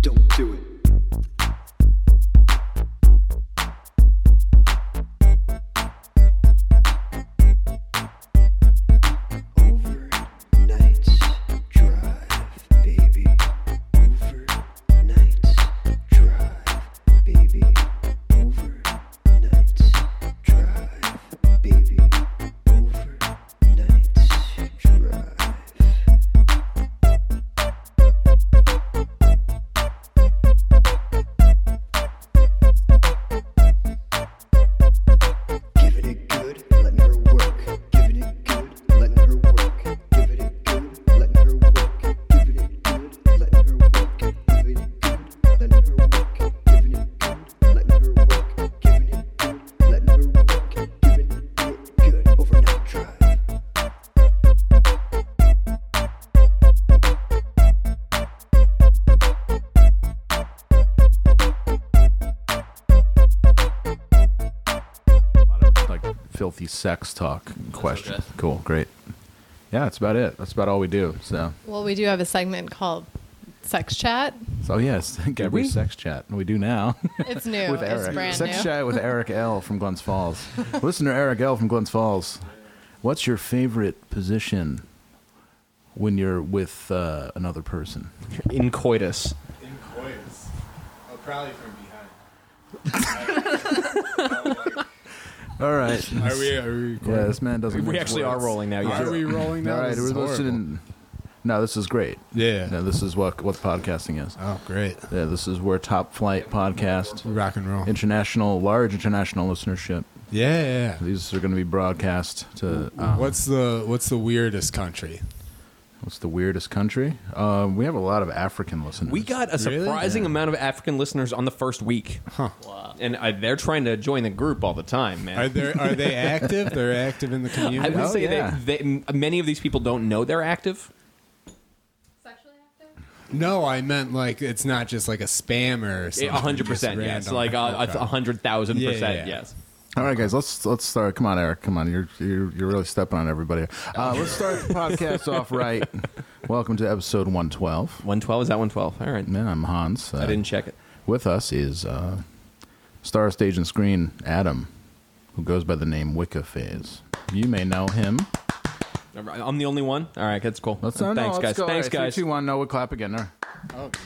Don't do it. Overnight's drive, baby. Overnight's drive, baby. Overnight's drive, baby. Overnight's drive. Giving it good, letting her work. Giving it good, letting her work. Giving it good, letting her work. Giving it good, letting her work. Giving it good, letting her work. Giving it good, letting her work. Giving it good, letting her work. Giving it good, overnight drive. lot of like filthy sex talk questions. Cool, great. Yeah, that's about it. That's about all we do. So, Well, we do have a segment called Sex Chat. so yes, Gabriel's sex chat. We do now It's new. with Eric. it's brand sex new. chat with Eric L from Glens Falls. Listener Eric L from Glens Falls, what's your favorite position when you're with uh, another person? in coitus. In coitus. Oh, probably from behind. All right. Are we? Are we? Yeah, this man doesn't. We mix actually words. are rolling now. Are we rolling now? All right, This we're is horrible. listening. No, this is great. Yeah. No, this is what what podcasting is. Oh, great. Yeah, this is where top flight podcast. Rock and roll. international, large international listenership. Yeah. yeah, yeah. These are going to be broadcast to. Um, What's the What's the weirdest country? What's the weirdest country? Um, we have a lot of African listeners. We got a Really? surprising amount of African listeners on the first week. Huh. And uh, they're trying to join the group all the time, man. Are there Are they active? They're active in the I community. would Oh, say yeah. that they, m- many of these people don't know they're active. no, I meant like it's not just like a spammer. Or something, A hundred percent, just yes. random. Like uh, Okay. a hundred thousand Yeah, yeah. percent, yes. All right, guys, let's let's start. Come on, Eric. Come on, you're you're, you're really stepping on everybody. Uh, let's start the podcast off right. Welcome to episode 112. One twelve is that one twelve? All right. Man, I'm Hans. Uh, I didn't check it. With us is uh, star stage and screen Adam, who goes by the name Wicca Phase. You may know him. I'm the only one. All right, that's cool. Let's Thanks, no, let's guys. Go. All Thanks, right, guys. Three, two, one. No, we'll clap again. All right.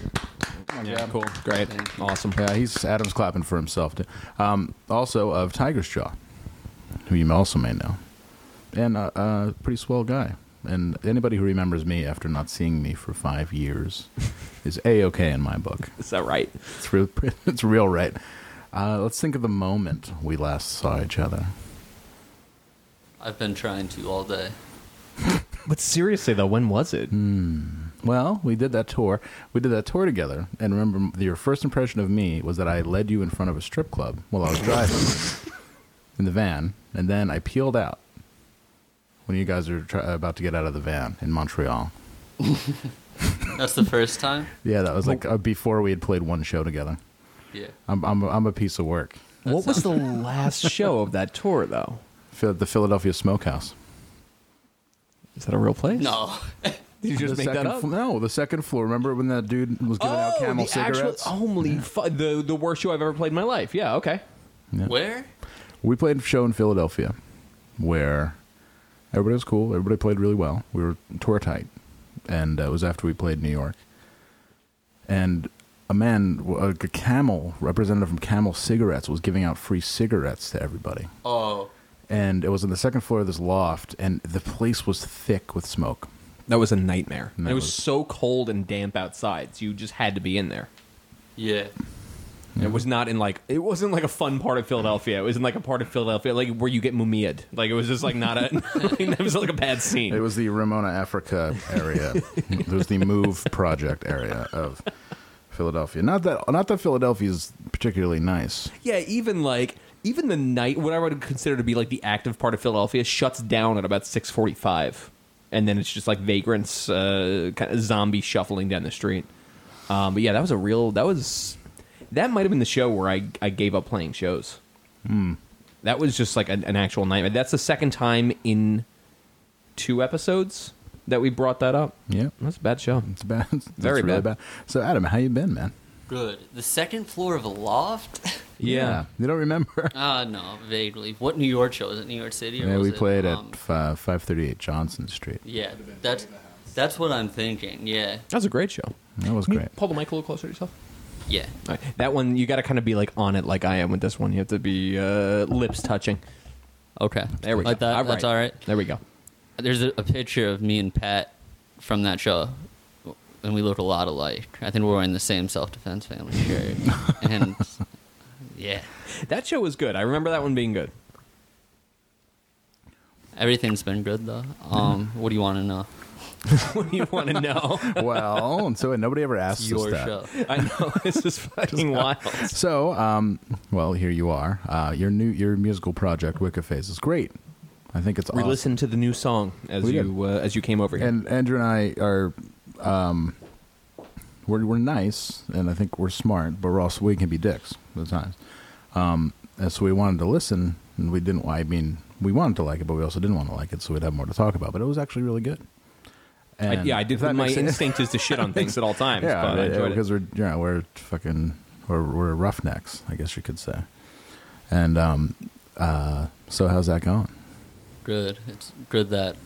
yeah, cool. Great. Awesome. Yeah, he's Adam's clapping for himself. too. Um, also of Tiger's Jaw, who you also may know, and a uh, uh, pretty swell guy. And anybody who remembers me after not seeing me for five years is a okay in my book. Is that right? It's real, it's real right. Uh, let's think of the moment we last saw each other. I've been trying to all day. But seriously though, when was it? Well, we did that tour. We did that tour together, and remember, your first impression of me was that I led you in front of a strip club while I was driving in the van, and then I peeled out when you guys were try- about to get out of the van in Montreal. That's the first time. Yeah, that was like uh, before we had played one show together. Yeah. I'm I'm I'm a piece of work. What was the last show of that tour though? Phil- The Philadelphia Smokehouse. Is that a real place? No. Did you just The make that second up? fl- no, the second floor. Remember when that dude was giving out Camel Oh, the actual- cigarettes? holy fu- the the worst show I've ever played in my life. Yeah, okay. Where? We played a show in Philadelphia where everybody was cool. Everybody played really well. We were tour tight. And uh, it was after we played New York. And a man, a camel representative from Camel Cigarettes, was giving out free cigarettes to everybody. Oh, And it was on the second floor of this loft, and the place was thick with smoke. That was a nightmare. And it that was, was- so cold and damp outside, so you just had to be in there. Yeah. It was not in like it wasn't like a fun part of Philadelphia. It was in like a part of Philadelphia like where you get mumiaed. Like it was just like not a it was like a bad scene. It was the Ramona Africa area. it was the Move Project area of Philadelphia. Not that not that Philadelphia is particularly nice. yeah, even like even the night what I would consider to be like the active part of Philadelphia shuts down at about six forty five, and then it's just like vagrants, uh, kind of zombie shuffling down the street. Um, but yeah, that was a real that was that might have been the show where I I gave up playing shows. That was just like an, an actual nightmare. That's the second time in two episodes that we brought that up. Yep. that's a bad show. It's bad. It's Very really bad. So Adam, how you been, man? Good. The second floor of a loft? Yeah. You don't remember? uh, no, vaguely. What New York show? Was it New York City? Or yeah, was we it, played um, at five five thirty eight Johnson Street. Yeah, that's, that's what I'm thinking. Yeah. that was a great show. That was Can you great. Pull the mic a little closer to yourself. Yeah. All right. That one you got to kind of be like on it, like I am with this one. You have to be uh, lips touching. Okay. There we like go. That, That's all right. There we go. There's a, a picture of me and Pat from that show, and we look a lot alike. I think we're wearing the same self defense family shirt. and yeah, That show was good. I remember that one being good. everything's been good though. Mm-hmm. Um, what do you want to know? What do you want to know? well, and so nobody ever asked us Your that. show. I know this is fucking wild. So, um, well, here you are. Uh, your new your musical project, Wicca Phase, is great. I think it's We awesome. listened to the new song as We did. you uh, as you came over here. and Andrew and I are, um, we're we're nice, and I think we're smart, but we're also we can be dicks at times. Um, and so we wanted to listen, and we didn't. I mean, we wanted to like it, but we also didn't want to like it, so we'd have more to talk about. But it was actually really good. I, yeah, I did. if that My makes sense- instinct is to shit on things at all times. yeah, but I enjoyed it. because we're you know, we're fucking we're, we're roughnecks, I guess you could say. And um, uh, so how's that going? Good. It's good that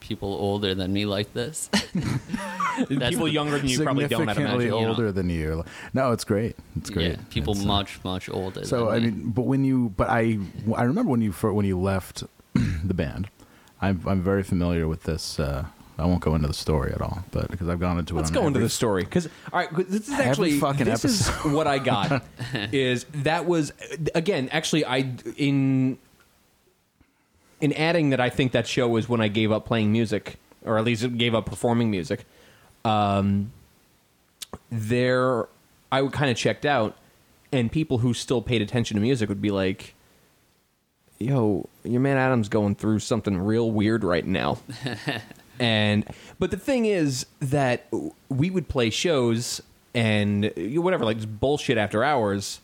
people older than me like this. that's People the- younger than you probably don't. I'd Significantly imagine. you know. older than you. No, it's great. It's great. yeah, people It's, uh, much much older. So than I me. mean, but when you, but I, I remember when you fir- when you left the band. I'm I'm very familiar with this. Uh, I won't go into the story at all, but because I've gone into it. Let's on go into every- the story because all right, 'cause this is Every actually fucking this episode. is what I got is that was again actually I in in adding that I think that show was when I gave up playing music or at least gave up performing music. Um, there, I would kind of checked out, and people who still paid attention to music would be like, yo, your man Adam's going through something real weird right now. and but the thing is that we would play shows and whatever, like just bullshit after hours.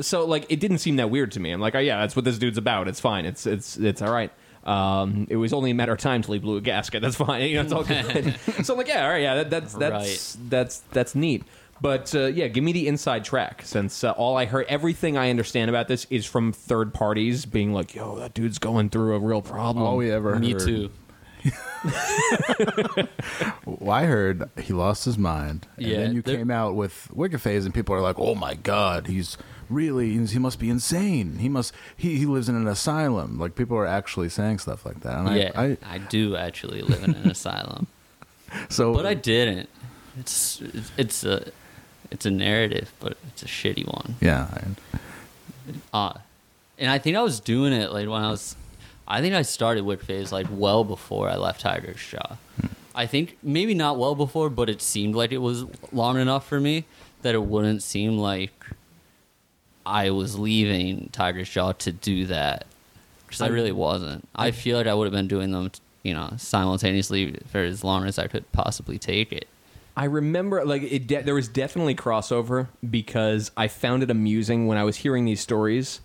So like it didn't seem that weird to me. I'm like, oh yeah, that's what this dude's about. It's fine. It's it's it's all right. Um, it was only a matter of time till he blew a gasket. That's fine. You know, it's all good. so I'm like, yeah, all right, yeah, that, that's that's that's that's neat. But uh, yeah, give me the inside track since uh, all I heard, everything I understand about this is from third parties being like, "Yo, that dude's going through a real problem." All we ever me heard- too. Well, I heard he lost his mind, and Yeah, then you there- came out with Wicca Phase, and people are like, "Oh my god, he's really he must be insane. He must he, he lives in an asylum." Like people are actually saying stuff like that. And yeah, I, I, I do actually live in an asylum. so But I didn't. It's it's- it's a it's a narrative, but it's a shitty one. yeah, I- Uh, and I think I was doing it like when I was. I think I started Wick Phase like well before I left Tiger's Shaw. I think maybe not well before, but it seemed like it was long enough for me that it wouldn't seem like I was leaving Tiger's Shaw to do that because I really wasn't. I feel like I would have been doing them, you know, simultaneously for as long as I could possibly take it. I remember like it de- there was definitely crossover because I found it amusing when I was hearing these stories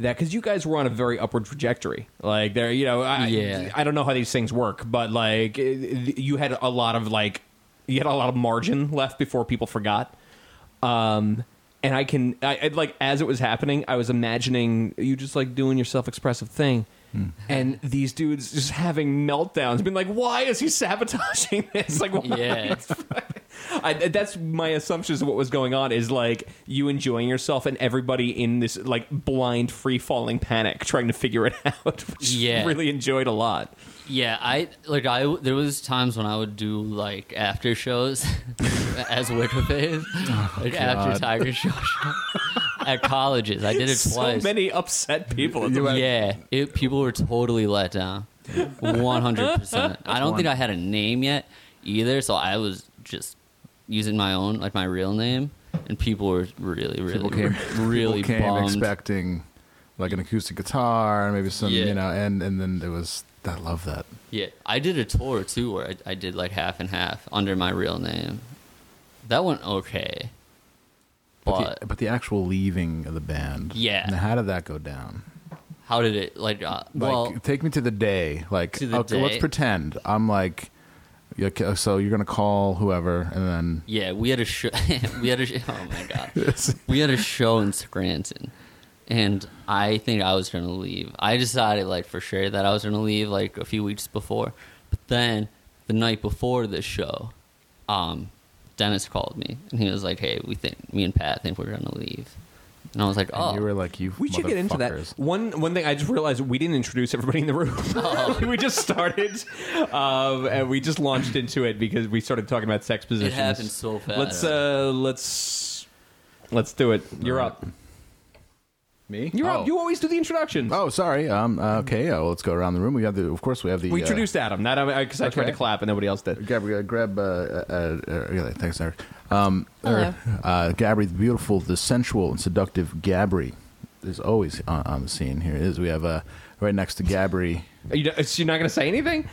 that because you guys were on a very upward trajectory. Like there, you know, I, Yeah. I don't know how these things work, but like it- you had a lot of like you had a lot of margin left before people forgot. Um, and I can I, I like as it was happening, I was imagining you just like doing your self expressive thing. And these dudes just having meltdowns, being like, "Why is he sabotaging this? Like, why Yeah. I, that's my assumptions of what was going on is like you enjoying yourself and everybody in this like blind free falling panic trying to figure it out which Yeah. really enjoyed a lot Yeah, I like I there was times when I would do like after shows as Wicker Fave, Oh, like after Tiger Show show. at colleges. I did it so twice. many upset people at the yeah, it, people were totally let down, one hundred percent. I don't think I had a name yet either, so I was just using my own like my real name, and people were really, really, people came really people came bummed. expecting like an acoustic guitar, maybe some Yeah. you know, and and then it was I love that. Yeah, I did a tour too where I, I did like half and half under my real name. That went okay. But But the, but the actual leaving of the band, Yeah. Now, how did that go down? how did it like? Uh, Like, well, take me to the day. Like, To the okay, let's day. pretend I'm like, yeah, okay, so you're gonna call whoever, and then yeah, we had a show. we had a sh- oh my god, It's- we had a show in Scranton, and I think I was gonna leave. I decided like for sure that I was gonna leave like a few weeks before, but then the night before the show, um, Dennis called me and he was like, "Hey, we think me and Pat think we're gonna leave," and I was like, "Oh." and you were like, you. We should get into that. motherfuckers. One one thing I just realized we didn't introduce everybody in the room. Oh. we just started, um, and we just launched into it because we started talking about sex positions. happened so fast. Let's uh, let's let's do it. You're up. Me? You're oh. up. You always do the introductions. Oh, sorry. Um. uh, okay. Uh, well, let's go around the room. We got the. Of course, we have the. we uh, introduced Adam. Not because I, tried Okay. to clap and nobody else did. Gabby, uh, grab. Uh, uh, uh, uh, yeah, thanks, Eric. Um, Hello. uh, Gabri, the beautiful, the sensual, and seductive Gabri is always on, on the scene. Here it is. We have uh, right next to Gabri. Are you, so you're not going to say anything?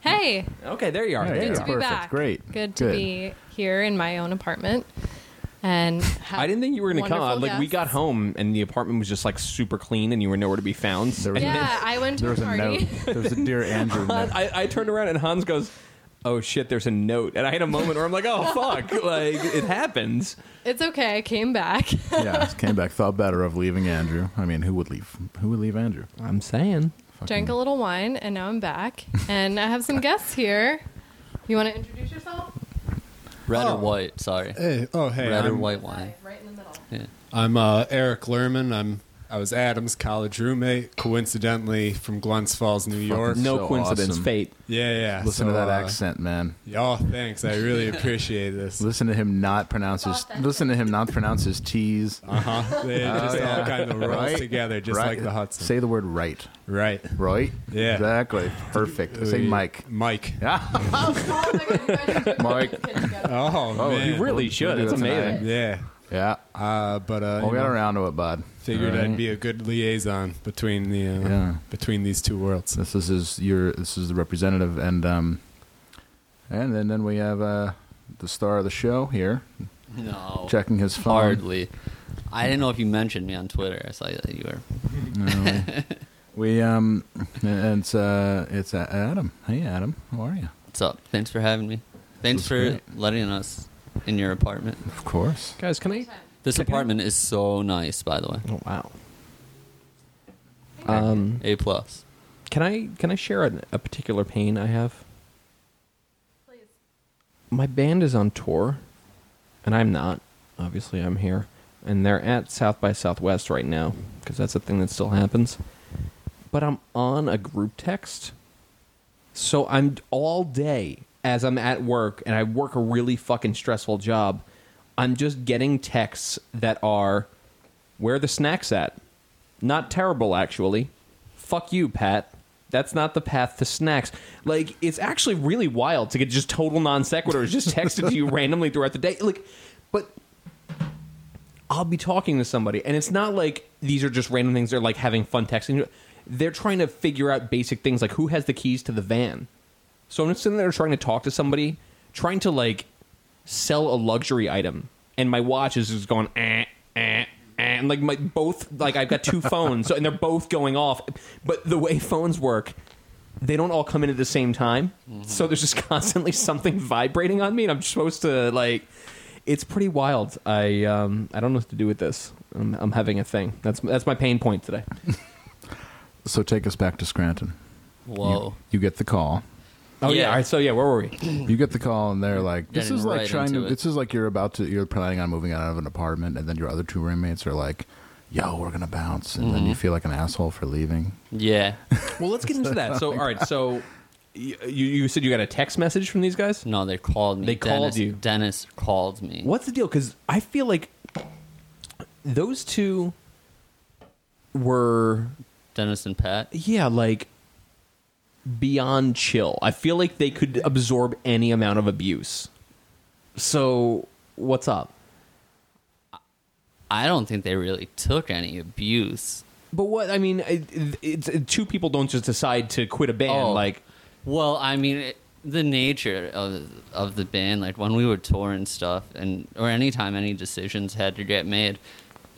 Hey, Okay, there you are. There There you you to are. be Perfect. back. Great. Good to Good. be here in my own apartment. And have I didn't think you were going to come. wonderful Like we guests. got home and the apartment was just like super clean and you were nowhere to be found. There was- Yeah, I went to a There was a note. party. There was a dear Andrew. note. Hans- I, I turned around and Hans goes, "Oh shit, there's a note." And I had a moment where I'm like, "Oh fuck, like it happens." It's okay. I came back. yeah, just came back. Thought better of leaving Andrew. I mean, who would leave? Who would leave Andrew? I'm saying. drank a little wine and now I'm back. And I have some guests here. You want to introduce yourself? Red Oh. or white, sorry. Hey, oh, hey, Red or I'm, white wine. Right in the middle. I'm uh, Eric Lerman. I'm I was Adam's college roommate, coincidentally from Glens Falls, New York. Fucking No So coincidence, awesome. fate. Yeah, yeah. Listen to so, that uh, accent, man. Oh, thanks. I really appreciate this. Listen to him not pronounce his. Listen to him not pronounce his T's. Uh huh. They just all kind of rolls Uh-huh. Oh, Right? together, just like the Hudson. Say the word right. right. Right. Yeah. Exactly. Perfect. Say Yeah. Mike. Mike. Oh my god, you guys are Mike. Oh, man. You really should. do It's it tonight. amazing. Yeah. Yeah. Uh, but uh, Well, you we got know, around to it, bud. figured All right. I'd be a good liaison between the uh, Yeah. between these two worlds. This is his, your. This is the representative, and um, and then then we have uh, the star of the show here No. checking his phone. Hardly. I didn't know if you mentioned me on Twitter. I saw that you were. We um, and it's uh, it's uh, Adam. Hey, Adam, how are you? What's up? Thanks for having me. Thanks That's for great. letting us in your apartment. Of course. Guys, can I? This apartment is so nice, by the way. Oh wow. A plus. Can I? Can I share a, a particular pain I have? my band is on tour, and I'm not. Obviously, I'm here, and they're at South by Southwest right now because that's a thing that still happens. But I'm on a group text, so I'm all day as I'm at work, and I work a really fucking stressful job. I'm just getting texts that are, "Where are the snacks at?" Not terrible, actually. Fuck you, Pat. That's not the path to snacks. Like it's actually really wild to get just total non sequiturs just texted to you randomly throughout the day. Like, but I'll be talking to somebody, and it's not like these are just random things. They're like having fun texting. They're trying to figure out basic things like who has the keys to the van. So I'm just sitting there trying to talk to somebody, trying to like sell a luxury item, and my watch is just going eh, eh, eh, and like my both like I've got two phones, so, and they're both going off. But the way phones work, they don't all come in at the same time, so there's just constantly something vibrating on me, and I'm supposed to like. It's pretty wild. I um, I don't know what to do with this. I'm, I'm having a thing. That's that's my pain point today. So take us back to Scranton. Whoa. You, you get the call. Oh yeah. Yeah. All right, so yeah, where were we? You get the call and they're like, "This Getting is like right trying to. into it. This is like you're about to. You're planning on moving out of an apartment, and then your other two roommates are like." Yo, we're gonna bounce, and then you Mm-hmm. feel like an asshole for leaving. Yeah. Well, let's get into that. So all right, so y- you you said you got a text message from these guys. No, they called me. They called Dennis- you. Dennis called me. What's the deal? Because I feel like those two were Dennis and Pat. yeah, like beyond chill. I feel like they could absorb any amount of abuse. So what's up? I don't think they really took any abuse. But what I mean, it, it's it, two people don't just decide to quit a band. Oh. Like, Well, I mean, it, the nature of of the band, like when we were touring stuff, and or anytime any decisions had to get made,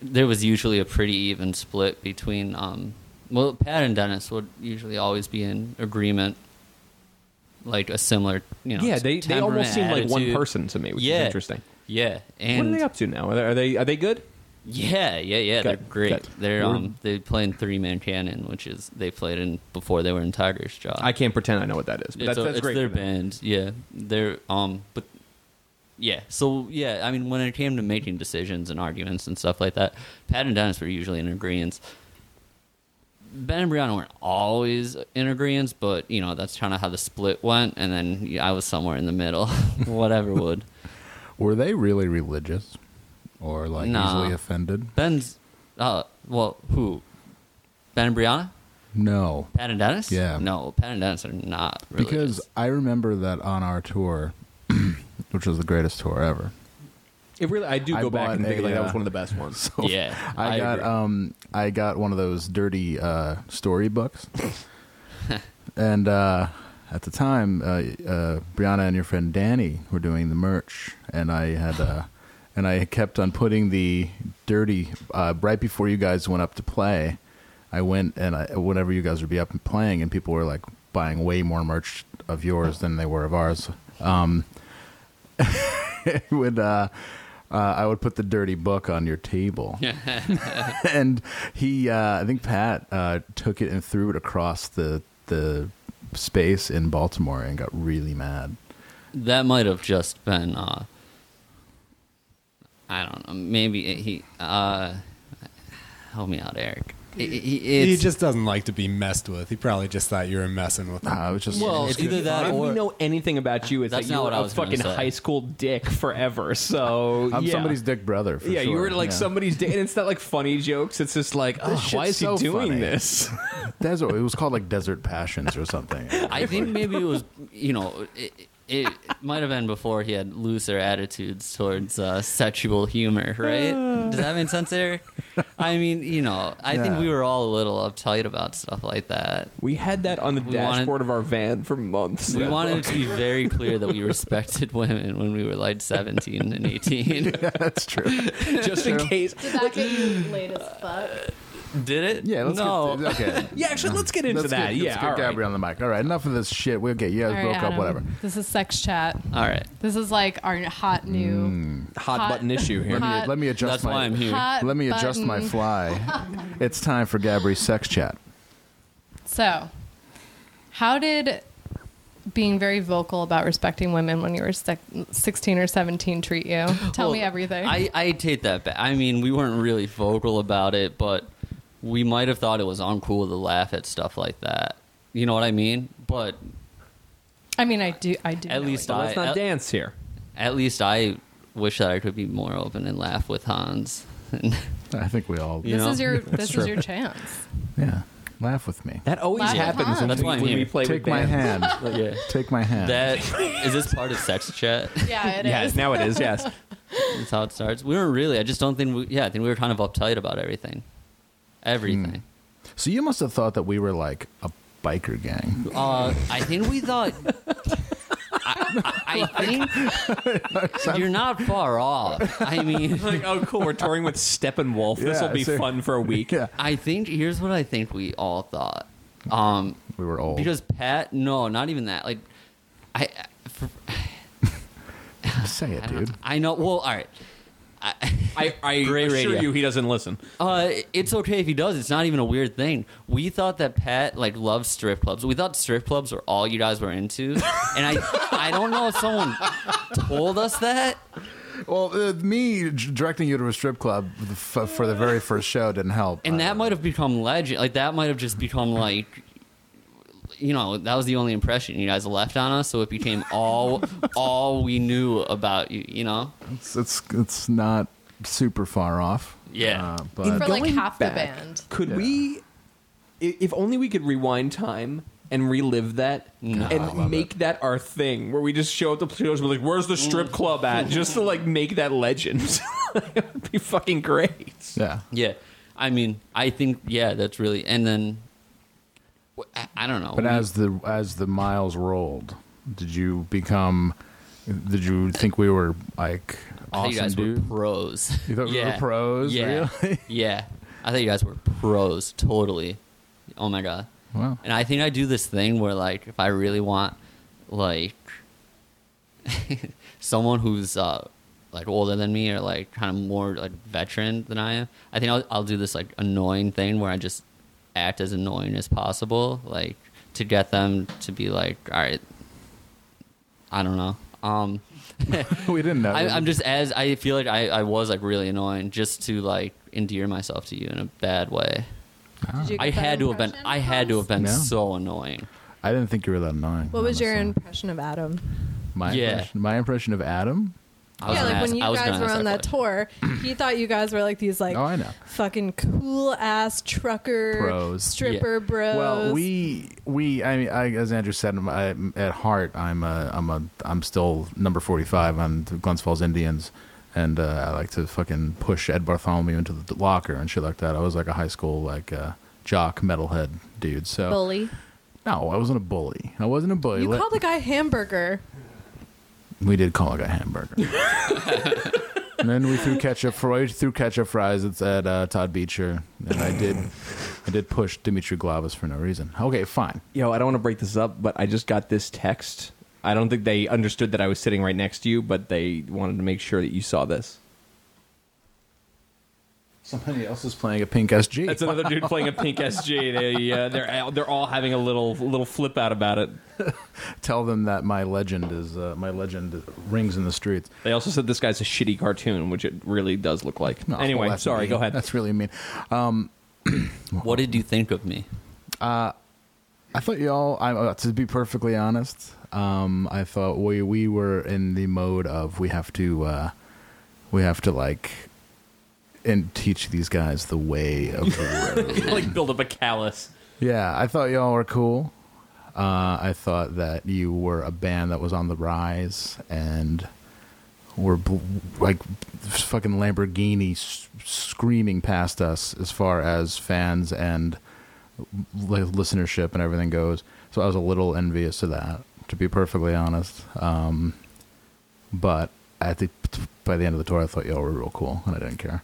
there was usually a pretty even split between. Um, well, Pat and Dennis would usually always be in agreement, like a similar, you know. yeah, they, they almost seem temperament, like one attitude. person to me, which yeah, is interesting. Yeah, What and are they up to now? Are they are they, are they good? Yeah, yeah, yeah. they're Got- great. got- They're Word. um they play in Three Man Cannon, which is they played in before they were in Tiger's Jaw. I can't pretend I know what that is. But it's, that's, a- that's it's great. their for them. band. Yeah, they're um but yeah. So yeah, I mean when it came to making decisions and arguments and stuff like that, Pat and Dennis were usually in agreement. Ben and Brianna weren't always in agreement, but you know that's kind of how the split went, and then yeah, I was somewhere in the middle, whatever would. Were they really religious, or like Nah. easily offended? Ben's, uh, well, who? Ben and Brianna? No, Pat and Dennis? Yeah. No, Pat and Dennis are not really. because I remember that on our tour, which was the greatest tour ever. It really, I do I go back bought and think a, like that uh, was one of the best ones. So Yeah, I, I got agree. um I got one of those dirty uh story books. and uh at the time uh, uh Brianna and your friend Danny were doing the merch and I had uh and I kept on putting the dirty uh right before you guys went up to play. I went and I whenever you guys would be up and playing and people were like buying way more merch of yours than they were of ours. Um would uh, uh, I would put the dirty book on your table. and he, uh, I think Pat uh, took it and threw it across the the space in Baltimore and got really mad. that might have just been. Uh, I don't know. Maybe he. Uh, help me out, Eric. He, He just doesn't like to be messed with. He probably just thought you were messing with him. Uh, it was just Well, it's either that if or. we know anything about you, it's That's that you not were what I a was gonna fucking say. high school dick forever. So I'm yeah. somebody's dick brother. For Yeah, you sure. were like Yeah. somebody's dick, and it's not like funny jokes. It's just like, oh, shit's why is he so doing funny. this? Desert. It was called like Desert Passions or something. I think maybe it was, you know, it, it might have been before he had looser attitudes towards uh, sexual humor, right? Does that make sense, Eric? I mean, you know, I think Yeah. we were all a little uptight about stuff like that. We had that on the We wanted- dashboard of our van for months. We that wanted it book. to be very clear that we respected women when we were like 17 and 18. That's true. just in case. Did that get you late as fuck? Did it? Yeah, let's no. get okay. Yeah, actually, let's get into let's that. Get, yeah, let's get all right. Gabby on the mic. All right, enough of this shit. We'll get you guys broke up. Whatever. This is sex chat. All right. This is like our hot new Mm, Hot, Hot- button issue here. Let me, Hot- let me adjust That's my. why I'm here. Uh, hot Let me adjust my button. fly. it's time for Gabri's sex chat. So, how did being very vocal about respecting women when you were sec- 16 or 17 treat you? Tell me Well, everything. I, I take that back. I mean, we weren't really vocal about it, but we might have thought it was uncool to laugh at stuff like that. You know what I mean? But I mean, I do. I do. At know least what I- Let's not uh, dance here. at least I wish that I could be more open and laugh with Hans. I think we all. You you- know? this is your this is your chance. Yeah. Laugh with me. That always Laugh at happens Hans. when, That's we, why I'm when here. we play Take with my bands. hand. yeah. Take my hand. That is this part of sex chat? Yeah, it is. Yes, now it is. Yes. That's how it starts. We weren't really. I just don't think. We, yeah, I think we were kind of uptight about everything. Hmm. Everything. so you must have thought that we were like a biker gang. Uh, I think we thought. I, I, I think you're not far off. I mean, like, oh, cool. We're touring with Steppenwolf. this will Yeah, be so- fun for a week. Yeah. I think here's what I think we all thought. Um, We were old. because Pat, no, not even that. Like, I, I- for, Say it, I, don't- dude. I know. Well, all right. I, I Great assure radio. you, he doesn't listen. Uh, it's okay if he does. It's not even a weird thing. We thought that Pat like loved strip clubs. We thought strip clubs were all you guys were into, and I I don't know if someone told us that. Well, uh, me d- directing you to a strip club f- for the very first show didn't help. Uh, And that might have become legend. Like that might have just become like, you know, that was the only impression you guys left on us. So it became all all we knew about you. You know, it's, it's it's not super far off. Yeah. uh, For but like Going half back, the band. Could we, i- if only we could rewind time and relive that and make that our thing, where we just show up to Pluto's and be like, "Where's the strip club at?" just to like make that legend. it would be fucking great. yeah, yeah. I mean, I think yeah, that's really. And then I, I don't know. but We- as the as the miles rolled, did you become? Did you think we were like I awesome thought you guys dudes? were pros. You thought we were pros? Yeah. Really? yeah. I thought you guys were pros, totally. Oh my god. Wow. And I think I do this thing where like if I really want like someone who's uh like older than me or like kind of more like veteran than I am, I think I'll, I'll do this like annoying thing where I just act as annoying as possible, like to get them to be like, all right, I don't know. Um, we didn't know. I, I'm just as I feel like I, I was like really annoying just to like endear myself to you in a bad way. Did you I get that had to have been impression I of had to us? have been No. so annoying. I didn't think you were that annoying. What was your honestly. impression of Adam? my Yeah. impression, my impression of Adam? I was yeah, gonna like ask- when you I was guys gonna were ask on that question. tour, he thought you guys were like these like Oh, I know. fucking cool ass trucker Bros. stripper bros. Well, we we I mean, I, as Andrew said, I'm- I, at heart, I'm a I'm a I'm still number forty five on the Glens Falls Indians, and uh, I like to fucking push Ed Bartholomew into the locker and shit like that. I was like a high school like uh, jock metalhead dude. So bully. no, I wasn't a bully. I wasn't a bully. You Let- called the guy hamburger. we did call it a hamburger. and then we threw ketchup fries. Threw ketchup fries at, at uh, Todd Beecher, and I did, I did push Dimitri Glavis for no reason. Okay, fine. Yo, I don't want to break this up, but I just got this text. I don't think they understood that I was sitting right next to you, but they wanted to make sure that you saw this. Somebody else is playing a pink SG. That's another dude playing a pink SG. They uh, they're they're all having a little little flip out about it. Tell them that my legend is uh, my legend rings in the streets. They also said this guy's a shitty cartoon, which it really does look like. No, anyway, well, that's sorry, mean. go ahead. That's really mean. What did you think of me? I thought y'all. I, uh, to be perfectly honest, um, I thought we we were in the mode of we have to uh, we have to like and teach these guys the way of the road. like build up a callus. Yeah, I thought y'all were cool. Uh, I thought that you were a band that was on the rise and were bl- like fucking Lamborghini s- screaming past us as far as fans and li- listenership and everything goes. So I was a little envious of that, to be perfectly honest. Um, but at the by the end of the tour, I thought y'all were real cool, and I didn't care.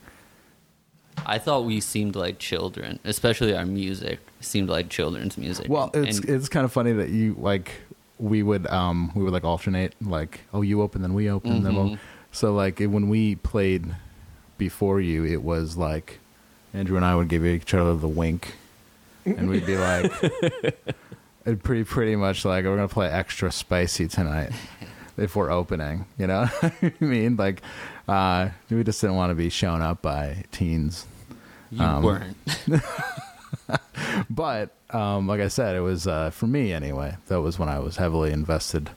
I thought we seemed like children, especially our music seemed like children's music. Well, it's And- it's kind of funny that you like we would um we would like alternate like oh you open then we open then we'll, so like it, when we played before you it was like Andrew and I would give each other the wink and we'd be like it pretty pretty much like we're gonna play extra spicy tonight if we're opening you know what I mean like uh we just didn't want to be shown up by teens you um, weren't. but um, like I said, it was uh, for me anyway. That was when I was heavily invested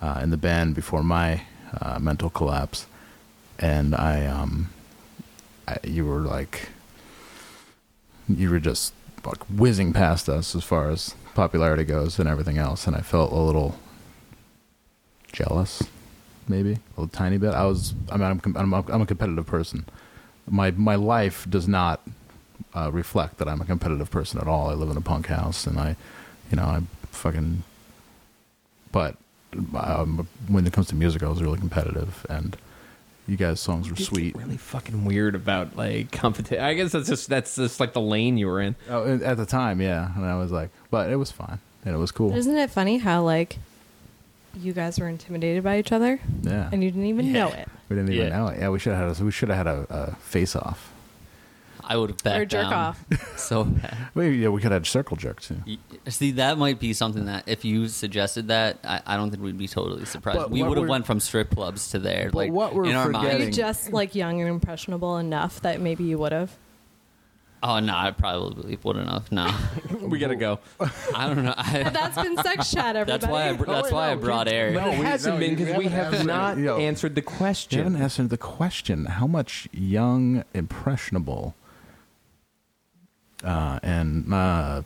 uh, in the band before my uh, mental collapse, and I, um, I, you were like, you were just like whizzing past us as far as popularity goes and everything else, and I felt a little jealous, maybe a little tiny bit. I was, I mean, I'm, com- I'm, I'm a competitive person. My my life does not uh, reflect that I'm a competitive person at all. I live in a punk house, and I, you know, I fucking. But um, when it comes to music, I was really competitive, and you guys' songs were sweet. Really fucking weird about like competition. I guess that's just that's just like the lane you were in. Oh, and at the time, yeah, and I was like, but it was fine, and it was cool. Isn't it funny how like you guys were intimidated by each other yeah, and you didn't even know it? We didn't even Yeah. know it. Yeah, we should have had a, we should have had a, a face off. I would have backed Or jerk down off. So bad. Well, yeah, we could have had circle jerk too. Y- See, that might be something that if you suggested that, I, I don't think we'd be totally surprised. But we what would have we're- went from strip clubs to there. But like what we're in our Are you forgetting- mind. just like young and impressionable enough that maybe you would have? Oh no, I probably wouldn't have. No, we gotta go. I don't know. I, That's been sex chat, everybody. that's why. I, br- that's why I brought Eric. No, it we- hasn't no, been you because we haven't have answered- not Yo. answered the You haven't question. answered the question. How much young, impressionable, uh, and uh,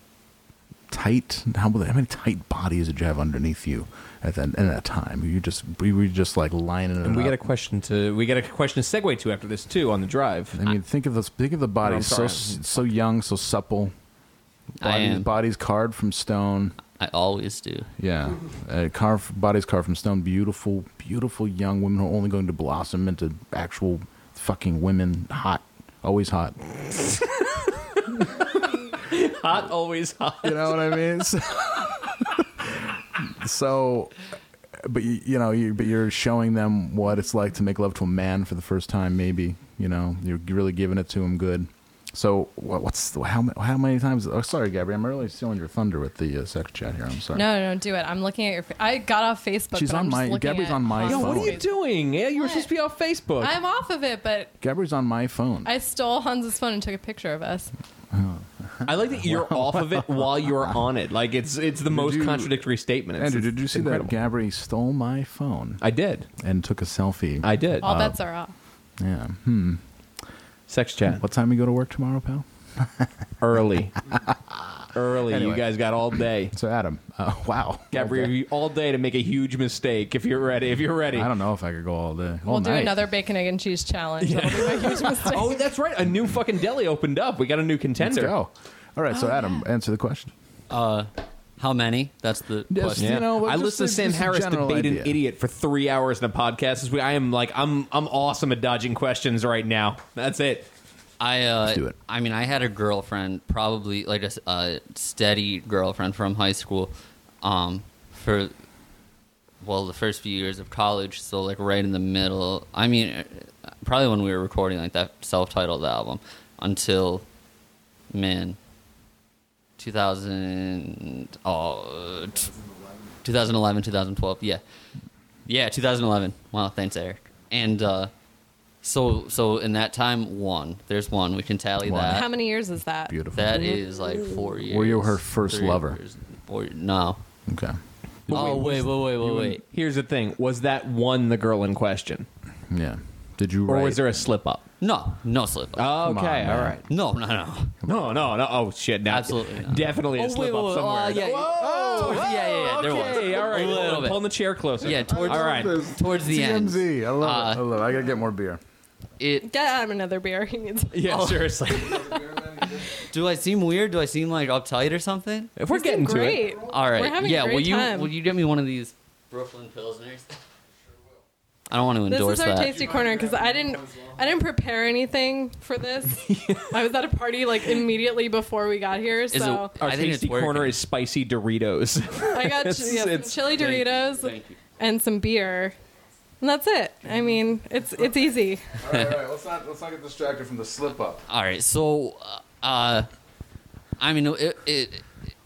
tight? How, how many tight bodies did you have underneath you at that, at that time? You just we were just like lining it And we up. got a question to we got a question to segue to after this too on the drive. I mean, think of those. Think of the I'm bodies so sorry. so young, so supple. I Bodies, am. bodies carved from stone. I always do. Yeah, uh, carved bodies carved from stone. Beautiful, beautiful young women who are only going to blossom into actual fucking women. Hot, always hot. Hot, always hot. You know what I mean? So, so but you, you know, you but you're showing them what it's like to make love to a man for the first time. Maybe you know you're really giving it to him good. So what, what's the- how ma- how many times? Oh, sorry, Gabby, I'm really stealing your thunder with the uh, sex chat here. I'm sorry. No, no, do it. I'm looking at your. Fa- I got off Facebook. She's but on I'm my- Just looking Gabby's at on my Hot Yo, Yo, phone. what are you Space. doing? Yeah, you were What? supposed to be on Facebook. I'm off of it, but Gabby's on my phone. I stole Hans's phone and took a picture of us. I like that you're off of it while you're on it. Like it's it's the most you- contradictory statement. It's, Andrew, it's did you see incredible. that Gabby stole my phone I did. and took a selfie? I did. Uh, All bets are off. yeah. Hmm. Sex chat What time you go to work tomorrow, pal? early, early. You Anyway. guys got all day. So Adam, uh, wow, Gabriel, Okay. you- all day to make a huge mistake if you're ready. If you're ready. I don't know if I could go all day. all we'll do night. another bacon, egg, and cheese challenge. That'll be my huge mistake. Oh, that's right. A new fucking deli opened up. We got a new Let's contender. go. All right, so Oh, Adam, answer the question. Uh, how many? That's the Yes, question. You know, well, I just listened to a- Sam just a Harris general debate an idea. idiot for three hours in a podcast. This week. I am like, I'm, I'm awesome at dodging questions right now. That's it. I uh, do it. I mean, I had a girlfriend, probably like a s- a steady girlfriend from high school, um, for well the first few years of college. So like right in the middle. I mean, uh, probably when we were recording like that self-titled album until man, 2000, oh, t- 2011, 2012. Yeah, yeah, 2011. Wow, thanks, Eric. And uh, so, so in that time, one. There's one. We can tally One. that. How many years is that? Beautiful. That is like four years. Were you her first three lover? years, Four, no. Okay. oh wait, wait, wait, wait, wait. Here's the thing: was that one the girl in question, Yeah. Did you or write? was there a slip up? No, no slip. Okay, up. all Come on, man. right. no, no, no. No, no, no. Oh shit! Now, Absolutely not. definitely a Oh, slip wait, up wait, somewhere. uh, yeah. Whoa, Towards- yeah, yeah, yeah, there was. okay, all right. A little Hold on, bit. Pulling the chair closer. Yeah, towards- all right. Towards the end, TMZ. I love it. Uh, I love it. I gotta get more beer. it. Get Adam another beer. He needs. Yeah, Oh. seriously. Do I seem weird? Do I seem like uptight or something? If we're This is getting to great. it, All right. We're having yeah. A great will you Time. will you get me one of these Brooklyn Pilsners? I don't want to This endorse is our that. tasty corner because I didn't, I didn't prepare anything for this. I was at a party like immediately before we got here, it- so our I think tasty it's working. corner is spicy Doritos. I got yeah, some it's- chili Thank you, Doritos thank you. and some beer, and that's it. I mean, it's it's easy. all right, all right. Let's not let's not get distracted from the slip up. All right. So, uh, I mean, it, it,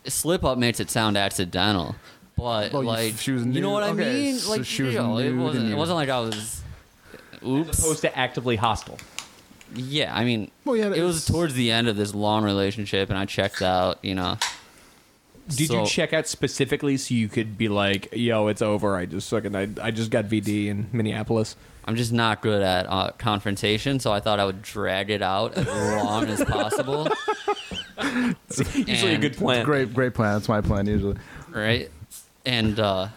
it slip up makes it sound accidental, but Well, you- like she was you know nude. what I Okay, mean? so Like she was you know, it nude wasn't. and It you- wasn't like I was. As Oops. opposed to actively hostile. Yeah, I mean, Well, yeah, it was it's- towards the end of this long relationship, and I checked out. You know, Did So- you check out specifically so you could be like, "Yo, it's over. I just fucking I, I just got VD in Minneapolis." I'm just not good at uh, confrontation, so I thought I would drag it out as long as possible. Usually a And- good plan. Great, great plan. That's my plan usually. right? And uh,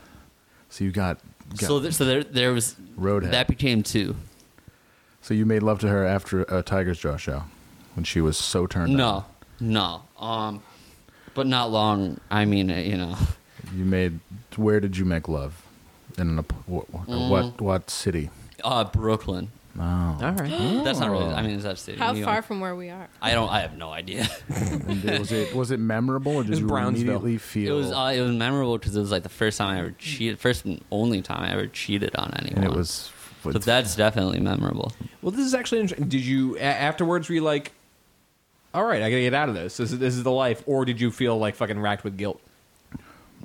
So you got. got so, th- so there, there was Roadhead. That became two. so you made love to her after a Tiger's Jaw show, when she was so turned. No, no. Um, but not long. I mean, uh, you know, on. You made. Where did you make love? In a, what, what, Mm. what what city? uh, Brooklyn. Oh. All right. Oh. That's not really. I mean, is that city? How New far York. from where we are? I don't. I have no idea. And was it was it memorable or did was you Brownsville. immediately feel It was. Uh, it was memorable because it was like the first time I ever cheated. First and only time I ever cheated on anyone. and it was But So that's definitely memorable. Well, this is actually interesting. Did you a- afterwards? Were you like, all right, I gotta get out of this. This is, this is the life, or did you feel like fucking racked with guilt?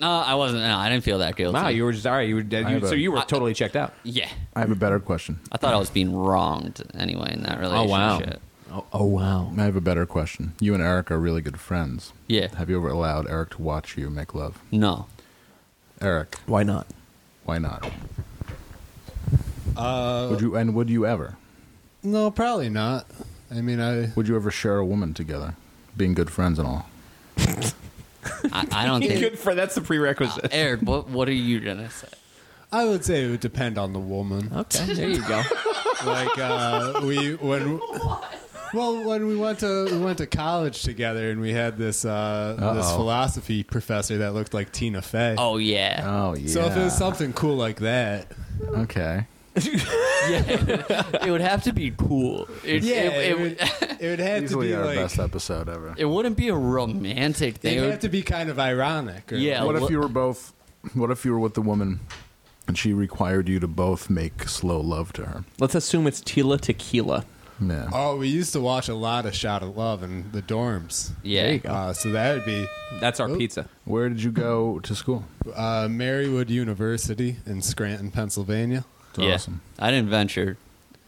No, I wasn't. No, I didn't feel that guilty. Wow, you were just all right. You were dead. I You, have a- so you were totally checked out. yeah. I have a better question. I thought I was being wronged anyway in that Oh, relationship. wow. Oh, oh wow. I have a better question. You and Eric are really good friends. Yeah. Have you ever allowed Eric to watch you make love? No. Eric, Why not? why not? Uh, would you and would you ever? No, probably not. I mean, I Would you ever share a woman together, being good friends and all? I, I don't Good think. for that's the prerequisite. Eric, what, what are you going to say? I would say it would depend on the woman. Okay, there you go. like uh, we when well when we went to we went to college together and we had this uh, this Uh-oh. philosophy professor that looked like Tina Fey. Oh, yeah. Oh yeah. So if it was something cool like that, okay. it would have to be cool. It, yeah, it, it, it, would, it would have to Easily be our like best episode ever. it wouldn't be a romantic it thing. would It have to be kind of ironic. Or Yeah. what if what- you were both? What if you were with the woman, and she required you to both make slow love to her? Let's assume it's Tila Tequila. Yeah. Uh, Oh, we used to watch a lot of Shot of Love in the dorms. Yeah. There you go. Uh, so that would be That's our Oh. pizza. Where did you go to school? uh, Marywood University in Scranton, Pennsylvania. It's yeah. awesome. I didn't venture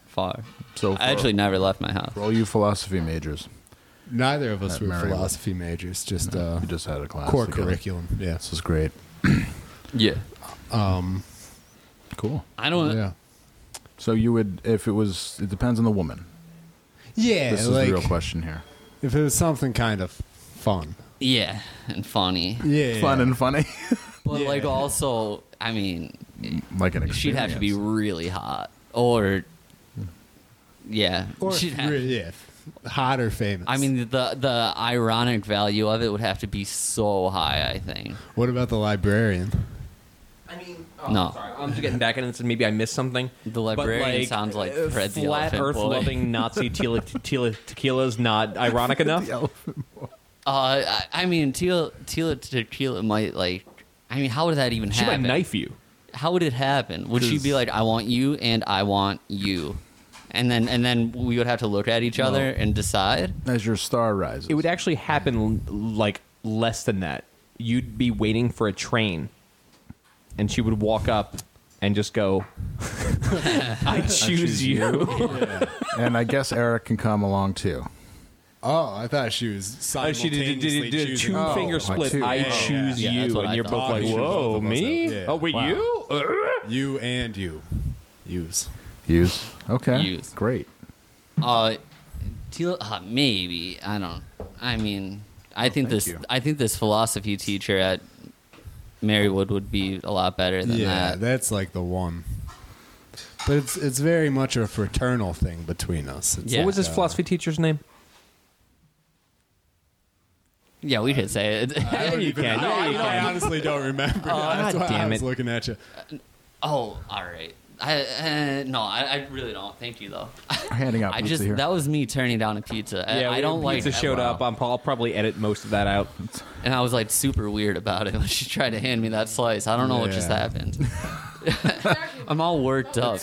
far. So I actually for- never left my house. for all you philosophy majors, Neither of us At were Marywood. philosophy majors, just, uh, you just had a class. core together. curriculum. Yeah. This is great. Yeah. Cool. I don't. Yeah. So you would, if it was, it depends on the woman. Yeah. This is like, the real question here. If it was something kind of fun. Yeah, and funny. Yeah. Fun and funny, But Yeah. like also, I mean, like an experience. she'd have to be really hot, or yeah, or she'd have- re- yeah, hot or famous. I mean, the the ironic value of it would have to be so high. I think. what about the librarian? I mean, No. Oh, Sorry, I'm just getting back into this, and maybe I missed something. Oh. The librarian But, sounds like uh, Fred the flat Elephant Earth Boy. loving Nazi Tila, Tila Tequila's not ironic enough. Uh, I, I mean, Tila Tila Tequila might like. I mean, how would that even She might happen? knife you. How would it happen? Would she be like, "I want you," and "I want you," and then and then we would have to look at each other and decide? as your star rises. It would actually happen l- like less than that. You'd be waiting for a train, and she would walk up and just go, "I choose, you." and I guess Eric can come along too. Oh, I thought she was Uh, she did, did, did, simultaneously did a choosing two both. finger like split. two. I Yeah, yeah, choose yeah. Yeah, that's you, what and I you're thought. both like, Obviously, "Whoa, both of us me? have- yeah. Oh, wait, Wow. you?" Uh, Oh, You and you. Use. Use okay. Use. great. Uh, Tila, uh, maybe I don't. I mean, I thank think this. you. I think this philosophy teacher at Marywood would be a lot better than yeah, that. that's like the one. But it's it's very much a fraternal thing between us. It's Yeah. What was like, this uh, philosophy teacher's name? yeah, we Uh, could say it. I don't even- can. Yeah, I, you I honestly don't remember. that's God why damn I was it. looking at you. oh, all right. I uh, no, I, I really don't. Thank you though. We're handing out I pizza just here. that was me turning down a pizza. I- I when don't like pizza showed up. I'm, I'll probably edit most of that out. and I was like super weird about it when she tried to hand me that slice. I don't know what just Yeah. happened. I'm all worked up.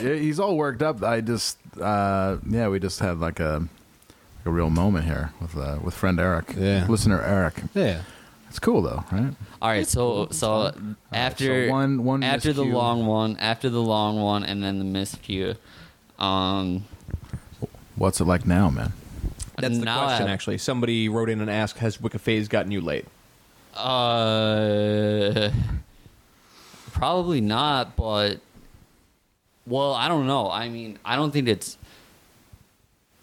Yeah, he's all worked up. I just, uh, yeah, we just had like a, a real moment here with uh, with friend Eric, Yeah. listener Eric. Yeah. It's cool though, right? All right, so so after so one- one after the miscue. long one, after the long one, and then the miscue. Um, What's it like now, man? That's the now question, I- actually. Somebody wrote in and asked, "Has Wikiphase gotten you late?" Uh, probably not, but well, I don't know. I mean, I don't think it's.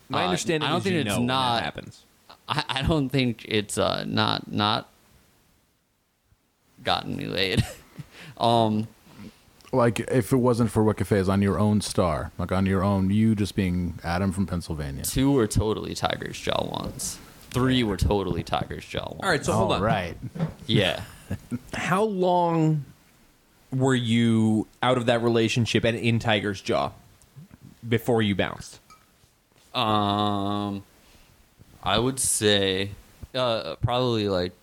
My Uh, understanding I don't is think you it's know when that not- happens. I, I don't think it's uh not not gotten me laid. um, Like, if it wasn't for Wikiphase on your own star, like on your own, you just being Adam from Pennsylvania. two were totally Tiger's Jaw ones. Three were totally Tiger's Jaw ones. All right, so hold All on. right. Yeah. How long were you out of that relationship and in Tiger's Jaw before you bounced? Um, I would say uh, probably like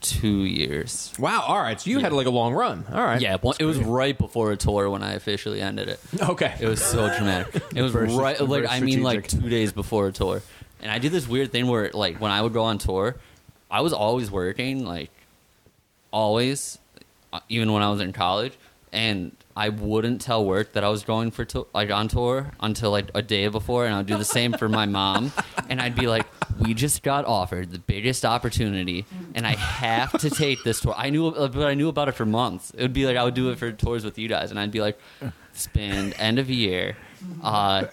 two years. Wow. All right. So you had like a long run. All right. Yeah, it was right before a tour when I officially ended it. Okay. It was so dramatic. It was Very- right, like very I mean, like strategic. two days before a tour, and I did this weird thing where, like, when I would go on tour, I was always working, like, always, uh, even when I was in college, and I wouldn't tell work that I was going for to- like on tour until like a day before, and I'd do the same for my mom, and I'd be like, "We just got offered the biggest opportunity, and I have to take this tour." I knew, uh, but I knew about it for months. It would be like I would do it for tours with you guys, and I'd be like, "Spend end of year." Uh,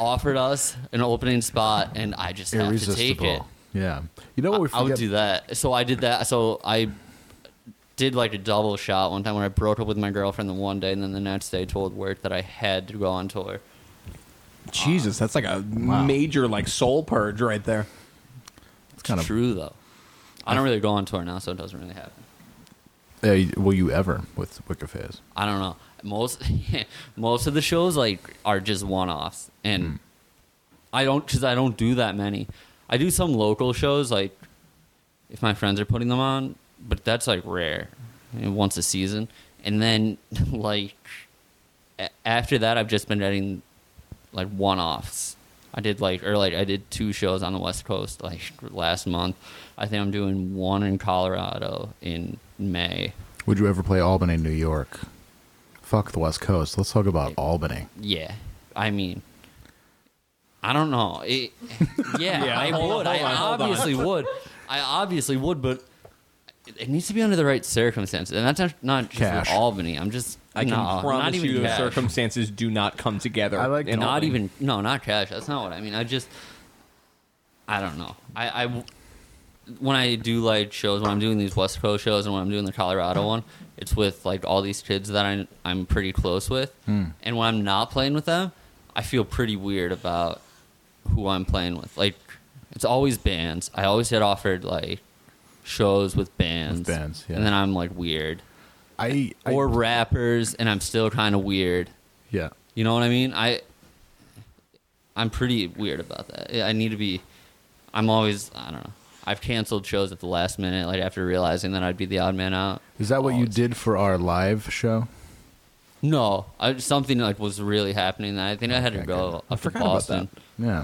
offered us an opening spot, and I just have to take it. Irresistible. Yeah. You know what we I forget? would do that. So I did that. So I did like a double shot one time when I broke up with my girlfriend the one day, and then the next day told work that I had to go on tour. Jesus, that's like a major like soul purge right there. It's kind of- true though. I don't really go on tour now, so it doesn't really happen. Uh, will you ever with Wikifizz? I don't know. Most most of the shows like are just one offs, and I don't because I don't do that many. I do some local shows like if my friends are putting them on, but that's like rare, you know, once a season. And then like a- after that, I've just been getting like one offs. I did like or like I did two shows on the West Coast like last month. I think I'm doing one in Colorado in May. Would you ever play Albany, New York? Fuck the West Coast. Let's talk about Albany. Yeah, I mean, I don't know. It, yeah, I would. I obviously would. I obviously would, but it- it needs to be under the right circumstances, and that's not, not just Cash. with Albany. I'm just I can nah, not promise even you the cash. circumstances do not come together. I like in not Albany. even no, not cash. That's not what I mean. I just I don't know. I, I w- when I do like shows, when I'm doing these West Coast shows and when I'm doing the Colorado one, it's with like all these kids that I, I'm pretty close with, Hmm. and when I'm not playing with them, I feel pretty weird about who I'm playing with. Like it's always bands. I always get offered like shows with bands, bands, yeah. and then I'm like weird. I, I Or rappers, and I'm still kind of weird. yeah. You know what I mean? I I'm pretty weird about that. I need to be I'm always I don't know. I've canceled shows at the last minute like after realizing that I'd be the odd man out. Is that what you Always. did for our live show? No, I, something like was really happening that I think I had to Okay, go good. up to Boston. Yeah.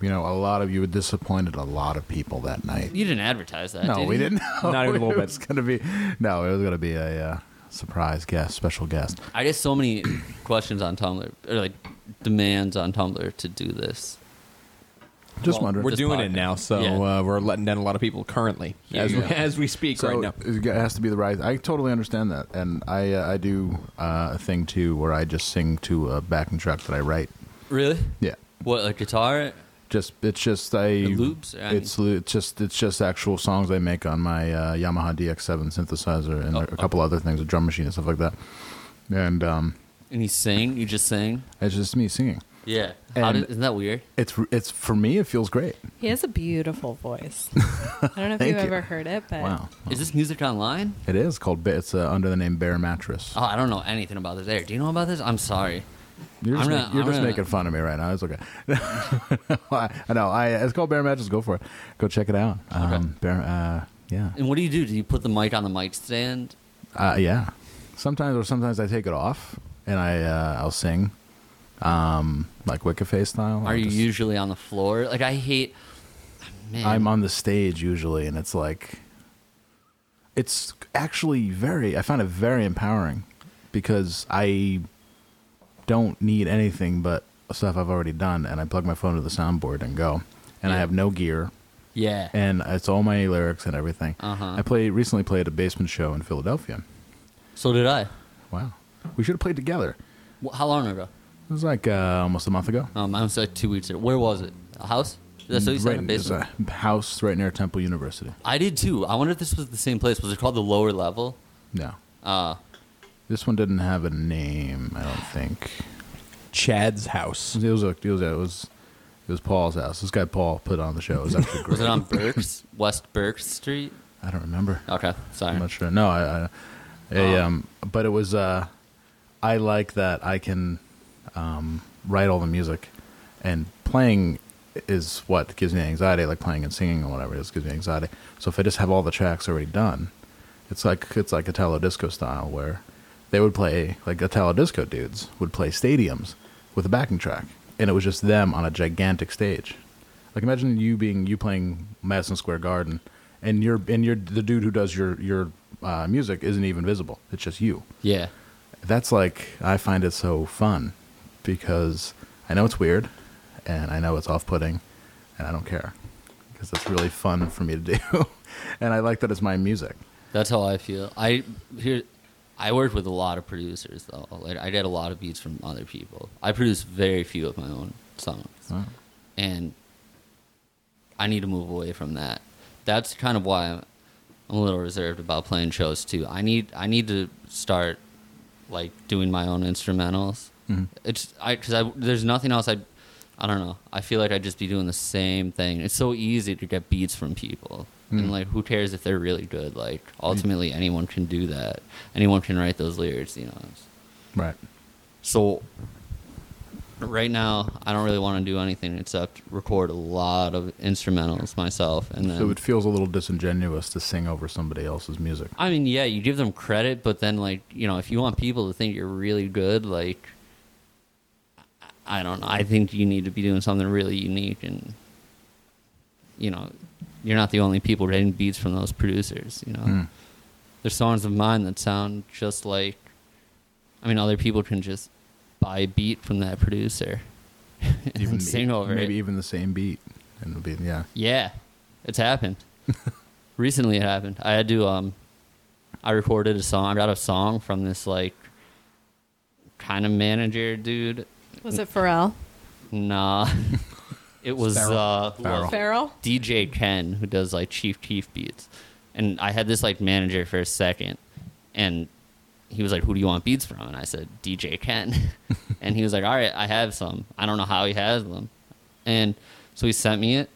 You know, a lot of you disappointed a lot of people that night. You didn't advertise that. no, did we you? didn't. know. Not even a little it bit. was gonna be no. It was gonna be a uh, surprise guest, special guest. I get so many questions on Tumblr or like demands on Tumblr to do this. Just Well, wondering. We're Just doing it podcast. now, so Yeah. uh, we're letting down a lot of people currently as, we, Yeah. as we speak so right now. it has to be the right. I totally understand that, and I uh, I do uh, a thing too where I just sing to a backing track that I write. Really? Yeah. What like guitar? Just it's just I loops, I mean- It's lo- it's just it's just actual songs I make on my uh, Yamaha DX7 synthesizer and Oh, a couple other things, a drum machine and stuff like that. And um, And you sing? You just sing? it's just me singing. Yeah. How And- did, isn't that weird? It's it's for me. It feels great. He has a beautiful voice. I don't know if Thank you've you. ever heard it, but Wow. Is this music online? It is called. Ba- It's uh, under the name Bear Mattress. Oh, I don't know anything about this. There, do you know about this? I'm sorry. You're just, I'm ma- gonna- you're I'm just gonna- making fun of me right now. It's okay. I I know. I it's called Bear Mattress. Go for it. Go check it out. Um, Bear. Uh, yeah. And what do you do? Do you put the mic on the mic stand? Uh, yeah. Sometimes or sometimes I take it off and I uh, I'll sing, um, like Wiccaface style. Are I'll you just- usually on the floor? Like I hate. Man, I'm on the stage usually, and it's like, it's actually very. I find it very empowering because I don't need anything but stuff I've already done, and I plug my phone to the soundboard and go, and I Yeah. have no gear, yeah. and it's all my lyrics and everything. Uh-huh. I played recently played a basement show in Philadelphia. so did I. Wow, we should have played together. Wh- How long ago? It was like uh, almost a month ago. Um, I was like two weeks ago. Where was it? A house? That's what you said. right, a it was basement? a house right near Temple University. I did too. I wonder if this was the same place. Was it called the lower level? No, Uh, this one didn't have a name. I don't think. Chad's house. It was a, it was a, it was it was Paul's house. This guy Paul put on the show. It was actually great. was it on Burks West Burks Street? I don't remember. Okay, sorry. I'm not sure. No, I, I, I, um, but it was. Uh, I like that I can um, write all the music, and playing is what gives me anxiety, like playing and singing or whatever. It just gives me anxiety. So if I just have all the tracks already done, it's like it's like Italo disco style where they would play like Italo disco dudes would play stadiums with a backing track, and it was just them on a gigantic stage. Like imagine you being you playing Madison Square Garden, and you're and you're the dude who does your your uh, music isn't even visible. It's just you Yeah. that's like I find it so fun because I know it's weird and I know it's off-putting and I don't care because it's really fun for me to do and I like that it's my music. That's how I feel. I here, I worked with a lot of producers though. Like I did a lot of beats from other people. I produced very few of my own songs, and I need to move away from that. That's kind of why I'm, I'm a little reserved about playing shows too. I need I need to start like doing my own instrumentals. It's I because I there's nothing else I. I don't know. I feel like I'd just be doing the same thing. It's so easy to get beats from people. And like who cares if they're really good? Like ultimately anyone can do that. Anyone can write those lyrics, you know. Right. So right now I don't really want to do anything except record a lot of instrumentals myself and then So it feels a little disingenuous to sing over somebody else's music. I mean, yeah, you give them credit, but then like you know, if you want people to think you're really good, like I- I don't know. I think you need to be doing something really unique, and you know, you're not the only people writing beats from those producers. You know, Hmm. there's songs of mine that sound just like. I mean, other people can just buy a beat from that producer and Even sing over maybe it. Oh even the same beat and it'll be yeah. Yeah, it's happened. Recently, it happened. I had to um, I recorded a song. I got a song from this like kind of manager dude. Was it Pharrell? Nah, it was uh, who was it? Farrell? DJ Ken who does like Chief Keef beats, and I had this like manager for a second, and he was like, "Who do you want beats from?" And I said, "DJ Ken," and he was like, "All right, I have some. I don't know how he has them," and so he sent me it,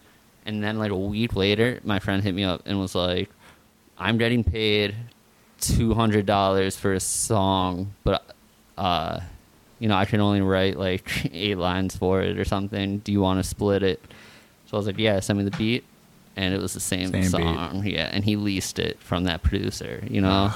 and then like a week later, my friend hit me up and was like, "I'm getting paid two hundred dollars for a song, but uh, you know, I can only write like eight lines for it or something. Do you want to split it?" So I was like, "Yeah, send me the beat." And it was the same, Same beat. song, yeah. And he leased it from that producer, you know.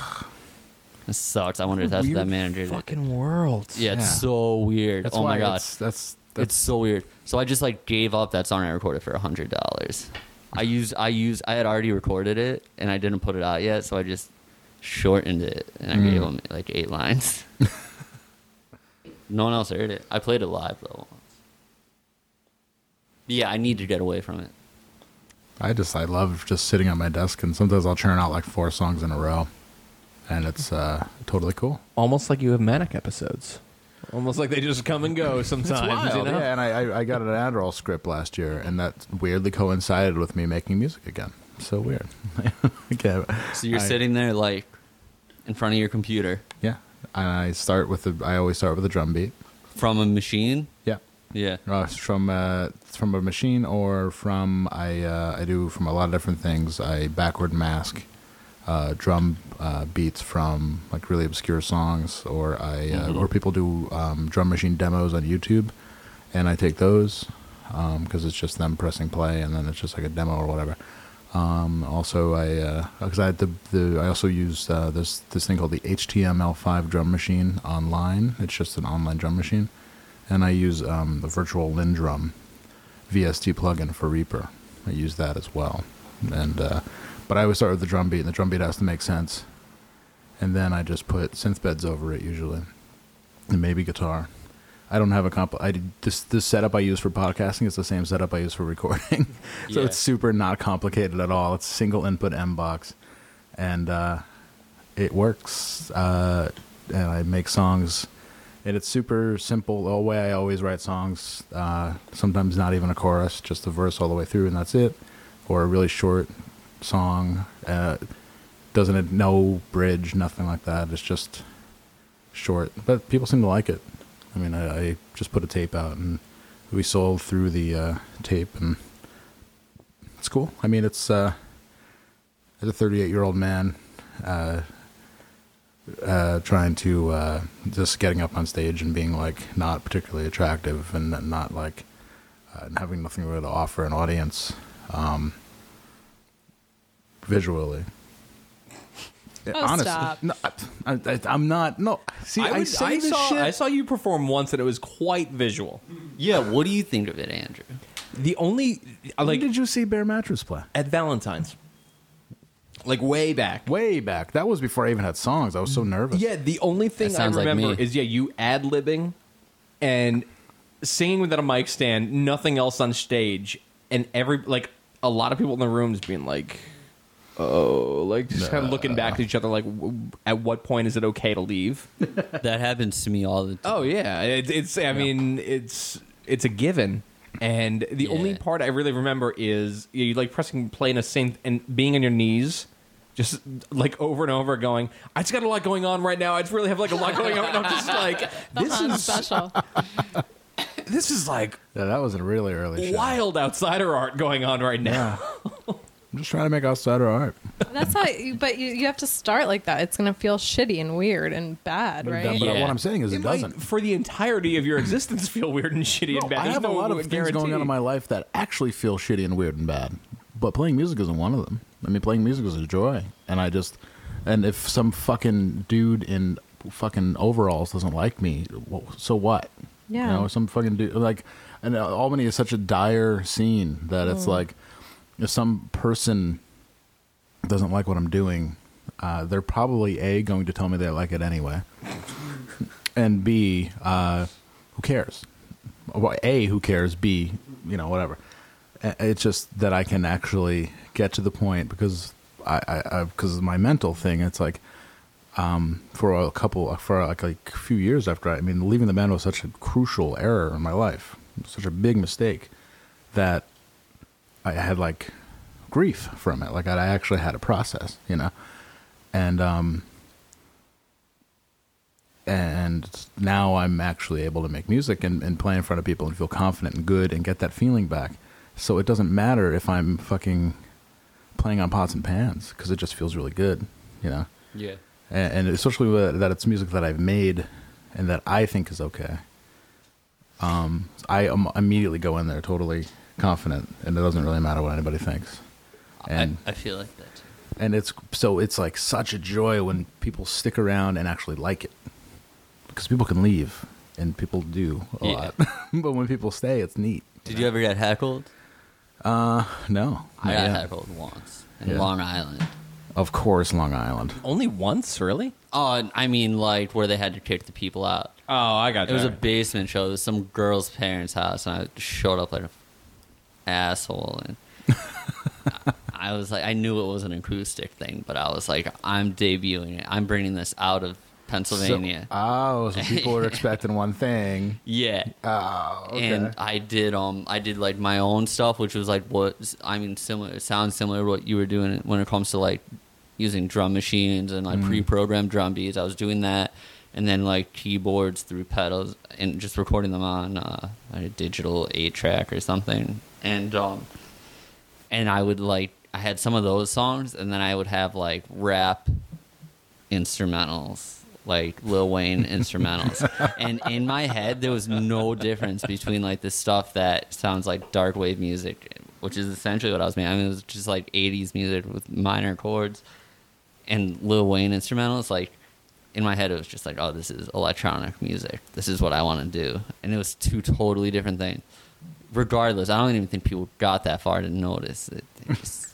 It sucks. I wonder if that's what that manager. did. world. Yeah, it's so weird. That's oh why my god, That's, that's that's it's so weird. So I just like gave up that song I recorded for a hundred dollars. I used I used I had already recorded it and I didn't put it out yet, so I just shortened it and I gave Mm. him like eight lines. no one else heard it. I played it live though. once. Yeah, I need to get away from it. I just I love just sitting on my desk and sometimes I'll churn out like four songs in a row and it's uh totally cool. Almost like you have manic episodes. Almost like they just come and go sometimes. you know? Yeah, and I, I- I got an Adderall script last year, and that weirdly coincided with me making music again. So weird. okay. So you're I- sitting there like in front of your computer Yeah, and I start with the. I always start with a drum beat. from a machine. Yeah, Yeah. Uh, it's from uh, it's from a machine or from I uh, I do from a lot of different things. I backward mask uh, drum uh, beats from like really obscure songs, or I uh, or people do um, drum machine demos on YouTube, and I take those because it's just them pressing play, and then it's just like a demo or whatever. Um, also, I because I had the, the I also use uh, this this thing called the HTML5 drum machine online. It's just an online drum machine, and I use um, the virtual Lindrum VST plugin for Reaper. I use that as well, and uh, but I always start with the drum beat, and the drum beat has to make sense, and then I just put synth beds over it usually, and maybe guitar. I don't have a comp. I did- this this setup I use for podcasting is the same setup I use for recording, so Yeah. it's super not complicated at all. It's single input M box, and uh, it works. Uh, and I make songs, and it's super simple. The way I always write songs, uh, sometimes not even a chorus, just the verse all the way through, and that's it, or a really short song. Uh, doesn't have no bridge, nothing like that. It's just short, but people seem to like it. I mean, I, I just put a tape out and we sold through the uh, tape, and it's cool. I mean, it's uh, as a 38 year old man uh, uh, trying to uh, just getting up on stage and being like not particularly attractive and not like uh, and having nothing really to offer an audience um, visually. Oh, stop. No, I, I, I'm not. No, see, I, would- say I this saw shit. I saw you perform once, and it was quite visual. Yeah, what do you think of it, Andrew? The only when like did you see Bear Mattress play? at Valentine's, like way back. Way back. That was before I even had songs. I was so nervous. Yeah, the only thing That I sounds like remember me. is yeah, you ad libbing and singing without a mic stand, nothing else on stage, and every like a lot of people in the rooms being like, "Oh," like just kind of looking back at each other, like, w- "At what point is it okay to leave?" That happens to me all the time. Oh yeah, it, it's. I mean, it's it's a given. And the Yeah. only part I really remember is you like pressing play in a synth and being on your knees, just like over and over, going, "I just got a lot going on right now. I just really have like a lot going on." And I'm just like, "This Sounds Uh-huh. is special. this is like Yeah, that was a really early show. wild outsider art going on right now." I'm just trying to make outsider art. That's how. You, but you, you have to start like that. It's gonna feel shitty and weird and bad, right? But Yeah. what I'm saying is it, It might, doesn't. for the entirety of your existence, feel weird and shitty and No, bad. I There's have a no lot of things going on guarantee. in my life that actually feel shitty and weird and bad, but playing music isn't one of them. I mean, playing music is a joy, and I just, and if some fucking dude in fucking overalls doesn't like me, wh- so what? Yeah. you know, some fucking dude like, and uh, Albany is such a dire scene that it's like, if some person doesn't like what I'm doing, uh, they're probably a going to tell me they like it anyway, and b uh, who cares? Well, a who cares? B you know whatever. A- It's just that I can actually get to the point because I I because of my mental thing. It's like um, for a couple for like, like a few years after I, I mean leaving the band was such a crucial error in my life, such a big mistake that I had like grief from it. Like I actually had a process, you know, and um, and now I'm actually able to make music and, and play in front of people and feel confident and good and get that feeling back. So it doesn't matter if I'm fucking playing on pots and pans because it just feels really good, you know Yeah. and, and especially with, that it's music that I've made and that I think is okay. Um, I um, immediately go in there totally confident, and it doesn't really matter what anybody thinks. And I, I feel like that too. and it's so it's like such a joy when people stick around and actually like it, because people can leave and people do a Yeah. lot, but when people stay, it's neat. Did you ever get heckled? No, I not got yet. heckled once in Yeah. Long Island. Of course, Long Island. Only once, really? Oh, and I mean, like where they had to kick the people out. Oh, I got It was a basement show. It was some girl's parents' house, and I showed up like an asshole. And I, I was like, I knew it was an acoustic thing, but I was like, I'm debuting it. I'm bringing this out of Pennsylvania. So, oh, so people are expecting one thing. yeah. Oh, okay. And I did um I did like my own stuff, which was like what I mean similar. It sounds similar to what you were doing when it comes to like using drum machines and Mm. like pre-programmed drum beats. I was doing that, and then like keyboards through pedals and just recording them on uh, like a digital eight track or something. And um and I would like I had some of those songs, and then I would have like rap instrumentals, like Lil Wayne instrumentals. and in my head, there was no difference between like the stuff that sounds like dark wave music, which is essentially what I was making. I mean, it was just like 80s music with minor chords and Lil Wayne instrumentals. Like, in my head, it was just like, oh, this is electronic music. This is what I want to do. And it was two totally different things. Regardless, I don't even think people got that far to notice it. They just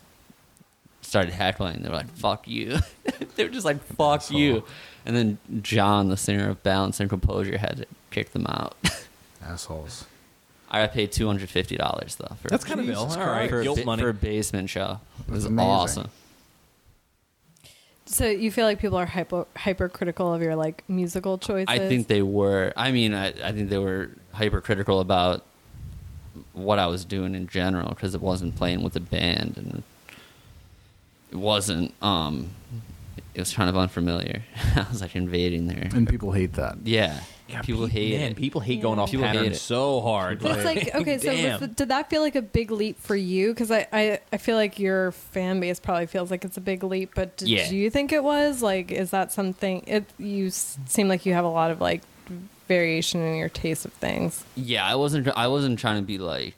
started heckling. They were like, fuck you. they were just like, fuck you. And then John, the singer of Balance and Composure, had to kick them out. Assholes. I got paid $250 though. For, That's kind of ill. All right, for, a guilt ba- money. for a basement show. It was That's amazing. awesome. So you feel like people are hypo, hypercritical of your like musical choices? I think they were. I mean, I, I think they were hypercritical about what I was doing in general because it wasn't playing with a band and it wasn't. Um, it was kind of unfamiliar. I was like invading their. And people hate that. Yeah, people hate man, it. People hate going off People hate pattern it. so hard. But it's like okay, so Damn. was, did that feel like a big leap for you? Because I, I I feel like your fan base probably feels like it's a big leap, but did Yeah. you think it was? Like, is that something? It you s- seem like you have a lot of like variation in your taste of things. yeah, I wasn't. I wasn't trying to be like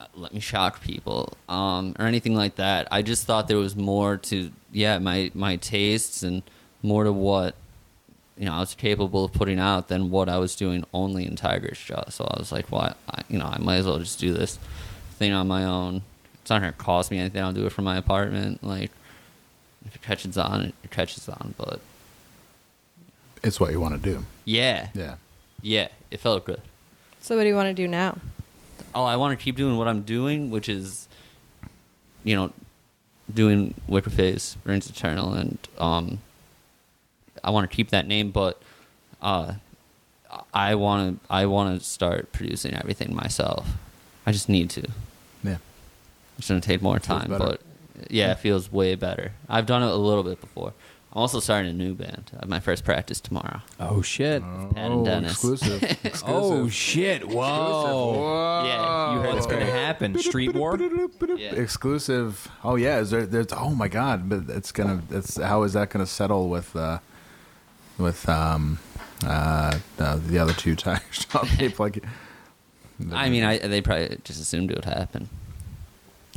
uh, let me shock people um, or anything like that. I just thought there was more to yeah my my tastes and more to what you know I was capable of putting out than what I was doing only in Tiger's Jaw. So I was like, well, I, you know, I might as well just do this thing on my own. It's not gonna cost me anything. I'll do it from my apartment. Like if it catches on, it catches on. But It's what you want to do. yeah, yeah, Yeah. it felt good. So what do you want to do now? oh, I want to keep doing what I'm doing, which is, you know, doing Wicker Face, Reigns Eternal, and um, I want to keep that name, but uh, I want to I want to start producing everything myself. I just need to. Yeah. It's gonna take more Feels time, better. but yeah, it feels way better. I've done it a little bit before. I'm also starting a new band. I have my first practice tomorrow. Oh shit! Pat and Dennis. exclusive. exclusive. Oh shit! Whoa! Yeah, you heard What's it. gonna happen? Street war? Yeah. exclusive. Oh yeah, is there? There's. Oh my god, but it's gonna. That's how is that gonna settle with, uh, with um, uh, uh, the other two tire shop people? Like, I mean, I they probably just assumed it would happen.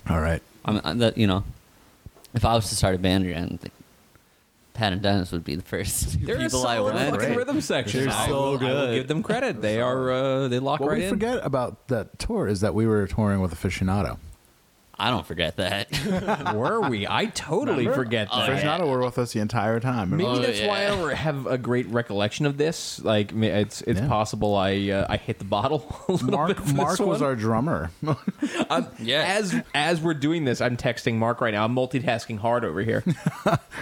all right, I mean, I- that you know, if I was to start a band again, th- Pat and Dennis would be the first two They're a people I solid went. fucking Great. rhythm section. They're I so will- I will good. give them credit. They are. Uh, they lock What right we in. forget about that tour is that we were touring with Aficionado. I don't forget that. Were we? I totally forget that. Aficionado were with us the entire time. Maybe Oh, that's why I yeah. don't have a great recollection of this. Like, ma- it's it's Yeah. possible I uh, I hit the bottle a little bit. Mark for Mark this was one. our drummer. I'm- Yeah. As as we're doing this, I'm texting Mark right now. I'm multitasking hard over here.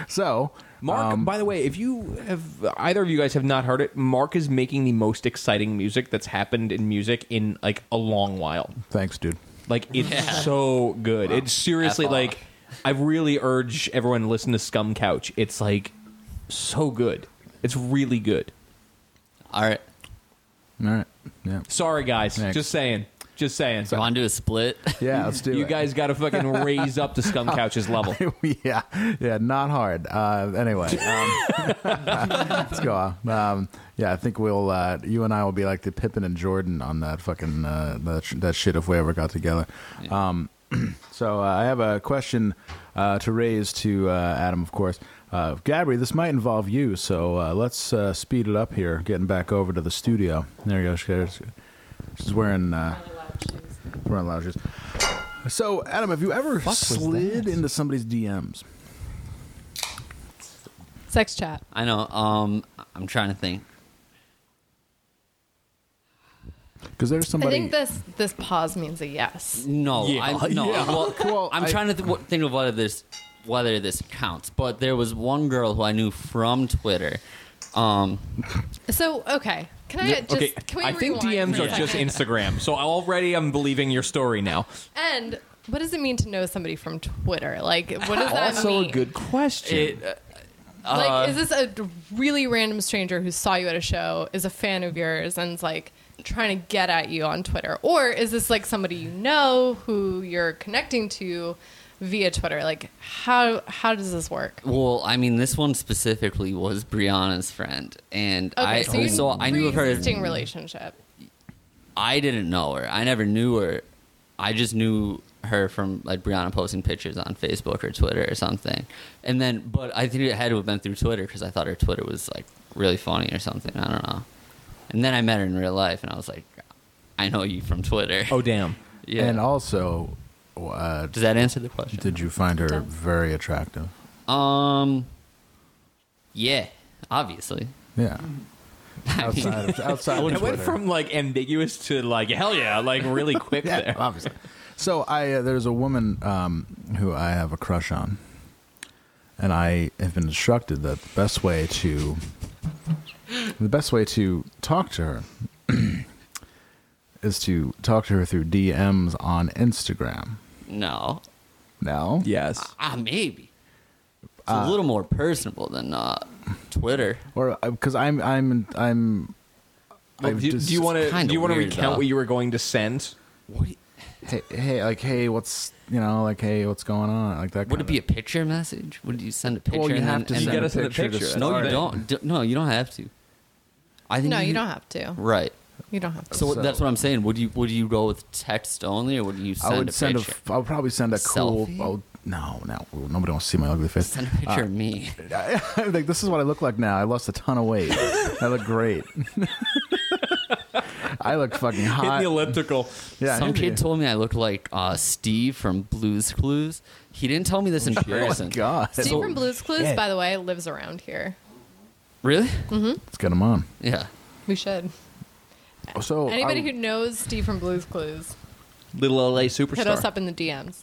so Mark, Um, by the way, if you have either of you guys have not heard it, Mark is making the most exciting music that's happened in music in like a long while. thanks, dude. Like it's so good. It's seriously F off. like I really urge everyone to listen to Scum Couch. It's like so good. It's really good. All right, All right. Yeah. Sorry guys. Thanks. Just saying. Just saying. you want to do a split? Yeah. Let's do it. Oh. you guys got to fucking raise up to Scum Couch's level. yeah, yeah, not hard. Uh, anyway, um, let's go on. Um, yeah, I think we'll uh, you and I will be like the Pippin and Jordan on that fucking uh, that, sh- that shit if we ever got together. Um, so uh, I have a question uh, to raise to uh, Adam, of course. Uh, Gabri, this might involve you, so uh, let's uh, speed it up here. Getting back over to the studio. There you go. She's, she's wearing. Uh, Run loud shoes. So, Adam, have you ever slid into somebody's DMs? Sex chat. I know. Um, I'm trying to think. Because there's I somebody. think this this pause means a yes. No, I, no. yeah. Well, Well, I'm I- trying to th- what- think of whether this whether this counts. But there was one girl who I knew from Twitter. Um, So okay, can I just okay, can we I think rewind DMs for are a just second? Instagram. So already I'm believing your story now. And what does it mean to know somebody from Twitter? Like, what does that also mean? a good question. it, uh, like, is this a d- really random stranger who saw you at a show, is a fan of yours, and's like trying to get at you on Twitter, or is this like somebody you know who you're connecting to via Twitter? Like, how how does this work? Well, I mean, this one specifically was Brianna's friend, and Okay, I so, you so I knew of her. pre-existing relationship. I didn't know her. I never knew her. I just knew her from like Brianna posting pictures on Facebook or Twitter or something. And then, but I think it had to have been through Twitter because I thought her Twitter was like really funny or something. I don't know. And then I met her in real life, and I was like, I know you from Twitter. oh damn. yeah. And also, uh, Does that answer the question? did you find her very attractive? um, yeah, obviously. Yeah. I mean- Outside of, outside I of went Twitter. from like ambiguous to like hell yeah, like really quick yeah, there. obviously. So I uh, there's a woman um, who I have a crush on, and I have been instructed that the best way to the best way to talk to her is to talk to her through DMs on Instagram. no. No. Yes. Ah, maybe. It's Uh, a little more personable than uh, Twitter. Or because I'm I'm I'm. Well, I've do, just- do you want to? kinda Do you want to weird, recount though. what you were going to send? What do you- Hey, hey, like, hey, what's you know, like, hey, what's going on, like that. Would it kind be a of- picture message? Would you send a picture? Well, you and have then- to and send then- gotta send a picture. to That's No, start you it. don't. D- No, you don't have to. I think No, you don't have to. Right. You don't have to. So, what So- that's what I'm saying. Would you would you go with text only, or would you send I would a send a. picture? f- I would probably send a cool. Selfie? Oh, no, no, nobody wants to see my ugly face. send a picture of me. like this is what I look like now. I lost a ton of weight. I look great. I look fucking hot. elliptical. yeah, Some hit the- kid told me I looked like uh, Steve from Blues Clues. He didn't tell me this in Oh person. my god, Steve from Blue's Clues, shit. by the way, lives around here. Really? let's get him on. Yeah. We should. So Anybody I- who knows Steve from Blue's Clues, Little LA hit us superstar. up in the DMs.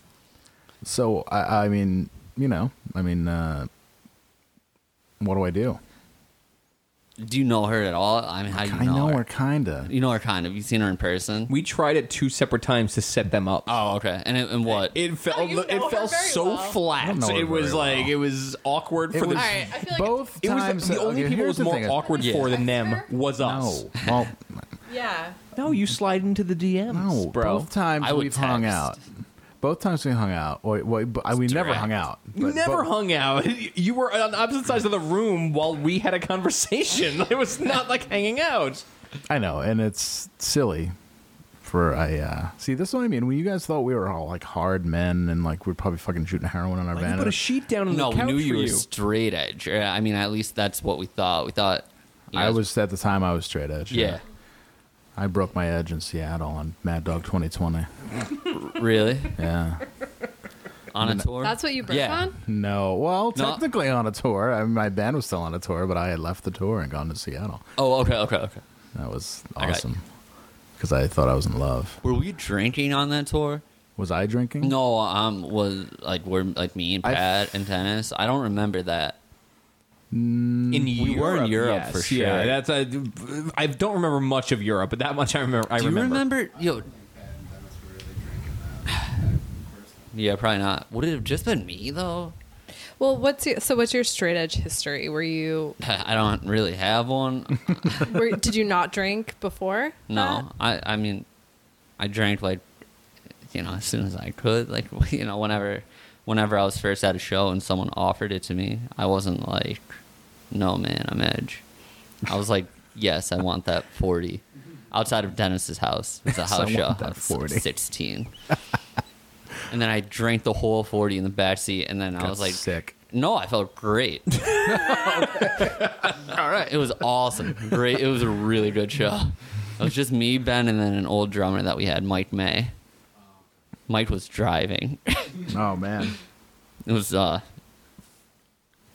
So I, I mean, you know, I mean, uh, what do I do? Do you know her at all? I mean, how do you know, I know her? her kinda. You know her kind of. You seen her in person? We tried it two separate times to set them up. oh, okay. And it, and what? It fell. Oh, you know her it fell very so well. I flat. don't know her It was very well. like it was awkward It for the. was- All right, I feel like Both It was times the only okay, people it here's was the more thing. awkward Yeah. for than them was us. No, well, yeah. No, you slide into the DMs, no, bro. Both times I would we've hung text. out. Both times we hung out. Or, well, b- I- we never direct. hung out. You but never bo- hung out. You were on opposite sides of the room while we had a conversation. It was not like hanging out. I know, and it's silly. For a uh, see, this is what I mean. When you guys thought we were all like hard men and like we're probably fucking shooting heroin on our Like, you van. put a sheet down on no, the we couch knew for you were straight edge. or, I mean, at least that's what we thought. We thought. you I guys- was at the time I was straight edge. Yeah. I broke my edge in Seattle on Mad Dog 2020. Really? Yeah. On a tour? That's what you broke Yeah. on? No. Well, No. technically on a tour. I mean, my band was still on a tour, but I had left the tour and gone to Seattle. Oh, okay, okay, okay. That was I got awesome. Because I thought I was in love. Were we drinking on that tour? Was I drinking? No, um, was like we're like me and I- Pat and tennis. I don't remember that. In we Europe, were in Europe yes. for sure. Yeah, that's I I don't remember much of Europe, but that much I remember. I Do you remember? Yo. yeah, probably not. Would it have just been me though? Well, what's your, so? What's your straight edge history? Were you? I don't really have one. Were, did you not drink before? No, I. I mean, I drank like, you know, as soon as I could. Like, you know, whenever, whenever I was first at a show and someone offered it to me, I wasn't like, no man, I'm edge. I was like, yes, I want that forty. Outside of Dennis's house, it's a Yes, I house want show. that I was, like, 40. Sixteen. and then I drank the whole forty in the back seat, and then I Got was like, sick. No, I felt great. All right, it was awesome. Great, it was a really good show. It was just me, Ben, and then an old drummer that we had, Mike May. Mike was driving. Oh, man. It was uh,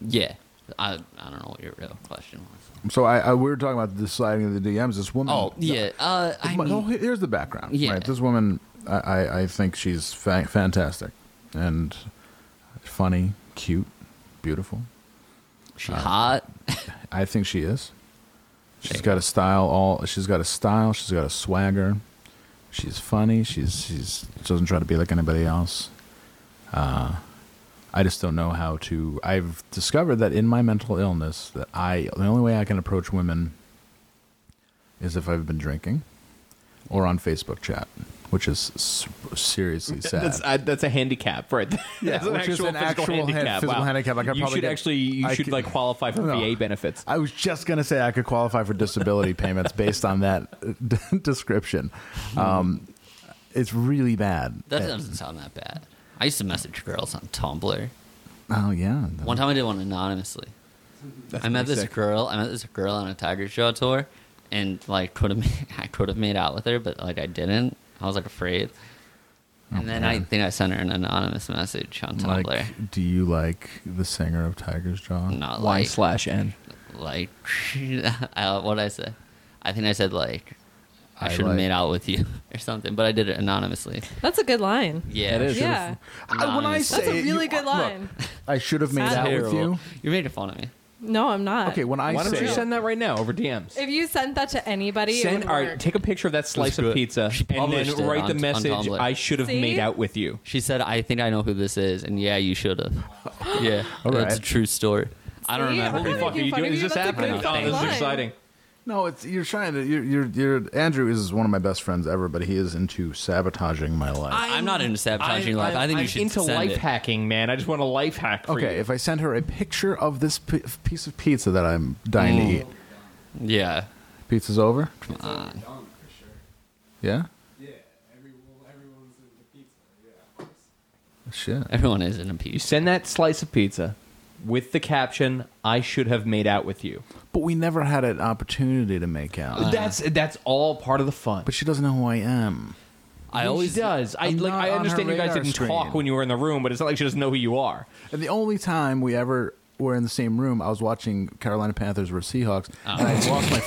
yeah. I I don't know what your real question was. So I, I we were talking about the sliding of the DMs. This woman. Oh yeah, uh, I My- oh, mean, he- here's the background. Yeah. Right, this woman, I, I, I think she's fa- fantastic, and funny, cute, beautiful. she hot. I think she is. She's got a style. All she's got a style. She's got a swagger. She's funny. She's she's doesn't try to be like anybody else. Uh, I just don't know how to. I've discovered that in my mental illness, that I the only way I can approach women is if I've been drinking, or on Facebook chat, which is s- seriously sad. That's, I, that's a handicap, right? There. Yeah, that's an which is actual an physical actual hand- handicap. physical wow. handicap. I could you probably should get- actually you I should could- like qualify for No. VA benefits. I was just gonna say I could qualify for disability payments based on that uh, description. Um, it's really bad. That Uh, doesn't sound that bad. I used to message girls on Tumblr. oh yeah. One time I did one anonymously. I met this girl. I met this girl on a Tiger Show tour, and like could have made, I could have made out with her, but like I didn't. I was like afraid. And then I think I sent her an anonymous message on Tumblr. Like, do you like the singer of Tiger's Jaw? Not Y like slash N. like I, what I said. I think I said like I, I should have like- made out with you or something, but I did it anonymously. That's a good line. Yeah, It is. Should've- Yeah, I, when I Anonymous. say that's a it, really you- uh, good look, line. I should have made Sad. out with you. You're making fun of me. No, I'm not. Okay, when I Why say don't you it- send that right now over DMs? If you sent that to anybody, Send it would all work. right, take a picture of that slice of good. pizza She and published then it write on- the on message. Tumblr. I should have See? made out with you. She said, "I think I know who this is," and yeah, you should have. yeah, All it's a right. true story. I don't See? remember. I'm who not it was. making fun of you. That's a great Oh, this line. is exciting. No, it's you're trying to. You're, you're you're Andrew is one of my best friends ever, but he is into sabotaging my life. I'm not into sabotaging I'm- life. I think I'm you should into send life it. hacking, man. I just want a life hack. For okay, you. if I send her a picture of this p- piece of pizza that I'm dying to eat, Yeah. pizza's over. Come on. Yeah? Yeah, everyone's into pizza. Yeah, Shit. Everyone is in a piece. Send that slice of pizza with the caption, I should have made out with you. But we never had an opportunity to make Uh-huh. out. that's that's all part of the fun. but she doesn't know who I am. I She always does. I I'm like. not I on understand her you guys radar didn't screen. talk when you were in the room, but it's not like she doesn't know who you are. And the only time we ever were in the same room, I was watching Carolina Panthers versus Seahawks, Oh. and I lost my.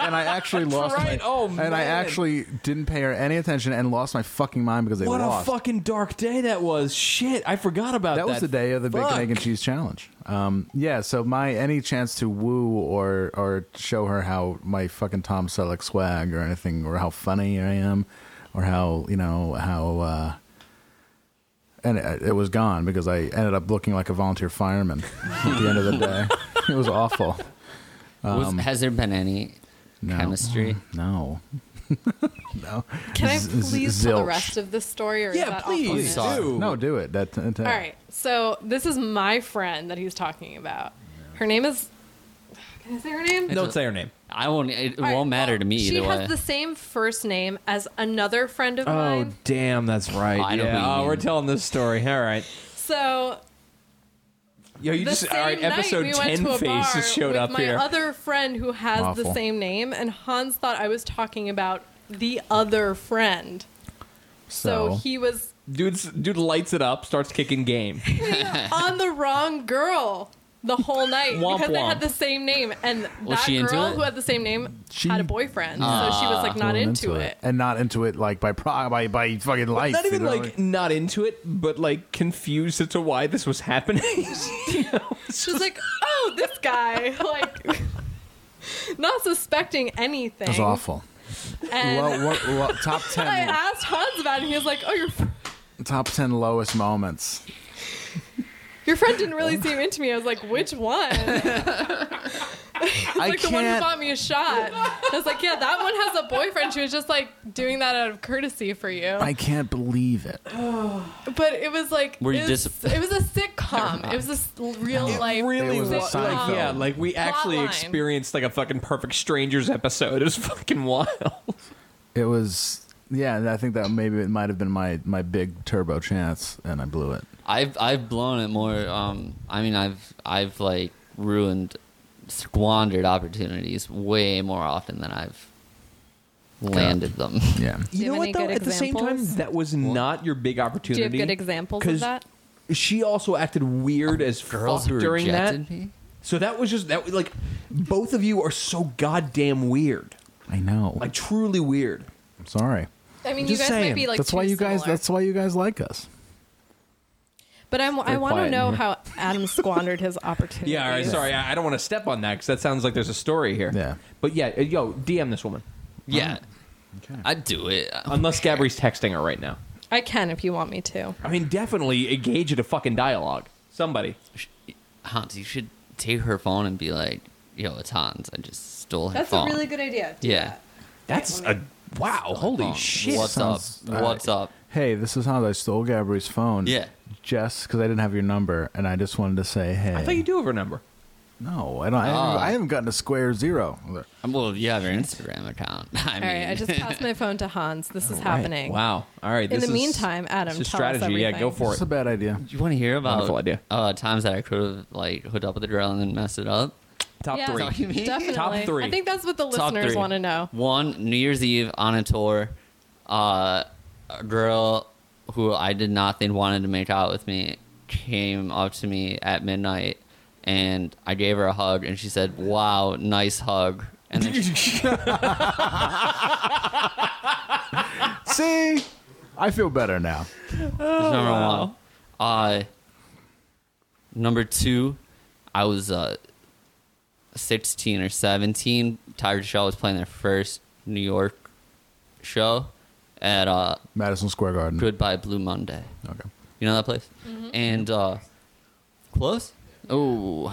and I actually lost my. right. Oh, and man. I actually didn't pay her any attention and lost my fucking mind because they what lost. a fucking dark day that was! Shit, I forgot about that. that was the day of the Fuck. Big Egg and Cheese Challenge. Um, yeah, so my any chance to woo or or show her how my fucking Tom Selleck swag or anything or how funny I am or how you know how uh, and uh, it, it was gone because I ended up looking like a volunteer fireman at the end of the day. It was awful. was, has there been any Um, No. Mm-hmm. chemistry? No, Can I Z- z- please tell the zilch. rest of this story? Or is Yeah, that off on please it? Sorry. do. no, do it. That, that- All right. So this is my friend that he's talking about. Her name is. Can I say her name? Don't say her name. I won't. It, All right, won't matter well, to me She either way. has the same first name as another friend of Oh mine. damn, that's right. I know who you yeah. Oh, mean. we're telling this story. All right. So Yo, you the just same all right. night Episode we went ten to a face bar just showed with up my here. other friend who has Awful. the same name, and Hans thought I was talking about the other friend. So, So? he was Dude's, dude lights it up, starts kicking game. on the wrong girl the whole night Womp because they womp. had the same name, and Was that she into girl it? Ah. who had the same name She- had a boyfriend, so she was like not into, it. and not into it like by pro- by by fucking life. not even you know? like not into it, but like confused as to why this was happening. She was like, "Oh, this guy!" Like, not suspecting anything. it was awful. And Low, what, lo- top I ten, asked Hans about it, and he was like, "Oh, your fr- top ten lowest moments. your friend didn't really seem into me." I was like, "Which one?" It's I like the one who can't. bought me a shot. I was like, "Yeah, that one has a boyfriend." She was just like doing that out of courtesy for you. I can't believe it. But it was like Were you it, was, disappointed? it was a sitcom. It was a s- real life. It was a sitcom. Seinfeld. yeah, like we Plot actually line. experienced like a fucking Perfect Strangers episode. It was fucking wild. It was yeah. and I think that maybe it might have been my my big turbo chance, and I blew it. I've I've blown it more. Um, I mean, I've I've like ruined, squandered opportunities way more often than I've landed them. Yeah. you you know have what any though? good At the same time, examples? that was not your big Do opportunity. you have good examples of 'cause that? She also acted weird as Girls fuck who during rejected that. me. So that was just that. was, Like, both of you are so goddamn weird. I know. Like, truly weird. I'm sorry. I mean, you Just guys saying. might be like. that's why too you guys. similar. That's why you guys like us. But I'm, I Very want quiet to in know here. how Adam squandered his opportunity. Yeah, all right, sorry. I, I don't want to step on that because that sounds like there's a story here. Yeah. But yeah, uh, yo, DM this woman. Yeah, Okay. I'd do it. Unless Gabri's texting her right now. I can if you want me to. I mean, definitely engage in a fucking dialogue. Somebody. Hans, you should take her phone and be like, "Yo, it's Hans. I just stole her That's phone." a really good idea. Do yeah. That's a. Wow, holy Phone. shit. What's Sounds- up? What's up? Hey, this is Hans. I stole Gabri's phone. Yeah. Just because I didn't have your number, and I just wanted to say, hey. I thought you do have her number. No, I don't. I, Ah. haven't, I haven't gotten a square zero. Um, Well, you have her Instagram account. I All mean, right, I just passed my phone to Hans. This is happening. Wow. All right. In this the is- meantime, Adam, this is tell us strategy. Yeah, everything. go for It's it. a bad idea. Do you want to hear about Wonderful idea. Uh, times that I could have like hooked up with a girl and then messed it up? Top Yeah, Is that what you three. mean? Definitely. Top three. I think that's what the Top listeners three. want to know. One, New Year's Eve on a tour, uh, a girl who I did not think wanted to make out with me came up to me at midnight, and I gave her a hug, and she said, "Wow, nice hug." And then she, See, I feel better now. Oh, That's number one. Uh, number two, I was uh, 16 or 17. Tired Shaw was playing their first New York show at uh, Madison Square Garden. Goodbye Blue Monday. Okay. You know that place? Mm-hmm. And uh, close? Oh,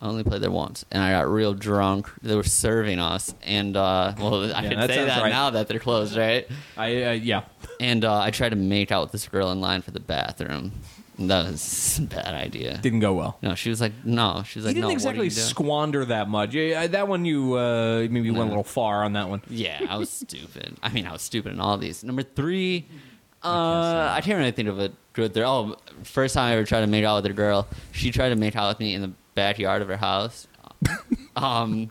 I only played there once. And I got real drunk. They were serving us. And, uh, well, I Yeah, can that say sounds that right. now that they're closed, right? I, uh, yeah. And uh, I tried to make out with this girl in line for the bathroom. That was a bad idea. Didn't go well. No, she was like, no. She You was like, didn't no. what are exactly you doing? squander that much. Yeah, I- that one you uh, maybe went a little far on that one. Yeah, I was stupid. I mean, I was stupid in all these. Number three, uh, I can't really think of a good there. Oh, first time I ever tried to make out with a girl, she tried to make out with me in the backyard of her house. um,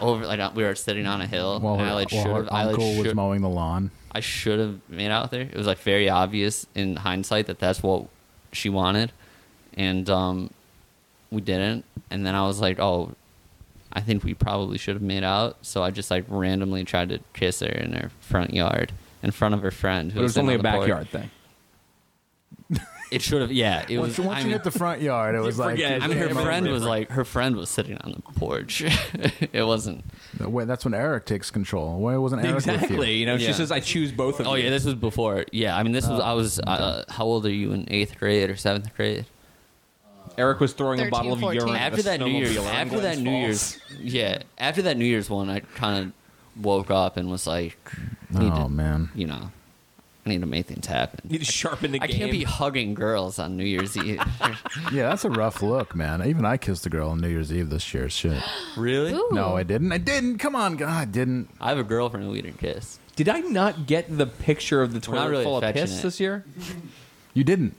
over like uh, we were sitting on a hill. While and her, I like while Oh, should her have. I like uncle was should- mowing the lawn. I should have made out with her. It was like very obvious in hindsight that that's what she wanted, and um, we didn't. And then I was like, oh, I think we probably should have made out. So I just like randomly tried to kiss her in her front yard, in front of her friend. Who But it was sitting only a on the porch. backyard thing. It should have. Yeah, it Once, was. once I you mean, hit the front yard, it was like forget. I mean, her friend was like, her friend was sitting on the porch. it wasn't. Wait, that's when Eric takes control. Why wasn't Eric with Exactly. you? You know, Yeah. she says, "I choose both of Oh you." yeah, this was before. Yeah, I mean, this was. I was. Uh, how old are you in eighth grade or seventh grade? Eric was throwing a 13, bottle of 14. urine at a after that New Year's, snowmobile after in that New Glens Year's, yeah, after that New Year's one, I kind of woke up and was like, I need Oh to, man, you know, I need to make things happen. Falls. You sharpen the I game. can't be hugging girls on New Year's Eve. yeah, that's a rough look, man. Even I kissed a girl on New Year's Eve this year. Shit. really? Ooh. No, I didn't. I didn't. Come on, God, I didn't. I have a girlfriend who we didn't kiss. Did I not get the picture of the We're not toilet really full of piss affectionate. this year? You didn't.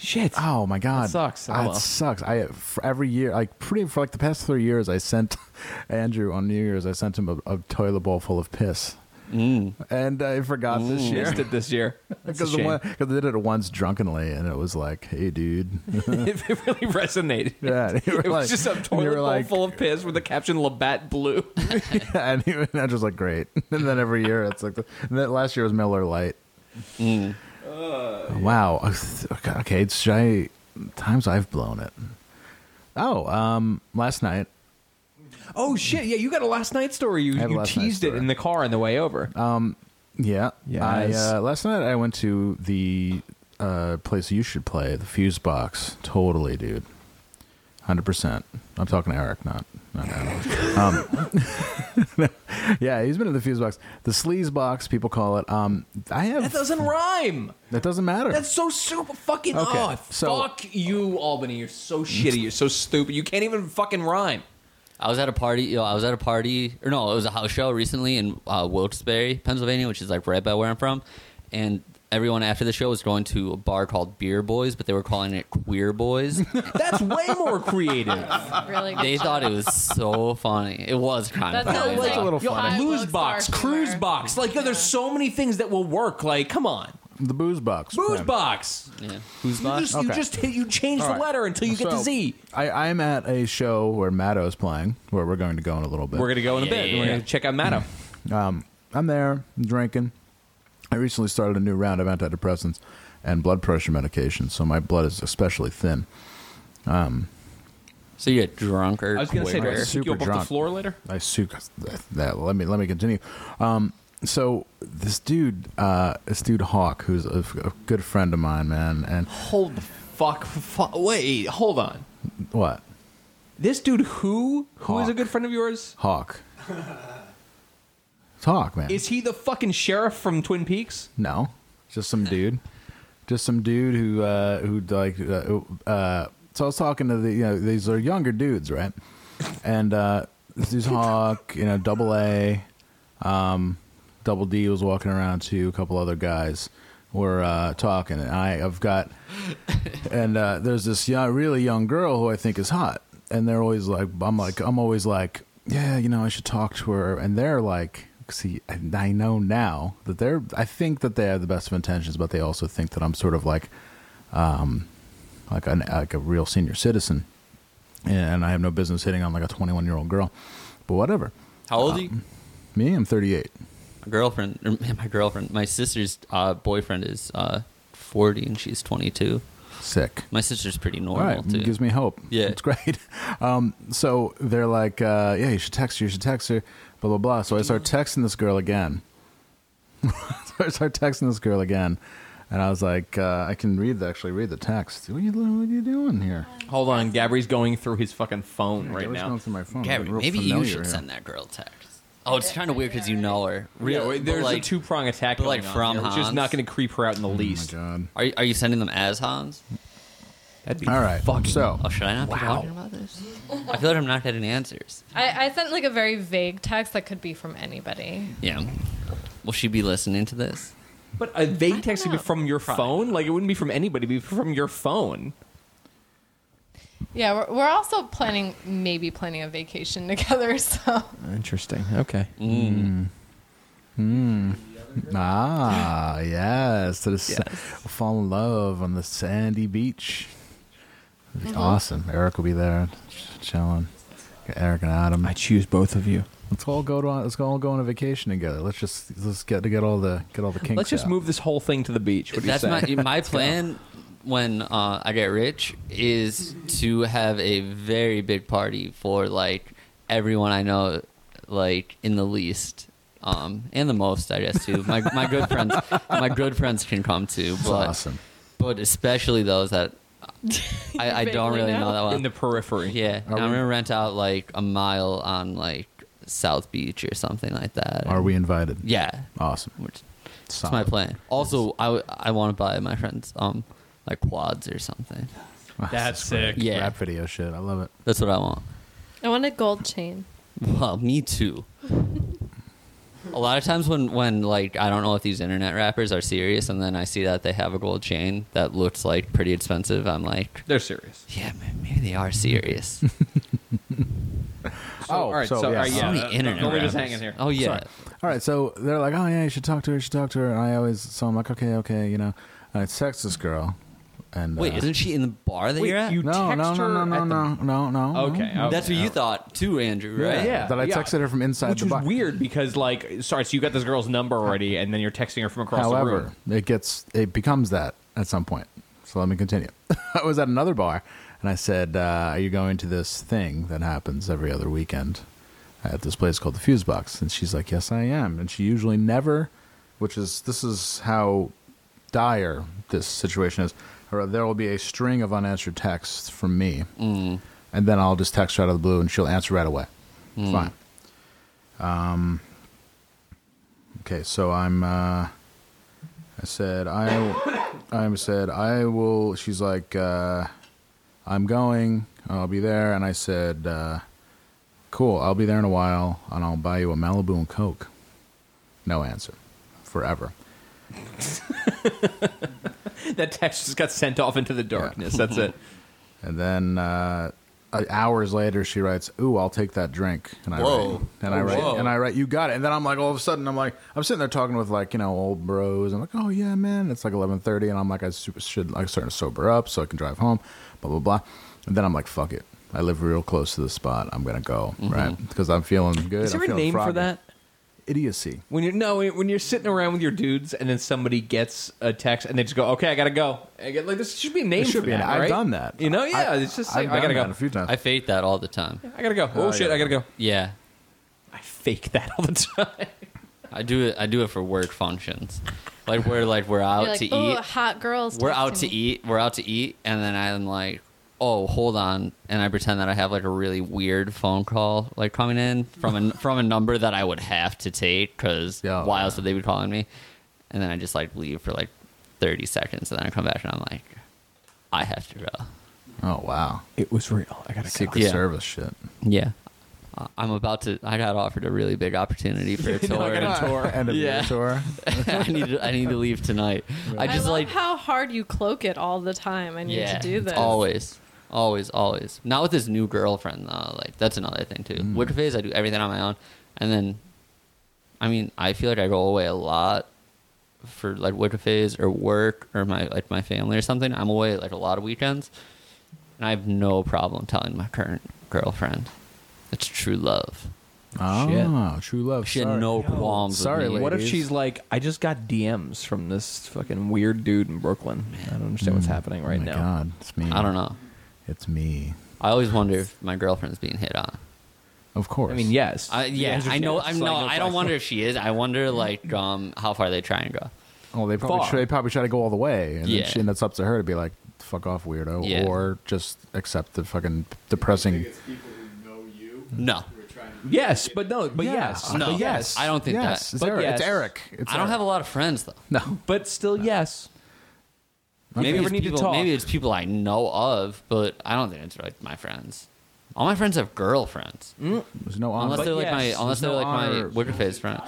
Shit. Oh my God, That sucks. Oh, Ah, well. It sucks. I for every year, like pretty for like the past three years, I sent Andrew on New Year's. I sent him a, a toilet bowl full of piss, and I forgot this year Missed it this year. That's a because shame. I did it once drunkenly, and it was like, hey, dude. it really resonated. Yeah, they were it like- was just a they toilet were bowl like- full of piss with the caption "Labatt Blue." and he was just like, great. And then every year, it's like, the, and then last year was Miller Light. Mm. wow. Oh, Okay, should I? Times I've blown it. Oh, um, last night. oh shit! Yeah, you got a last night story. Um, You, I have a you last night teased it story. in the car on the way over. Yeah. I, Yes. uh, last night I went to the uh, place you should play, the Fuse Box. Totally, dude. 100%. I'm talking to Eric, not, not Adam. um, yeah, he's been in the Fuse Box. The Sleaze Box, people call it. Um, I have. that doesn't rhyme. That doesn't matter. That's so super fucking. Okay, Oh, so- fuck you, Albany. You're so shitty. You're so stupid. You can't even fucking rhyme. I was at a party. Yo, I was at a party, or no, it was a house show recently in uh, Wilkes-Barre, Pennsylvania, which is like right by where I'm from. And everyone after the show was going to a bar called Beer Boys, but they were calling it Queer Boys. That's way more creative. really good. they thought it was so funny. It was kind of That funny. sounds like though. little funny. Lose box, Star cruise humor. box. Like, yo, there's so many things that will work. Like, come on, the Booze Box. booze Okay. box. Yeah. Who's You box? just, you Okay. just hit, you change All the right. letter until you get to So, Z. I, I'm at a show where Matto's playing, where we're going to go in a little bit. We're gonna go in a Yeah, bit. yeah, We're yeah. gonna check out Maddow. Um, I'm there, I'm drinking. I recently started a new round of antidepressants and blood pressure medication, so my blood is especially thin. So you get drunk or I was gonna say, do I queer. pick Super you up off the drunk. floor later? I su- that, that- let me let me continue. Um, so this dude, uh, this dude Hawk, who's a, a good friend of mine, man, and Hold the fuck, fuck. Wait, hold on. what This dude, who who is a Hawk. good friend of yours? Hawk? It's Hawk, man. Is he the fucking sheriff from Twin Peaks? No, just some dude, just some dude who uh, who like. Uh, uh, so I was talking to the you know these are younger dudes, right? And uh, this dude's Hawk, you know, double A, um, double D was walking around too. A couple other guys were uh, talking, and I, I've got and uh, there's this young, really young girl who I think is hot, and they're always like, I'm like, I'm always like, yeah, you know, I should talk to her, and they're like, see, I, I know now that they're, I think that they have the best of intentions, but they also think that I'm sort of like, um, like an like a real senior citizen, and I have no business hitting on like a 21 year old girl, but whatever. How old are you? Me, I'm 38. My girlfriend, or my girlfriend, my sister's uh, boyfriend is uh, 40 and she's 22. Sick. My sister's pretty All normal right, too. it gives me hope. Yeah. it's great. Um, so they're like, uh, yeah, you should text her, you should text her, blah blah blah. So I start texting this girl again. so I start texting this girl again, and I was like, uh, I can read the, actually read the text. What are you, what are you doing here? Oh Hold on, Gabri's going through his fucking phone right I was now. going through my phone. Gabby, I'm real maybe you familiar should here. send that girl a text. Oh, it's kind of weird because you know her. Yeah, Really? wait, But, there's like, a two prong attack but, like, going from on. here, which is Hans. not going to creep her out in the Oh my least. god. Are you, are you sending them as Hans? That'd be All right. Fucking so Oh, should I not be talking about this? I feel like I'm not getting answers. I, I sent like a very vague text that could be from anybody. Yeah. Will she be listening to this? But uh, a vague text would be know. from your phone. Like it wouldn't be from anybody. It'd be from your phone. Yeah, we're, we're also planning, maybe planning a vacation together. So Interesting. Okay. Mm. ah yes, to the sa- Yes. fall in love on the sandy beach. It'd Mm-hmm. be awesome. Eric will be there, ch- chilling. Eric and Adam. choose both of you. Let's all go to let's all go on a vacation together. Let's just let's get to get all the get all the kinks. Let's just out. move this whole thing to the beach. What do That's you say? my my plan when uh, I get rich is to have a very big party for like everyone I know, like in the least. Um, and the most, I guess, too. My my good friends, my good friends can come too, It's but awesome. but especially those that I, I don't vaguely really know. know that well. in the periphery. Yeah, and Are I'm we- gonna rent out like a mile on like South Beach or something like that. Are we invited? Yeah, Awesome. which that's Solid. my plan. Also, I want to buy my friends um like quads or something. That's sick. Yeah, Rap video shit. I love it. that's what I want. I want a gold chain. Well, me too. a lot of times when when like I don't know if these internet rappers are serious, and then I see that they have a gold chain that looks like pretty expensive, I'm like, They're serious. yeah, man, maybe they are serious. Oh, all right. so, So, yeah. all right, So yeah. Only uh, internet Don't leave us rappers. hanging here. Oh yeah. All right, so they're like, oh yeah, you should talk to her. You should talk to her. And I always, so I'm like, okay, okay, you know, I text this girl, and Wait, uh, isn't she in the bar that Wait, you're at? you no, no, text no, her no, no, at the- no, no, no, no. Okay. okay. That's what you thought too, Andrew, right? Yeah. That I yeah. texted her from inside Which the was box. weird because, like, sorry, so you got this girl's number already, and then you're texting her from across the However, room. it gets it becomes that at some point. So let me continue. I was at another bar and I said, uh, "Are you going to this thing that happens every other weekend at this place called the Fuse Box?" And she's like, "Yes, I am." And she usually never, which is this is how dire this situation is. Or there will be a string of unanswered texts from me, Mm. and then I'll just text her out of the blue, and she'll answer right away. Mm. Fine. Um, Okay, so I'm. Uh, I said I. I said I will. She's like, uh, I'm going. I'll be there. And I said, uh, Cool. I'll be there in a while, and I'll buy you a Malibu and Coke. No answer, forever. That text just got sent off into the darkness. That's it. And then uh, uh, hours later, she writes, "Ooh, I'll take that drink." And I Whoa. write, and I Oh, write, whoa. and I write, "You got it." And then I'm like, all of a sudden, I'm like, I'm sitting there talking with like you know old bros. I'm like, "Oh yeah, man." It's like 11:30, and I'm like, I super, should like starting to sober up so I can drive home. Blah blah blah. And then I'm like, "Fuck it." I live real close to the spot. I'm gonna go Mm-hmm. right because I'm feeling good. Is I'm there a feeling name for froggy. that? Idiocy. When you're no, when you're sitting around with your dudes, and then somebody gets a text, and they just go, "Okay, I gotta go." I get, like this should be a name. It should for be an- that, I've right? done that. You know, yeah. I- it's just I've like, I done gotta that go. a few times. I fate that all the time. I gotta go. Oh, Oh, shit, yeah. I gotta go. Yeah. I fake that all the time. I do it I do it for work functions. Like we're like we're out You're like, to "Ooh, eat. hot girls. We're out texting to me." eat. We're out to eat and then I'm like, "Oh, hold on." And I pretend that I have like a really weird phone call like coming in from a from a number that I would have to take cuz Yeah. why else would they be calling me? And then I just like leave for like 30 seconds and then I come back and I'm like, "I have to go." Oh wow, It was real. I gotta Secret Yeah. Service shit. Yeah. Uh, I'm about to. I got offered a really big opportunity for a tour. End of Yeah. year tour. I need to, I need to leave tonight. I I just love like how hard you cloak it all the time. I need yeah, to do this. always, always, always. Not with this new girlfriend though. Like that's another thing too. Winter phase, I do everything on my own, and then, I mean, I feel like I go away a lot for like winter phase or work or my like my family or something. I'm away like a lot of weekends, and I have no problem telling my current girlfriend it's true love. Oh, true love. She had Sorry. no qualms. with sorry, me. lady. What if Ladies. she's like, I just got DMs from this fucking weird dude in Brooklyn. I don't understand what's happening right oh my now. God, it's me. I don't know. It's me. I always wonder if my girlfriend's being hit on. Of course. I mean, yes. I, The yeah, answer's I know. yes. I Like, know. no I question. don't wonder if she is. I wonder like um how far they try and go. Oh, they probably Far. try, they probably try to go all the way, and Yeah. then she, and it's up to her to be like, "Fuck off, weirdo," Yeah. or just accept the fucking depressing. No, Yes, but no, but Yeah. yes, No. but yes, I don't think yes, that. It's But Eric. yes. It's Eric. It's I don't Eric. have a lot of friends though. no. But still, yes. Maybe ever it's need to people. talk. Maybe it's people I know of, but I don't think it's like my friends. All my friends have girlfriends, There's no honor. unless Mm, But they're like yes, my there's unless they're no like my honor. wicker face friends.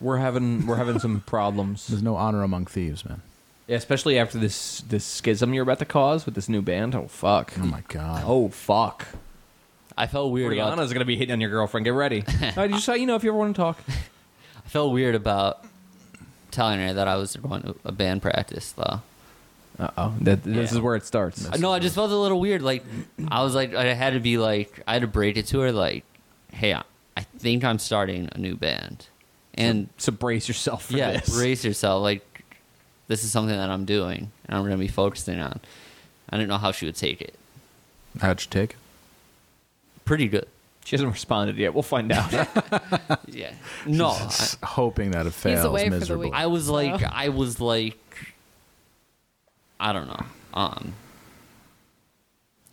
We're having we're having some problems, There's no honor among thieves, man. Yeah, especially after this this schism you're about to cause with this new band. Oh fuck! Oh my god. Oh fuck! I felt weird about. Rihanna's gonna be hitting on your girlfriend. Get ready. I just thought you know if you ever want to talk. I felt weird about telling her that I was going to a band practice though. Uh oh, that this Yeah. is where it starts. Uh, No, I just felt a little weird. Like I was like I had to be like I had to break it to her like, hey, I, I think I'm starting a new band, and So brace yourself for yeah, this. brace yourself. Like this is something that I'm doing and I'm going to be focusing on. I didn't know how she would take it. How'd you take? it? Pretty good. She hasn't responded yet. We'll find out. Yeah. No, I, S- hoping that it fails away for the miserably. week. I was like, I was like, I don't know. Um,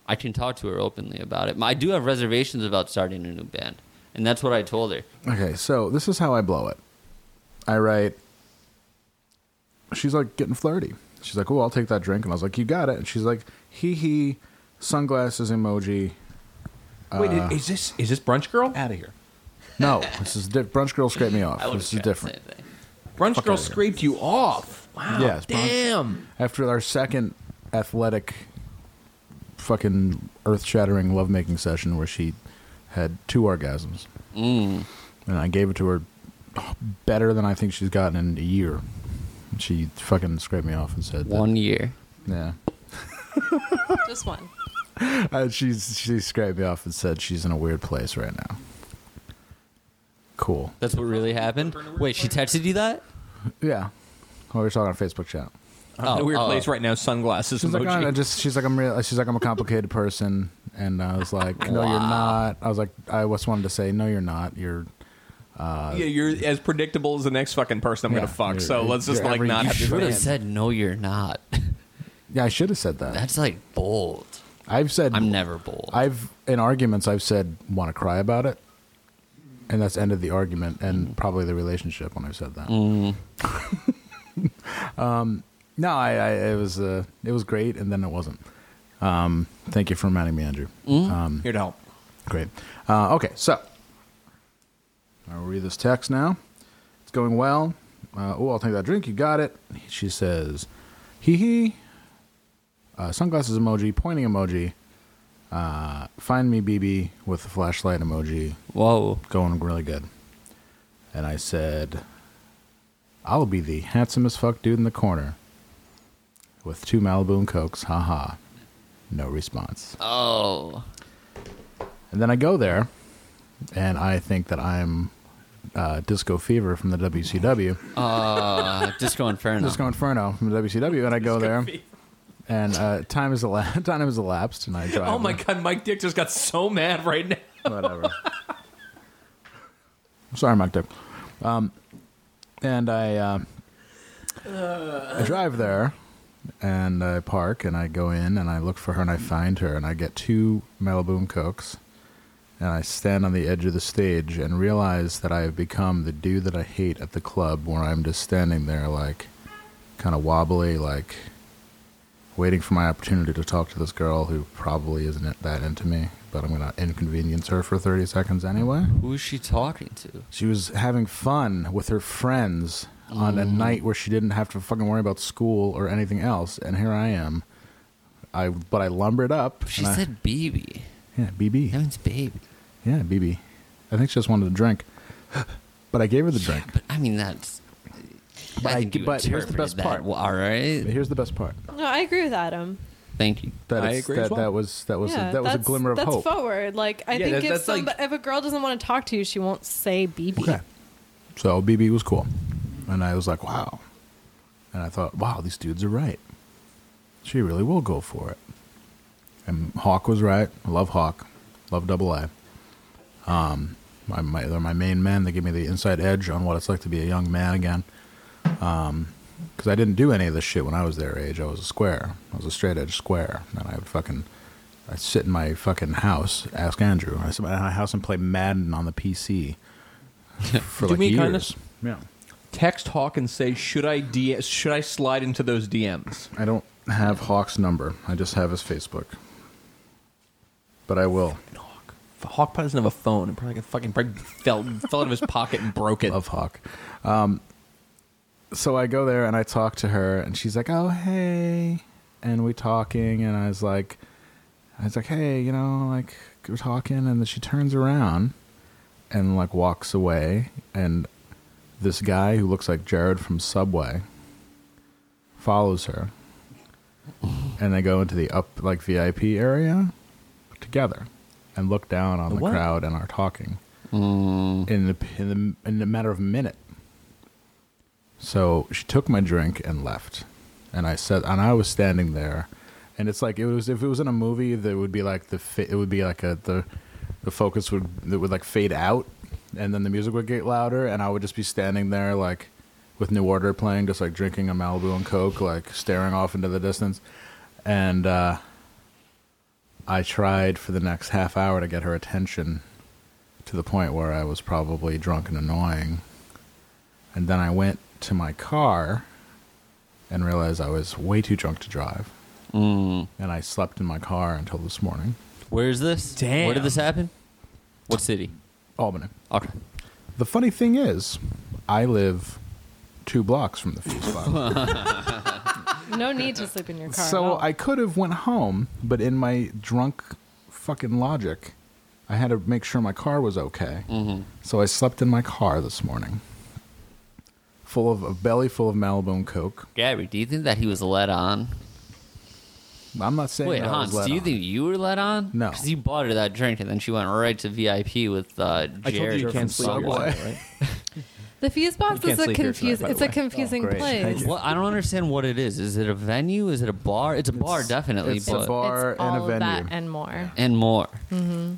I can talk to her openly about it. I do have reservations about starting a new band, and that's what I told her. Okay, so this is how I blow it. I write. She's like getting flirty. She's like, "Oh, I'll take that drink," and I was like, "You got it." And she's like, "Hee hee," sunglasses emoji. Wait, is this is this brunch girl? Out of Uh, here. No, this is di- brunch girl. Scrape me off. I would've This is tried the different. same thing. Brunch girl outta here. scraped you off. Wow. Yes, brunch- damn. After our second athletic, fucking earth-shattering lovemaking session, where she had two orgasms, Mm. and I gave it to her better than I think she's gotten in a year. She fucking scraped me off and said, that- One year. Yeah. Just one. Uh, she's she scraped me off and said she's in a weird place right now. Cool. That's what really happened. Wait, she texted you that? Yeah. Well, we were talking on Facebook chat. I'm in a weird oh. place right now. Sunglasses She's like, emoji. I just she's like I'm real. She's like I'm a complicated person, and I was like, no, you're not. I was like, I just wanted to say, no, you're not. You're yeah, you're as predictable as the next fucking person I'm Yeah, gonna fuck. you're- So let's just you're like every- not you have this Should have man. said no. You're not. yeah. I should have said that. That's like bold. I've said I'm never bold. I've in arguments I've said want to cry about it, and that's ended the argument and probably the relationship when I've said that. um, no, I, I it was uh, it was great, and then it wasn't. Um, thank you for reminding me, Andrew. Um, here to help. great. Uh, okay, so I'll read this text now. It's going well. Uh, oh, I'll take that drink. You got it. She says, hee hee. Uh, sunglasses emoji, pointing emoji. Uh, find me, BB, with the flashlight emoji. Whoa. Going really good. And I said, I'll be the handsomest fuck dude in the corner with two Malibu and Cokes. Ha ha. No response. Oh. And then I go there, and I think that I'm uh, Disco Fever from the WCW, Oh, Uh, Disco Inferno. Disco Inferno from the WCW, and I go there, and uh, time is elapsed. Time has elapsed, and I drive. Oh my god, Mike Dick just got so mad right now. whatever. Sorry, Mike Dick. Um, and I, uh, I drive there, and I park, and I go in, and I look for her, and I find her, and I get two Malibu and Cokes, and I stand on the edge of the stage and realize that I have become the dude that I hate at the club, where I'm just standing there, like, kind of wobbly, like. Waiting for my opportunity to talk to this girl who probably isn't that into me, but I'm gonna inconvenience her for 30 seconds anyway. Who is she talking to? She was having fun with her friends on a night where she didn't have to fucking worry about school or anything else. And here I am. I but I lumbered up. She and I- said BB. "Yeah, That BB. means baby. Yeah, BB. I think she just wanted a drink, but I gave her the drink. But I mean, that's. But I- I think you but here's the interpreted best that part. well, all But right. here's the best part. No, I agree with Adam. Thank you. That I it's- agree That, as well. that was that was yeah, a, that was a that's- glimmer of that's hope. forward. Like I Yeah, think that- if that's some, like- if a girl doesn't want to talk to you, she won't say BB. Okay. So BB was cool. And I was like, wow. And I thought, wow, these dudes are right. She really will go for it. And Hawk was right. I love Hawk. Love Double A. Um, my, my, they're my main men. They give me the inside edge on what it's like to be a young man again. Because I didn't do any of this shit when I was their age. I was a square. I was a straight edge square. And I would fucking, I'd sit in my fucking house, ask Andrew. I sit in my house and play Madden on the PC for Do like me a years. kindness. Yeah. Text Hawk and say, should I D- should I slide into those DMs? I don't. have Hawk's number. I just have his Facebook. But I will. Hawk. Hawk probably doesn't have a phone. It probably got fucking probably fell fell out of his pocket and broke it. Love Hawk. Um, so I go there and I talk to her, and she's like, "Oh, hey," and we talking, and I was like, "I was like, hey, you know, like we're talking," and then she turns around and like walks away, and this guy who looks like Jared from Subway follows her, and they go into the up like VIP area together, and look down on the, what? crowd and are talking in the in the in a matter of a minute. So she took my drink and left, and I said, and I was standing there, and it's like it was if it was in a movie that would be like the fa- it would be like a the the focus would that would like fade out, and then the music would get louder, and I would just be standing there like with New Order playing, just like drinking a Malibu and Coke, like staring off into the distance, and uh, I tried for the next half hour to get her attention to the point where I was probably drunk and annoying. And then I went to my car and realized I was way too drunk to drive. Mm. And I slept in my car until this morning. Where is this? Where Damn. did this happen? What city? Albany. Okay. Oh, The funny thing is, I live two blocks from the fuse spot. No need to sleep in your car. at so all. I could have went home, but in my drunk fucking logic, I had to make sure my car was okay. Mm-hmm. So I slept in my car this morning, full of a belly full of Malibu and Coke. Gary, do you think that he was led on? I'm not saying Wait, that I was Hans, led do you on. think you were let on? No. Because you bought her that drink and then she went right to VIP with uh, Jared I told you you from can't sleep. Subway. Subway. Right? the fuse box You is can't a sleep here tonight, confusing. by the It's a way. Oh, confusing great. Thank place. you. Well, I don't understand what it is. Is it a venue? Is it a bar? It's a bar, definitely, it's a but bar it's and a all of that venue. and more. and more. Hmm.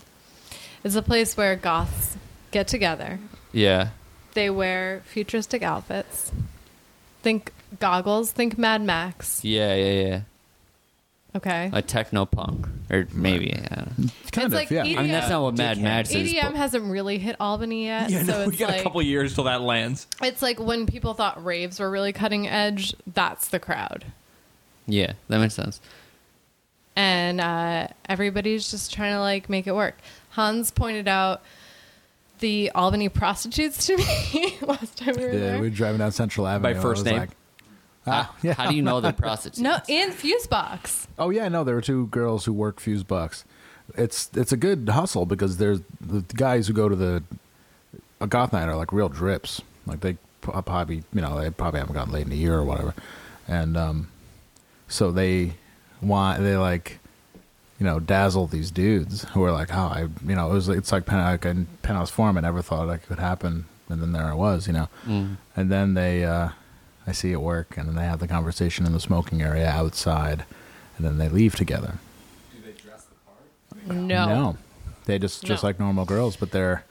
It's a place where goths get together. Yeah. They wear futuristic outfits. Think goggles. Think Mad Max. Yeah, yeah, yeah. Okay. A techno punk, or maybe. I don't know. kind it's of, like yeah. EDM. I mean, that's not what Mad Max is. EDM but- hasn't really hit Albany yet, Yeah, so no, it's we got like a couple years till that lands. it's like when people thought raves were really cutting edge. That's the crowd, yeah, that makes sense. and uh, everybody's just trying to like make it work. Hans pointed out the Albany prostitutes to me last time we were Yeah, there. we were driving down Central Avenue. and I first was name? Like, ah, yeah. How do you know they're prostitutes? no, in Fusebox. Oh yeah, no, there were two girls who work fuse box. It's it's a good hustle because there's the guys who go to the a goth night are like real drips. Like they p- uh, probably you know they probably haven't gotten laid in a year or whatever, and um, so they want they like you know dazzle these dudes who are like oh I you know it was it's like pen, like in penthouse forum I never thought it could happen and then there I was you know and then they uh, I see it work and then they have the conversation in the smoking area outside and then they leave together No, no they just just No. like normal girls but they're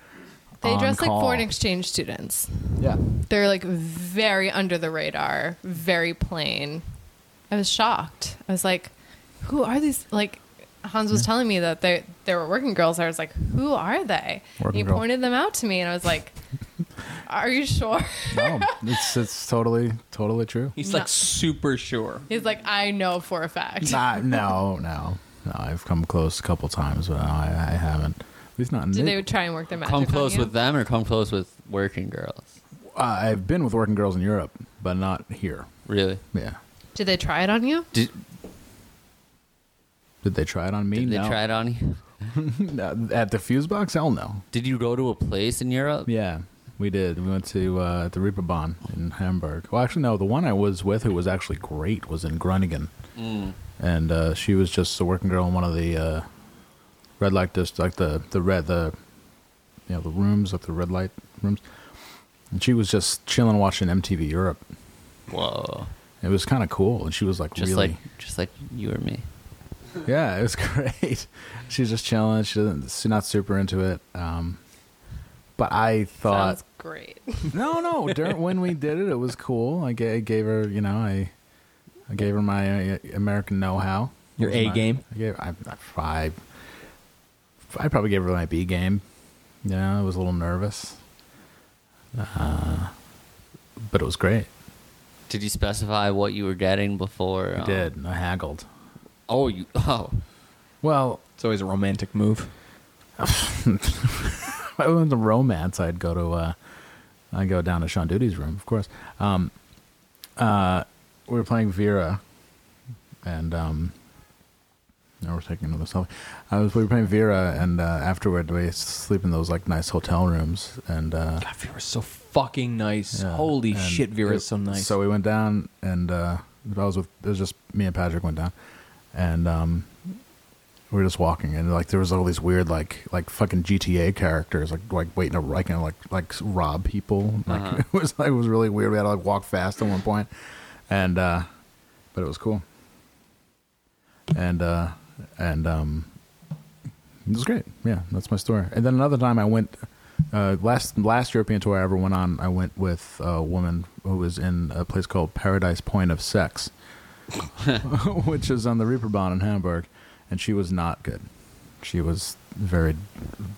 they on dress call. like foreign exchange students. yeah They're like very under the radar, very plain. I was shocked. I was like, who are these? Like, Hans was telling me that they, they were working girls. I was like, who are they? And Working he girl. pointed them out to me, and I was like, are you sure? no it's it's totally totally true He's No. like super sure. He's like, I know for a fact. Nah, no no no I've come close a couple times but I, I haven't at least not in Did New- they try and work their magic? come on close you? with them or come close with working girls? Uh, I've been with working girls in Europe, but not here. Really? Yeah. Did they try it on you? Did, Did they try it on me? did they no. try it on you? No, At the fuse box? Hell no. Did you go to a place in Europe? Yeah, we did. We went to uh, the Reeperbahn in Hamburg. Well, actually, no. The one I was with, who was actually great, was in Groningen, and uh, she was just a working girl in one of the uh, red light districts, like the the red the you know the rooms, like the red light rooms. And she was just chilling, watching MTV Europe. Whoa. It was kind of cool, and she was like Just really like just like you or me. Yeah, it was great. She's just chilling. She doesn't. She's not super into it. Um, but I thought Sounds great. no, no. During when we did it, it was cool. I gave, gave her, you know, I, I gave her my uh, American know-how. Your It was A my- game? I gave. I, I, I, I probably gave her my B game. You know, I was a little nervous. Uh, but it was great. Did you specify what you were getting before? I um, did, and I haggled. Oh, you. Oh, Well, It's always a romantic move. if I was a romance, I'd go to uh, I'd go down to Sean Duty's room, of course. Um, uh, we were playing Vera, and um, now we're taking another selfie. I was we were playing Vera, and uh, afterward we sleep in those like nice hotel rooms, and uh, God, Vera's so fucking nice. yeah, Holy and shit, Vera's it- so nice. So we went down, and uh, I was with it was just me and Patrick went down, and um, we were just walking, and like there was all these weird like like fucking GTA characters like like waiting to like you know, like like rob people. Like Uh-huh. it was like it was really weird. We had to like walk fast at one point, and uh, but it was cool, and uh, and um, it was great. Yeah, that's my story. And then another time I went uh, last last European tour I ever went on. I went with a woman who was in a place called Paradise Point of Sex, which is on the Reeperbahn in Hamburg, and she was not good. She was very,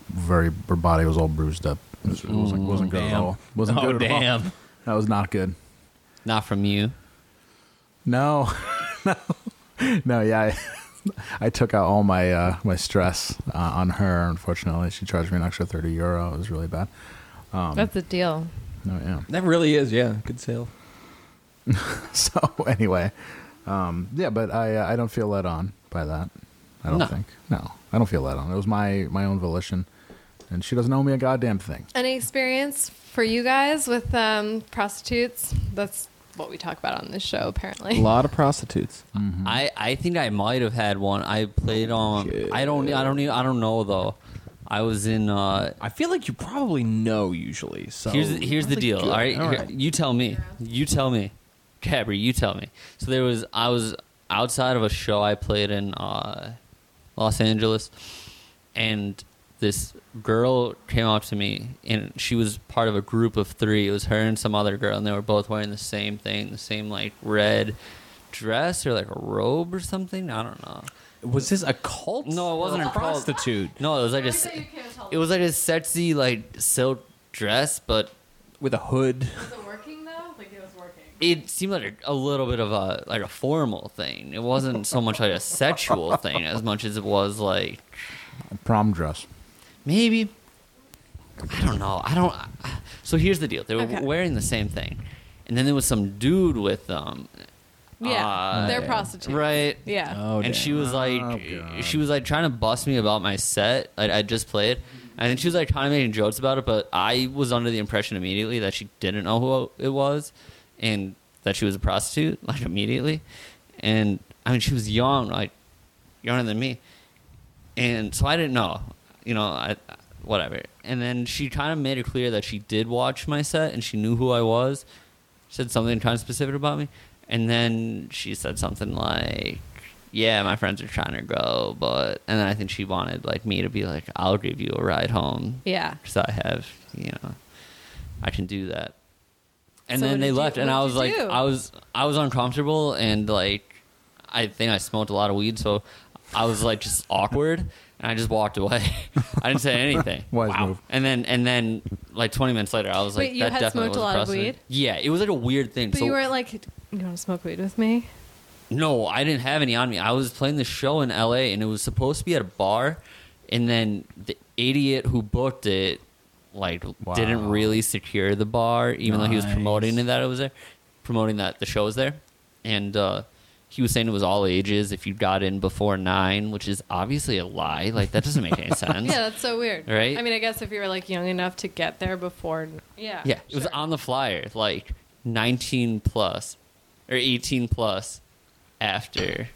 very. Her body was all bruised up. It was, it wasn't, wasn't good at damn. all. Wasn't Oh, good at all. damn. That was not good. not from you. No, no, no. Yeah, I, I took out all my uh, my stress uh, on her. Unfortunately, she charged me an extra thirty euro. It was really bad. Um, That's a deal. No, yeah. that really is, yeah. Good sale. So anyway, um, yeah, but I uh, I don't feel led on by that. I don't No. think. No, I don't feel led on. It was my my own volition, and she doesn't owe me a goddamn thing. Any experience for you guys with um, prostitutes? That's what we talk about on this show, apparently. lot of prostitutes. I, I think I might have had one. I played on. I don't. I don't. Even, I don't know though. I was in. Uh, I feel like you probably know usually. So here's here's the deal. All right, Here- you tell me. You tell me, Cabri. You tell me. So there was. I was outside of a show I played in uh, Los Angeles, and this girl came up to me, and she was part of a group of three. It was her and some other girl, and they were both wearing the same thing, the same like red dress or like a robe or something. I don't know. was this a cult? No, it wasn't or a cult. prostitute. No, it was like a. that you s- can't tell It was like a sexy like silk dress, but with a hood. Was it working though? Like it was working. it seemed like a, a little bit of a like a formal thing. It wasn't so much like a sexual thing as much as it was like A prom dress. maybe I don't know. I don't. So here's the deal: they were Okay. wearing the same thing, and then there was some dude with them, Yeah, Uh, they're prostitutes. right? Oh. Yeah. and she was like, God. she was like trying to bust me about my set. Like I just played, and then she was like kind of making jokes about it. But I was under the impression immediately that she didn't know who it was, and that she was a prostitute. Like immediately, and I mean she was young, like younger than me, and so I didn't know. You know, I whatever. And then she kind of made it clear that she did watch my set and she knew who I was. Said something kind of specific about me, and then she said something like, "Yeah, my friends are trying to go, but..." And then I think she wanted like me to be like, "I'll give you a ride home Yeah. because I have, you know, I can do that." And So what then did they you- left, and what I did was you like, do? I was I was uncomfortable, and like, I think I smoked a lot of weed, so I was like just awkward, and I just walked away. I didn't say anything. Wise move. And then and then like 20 minutes later, I was like, Wait, you that had definitely smoked a was lot of precedent. weed? Yeah, it was like a weird thing. But so you weren't like, you want to smoke weed with me? no, I didn't have any on me. I was playing the show in LA and it was supposed to be at a bar and then the idiot who booked it like Wow. didn't really secure the bar even though he was Nice. promoting it that it was there, promoting that the show was there. And uh he was saying it was all ages if you got in before 9, which is obviously a lie. Like that doesn't make any sense. Yeah, that's so weird. Right? I mean, I guess if you were like young enough to get there before. Yeah. Yeah, it was on the flyer, like 19 plus or 18 plus after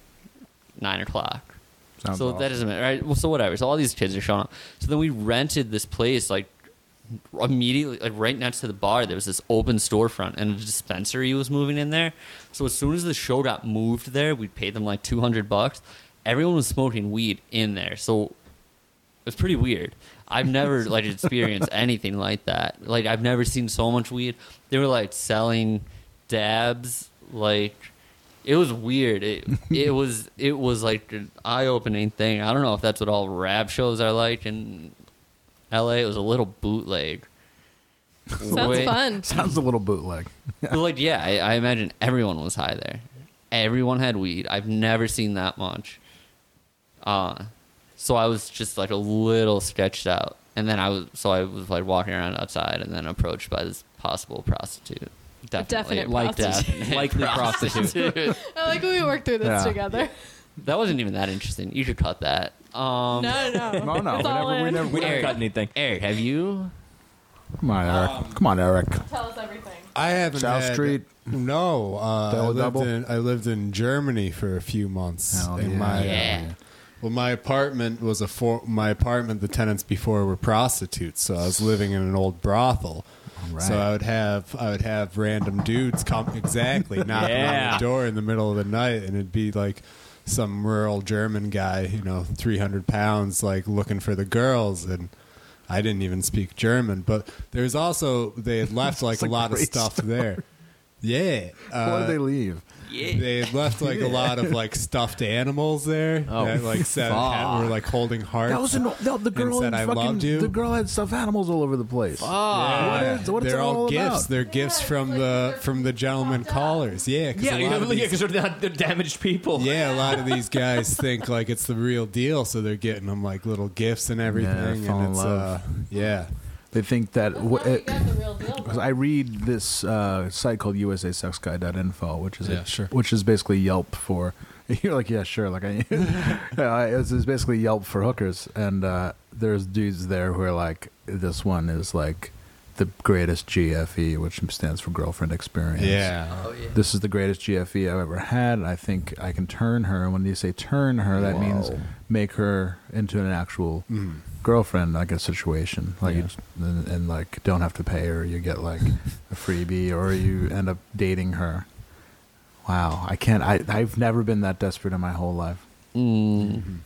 9 o'clock. Sounds so that awful. doesn't matter, right? Well, so whatever. So all these kids are showing up. So then we rented this place, like immediately, like right next to the bar. There was this open storefront, and a dispensary was moving in there. So as soon as the show got moved there, we paid them like 200 bucks. Everyone was smoking weed in there, so it's pretty weird. I've never like experienced anything like that. Like I've never seen so much weed. They were like selling dabs. Like it was weird. It it was it was like an eye opening thing. I don't know if that's what all rap shows are like in L.A. It was a little bootleg. Sounds Wait. fun. Sounds a little bootleg. Well, like yeah, I, I imagine everyone was high there. Everyone had weed. I've never seen that much. Uh, so I was just like a little sketched out, and then I was so I was like walking around outside, and then approached by this possible prostitute. Definitely, definite like prostitute. definite Likely prostitute. I like we worked through this Yeah. together. that wasn't even that interesting. You should cut that. Um, No, no. No, no. It's all Whenever, we in. never, We didn't cut anything. Eric, have you? come on, Eric. come on, Eric. Tell us everything. I haven't South had- Street. No, uh, I Double lived double? in I lived in Germany for a few months. Hell in yeah. my, uh, Yeah. well, my apartment was a for, my apartment. The tenants before were prostitutes, so I was living in an old brothel. All So right. I would have I would have random dudes come exactly knocking on Yeah. the door in the middle of the night, and it'd be like some rural German guy, you know, three hundred pounds, like looking for the girls, and I didn't even speak German. But there's also they had left like a a lot of great stuff there. Yeah, Before uh, they leave, they had left like a lot of like stuffed animals there that like said fuck. were like holding hearts. Oh, that was an, the, the girl. said, in "I fucking, loved you." The girl had stuffed animals all over the place. Yeah. What is- what is they're it all gifts. about? They're gifts from the from the gentleman callers. Yeah, 'cause Yeah, a lot of these- because they're not they're damaged people. yeah, a lot of these guys think like it's the real deal, so they're getting them like little gifts and everything. fall in and it's love. uh yeah. They think that. wh- Now you it- got the real deal. Because I read this uh, site called USASexGuy.info, which is a- Yeah, sure. which is basically Yelp for. You're like, yeah, sure. Like, I, yeah, it's, it's basically Yelp for hookers, and uh, there's dudes there who are like, this one is like the greatest GFE, which stands for girlfriend experience. Yeah. This is the greatest GFE I've ever had. I think I can turn her. And when you say turn her, that means make her into an actual girlfriend, like a situation, like you Yeah. just- and, and like don't have to pay her. You get like a freebie, or you end up dating her. Wow, I can't. I I've never been that desperate in my whole life. Mm,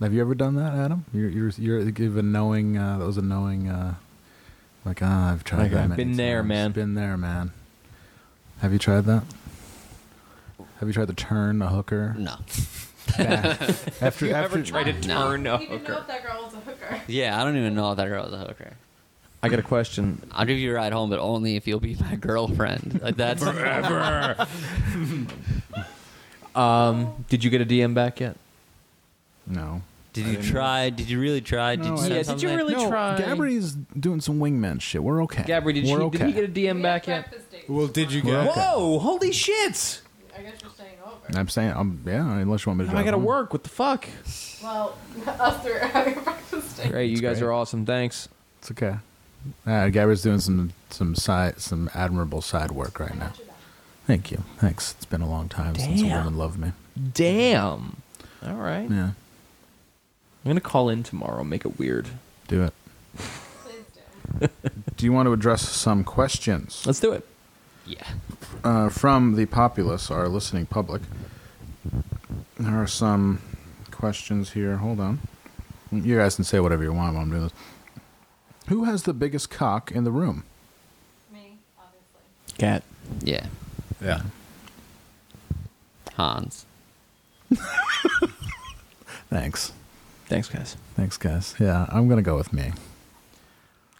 Have you ever done that, Adam? You're you're you're given knowing uh, that was a knowing. Uh, like ah, I've tried Like, that. I've many been there, times. man. Been there, man. Have you tried that? Have you tried to turn a hooker? no. After after Try to No. turn a You didn't know hooker. if that girl was a hooker. Yeah, I don't even know if that girl was a hooker. I got a question. I'll give you a ride home, but only if you'll be my girlfriend. Like that's Um, did you get a DM back yet? no. Did you try? Did you really try? Did No, you I send didn't. Yeah, did you something? really No, try? Gabri's doing some wingman shit. We're okay. Gabri, did, she, We're did okay. he get a DM We back had yet? breakfast date. Well, did you Well, get? Whoa! Holy shit! I guess you're staying over. I'm saying, um, yeah. Unless you want me to. Now I drive gotta home. work. What the fuck? Well, us three are having a breakfast date. Great, you It's guys great. are awesome. Thanks. It's okay. Uh, Gabri's doing some some side some admirable side work right now. Thank you. Thanks. It's been a long time since a Damn. woman loved me. Damn. All right. I'm Yeah. gonna call in tomorrow. Make it weird. Do it. Please do. Do you want to address some questions? Let's do it. Yeah. uh, from the populace, our listening public. There are some questions here. Hold on. You guys can say whatever you want while I'm doing this. Who has the biggest cock in the room? Me, obviously. Cat. Yeah. Yeah. Hans. Thanks. Thanks, guys. Thanks, guys. Yeah, I'm going to go with me.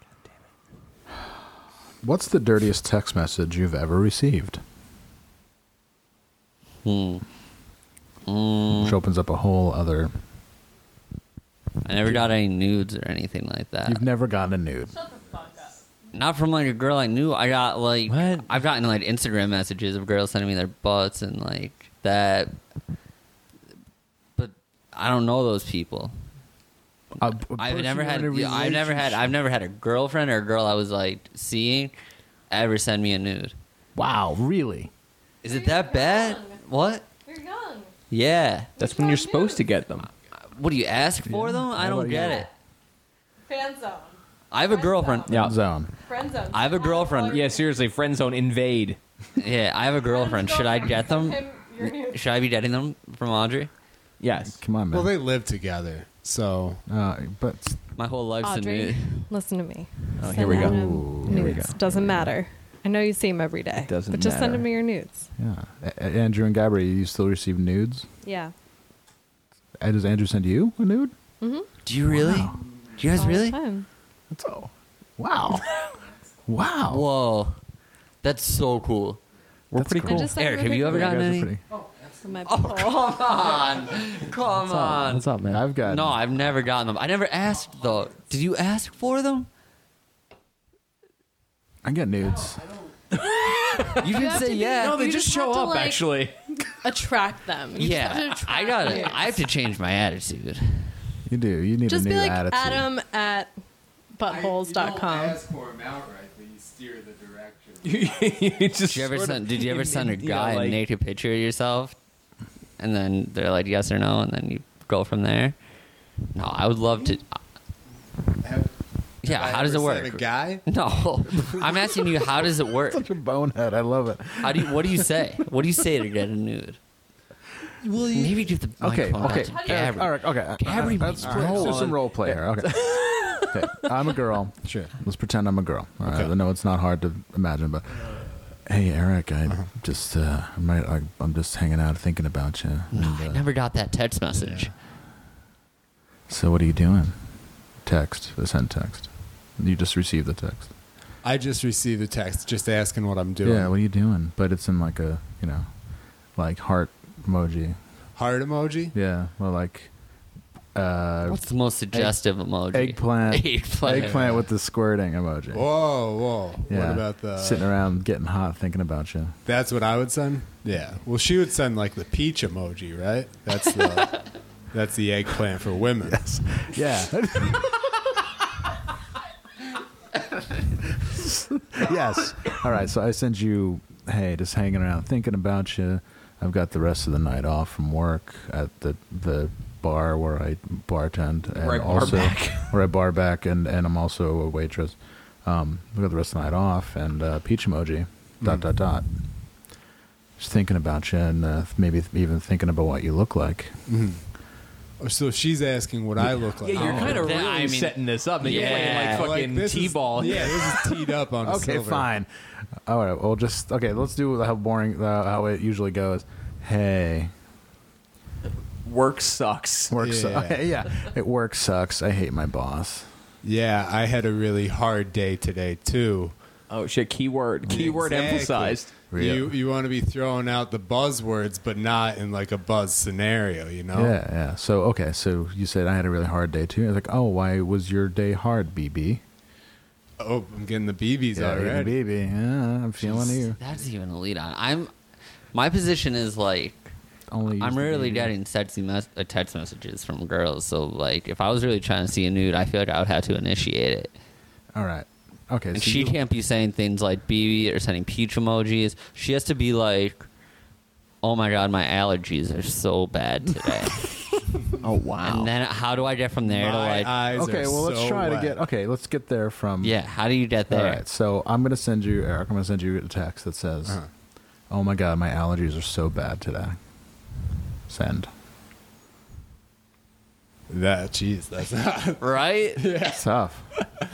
What's the dirtiest text message you've ever received? Hmm. Which opens up a whole other. I never got any nudes or anything like that. You've never gotten a nude. Shut the fuck up. Not from like a girl I knew. I got like What? I've gotten like Instagram messages of girls sending me their butts and like that. But I don't know those people. A- a I've person never you're had. in a yeah, I've never had. I've never had a girlfriend or a girl I was like seeing ever send me a nude. Wow, really? Is it that bad? What? You're young. Yeah. That's when you're supposed to get them. What do you ask for Yeah. them? I don't Nobody- get it. Fan zone. I have a girlfriend. Yeah. Zone. Friend zone. I have a girlfriend. Yeah, seriously. Friend zone invade. Yeah, I have a girlfriend. Should I get them? Him, you're new. Should I be getting them from Audrey? Yes. Come on, man. Well, they live together, so Uh, but My whole life's a Audrey, nude. listen to me. Oh, Send here we go. Adam Here we nudes. go. Doesn't matter. I know you see him every day. doesn't But just send matter. him your nudes. yeah, A- A- Andrew and Gabrielle, you still receive nudes. Yeah. Uh, Does Andrew send you a nude? Do you really? Do you guys All the really? time. That's all. Wow. Wow. Whoa, that's so cool. We're pretty cool. just- Eric, have you ever Yeah, gotten guys are any? pretty- My Come on, come on. What's up, man? I've got No, I've never gotten them. I never asked though. Did you ask for them? I got nudes. You didn't say yeah. No, they You just, just show have to, up. like- actually, attract them. You just yeah, have to I attract got you. to I have to change my attitude. You do. You need Just a be new like attitude. Adam at buttholes.com. you just Did you ever sort of- send? Did you ever send a you know, guy like- a naked picture of yourself, and then they're like yes or no, and then you go from there? No, I would love to. uh, Yeah, how does it work? A guy? No, I'm asking you, how does it work? Such a bonehead. I love it. How do you, what do you say? What do you say to get a nude? Maybe give the Okay. microphone Okay. back to Eric, Gabby. Eric, okay. Gabby, Let's all play- right, let's do hold some on. role play here. Okay. okay. I'm a girl. Sure. Let's pretend I'm a girl. All right. Okay. I know it's not hard to imagine, but hey, Eric, I Uh-huh. just uh, I might I, I'm just hanging out thinking about you. No, And, I uh, never got that text message. So what are you doing? Text. I sent text. You just received the text. I just received a text just asking what I'm doing. Yeah. What are you doing? But it's in like a you know, like heart emoji. Heart emoji? Yeah. Well, like. What's the most suggestive emoji? Eggplant. Eggplant. Eggplant with the squirting emoji. Whoa, whoa. What Oh, about the sitting around getting hot thinking about you? That's what I would send? Yeah. Well, she would send like the peach emoji, right? That's the That's the eggplant for women. Yeah. yes. All right. So I sent you. Hey, just hanging around thinking about you. I've got the rest of the night off from work at the the bar where I bartend and Where I bar also back. where I bar back and and I'm also a waitress. Um, we got the rest of the night off and uh, peach emoji. Hmm. Dot dot dot. Just thinking about you and uh, maybe even thinking about what you look like. Oh, So she's asking what I look like. yeah, you're kind of really That- I mean- setting this up. and You're Yeah. playing like Like, fucking this is- t-ball. Yeah, this is teed up on Okay, silver. fine. All right, well, just okay. Let's do how boring uh, how it usually goes. Hey, Work sucks. work Yeah. sucks. yeah, it work sucks. I hate my boss. Yeah, I had a really hard day today too. Oh shit! Keyword. Keyword Exactly. emphasized. Yeah. You you want to be throwing out the buzzwords, but not in like a buzz scenario, you Oh. know? Yeah, yeah. So okay, so you said I had a really hard day too. I was like, oh, why was your day hard, BB? Oh, I'm getting the BBs Yeah, you're the already. BB. Yeah, I'm feeling you. That's even a lead on. I'm. My position is like Only use I'm the rarely BB. getting sexy mes- uh, text messages from girls. So like, if I was really trying to see a nude, I feel like I would have to initiate it. All right. Okay. And so she you- can't be saying things like BB or sending peach emojis. She has to be like, "Oh my god, my allergies are so bad today." Oh wow. and then how do I get from there to My like, eyes okay. are Well, let's so try wet. to get. oh. Okay, let's get there from. yeah, how do you get All there? right, so I'm gonna send you, Eric. I'm gonna send you a text that says, Uh-huh. "Oh my god, my allergies are so bad today." Send. that. Jeez, that's Right? It's tough.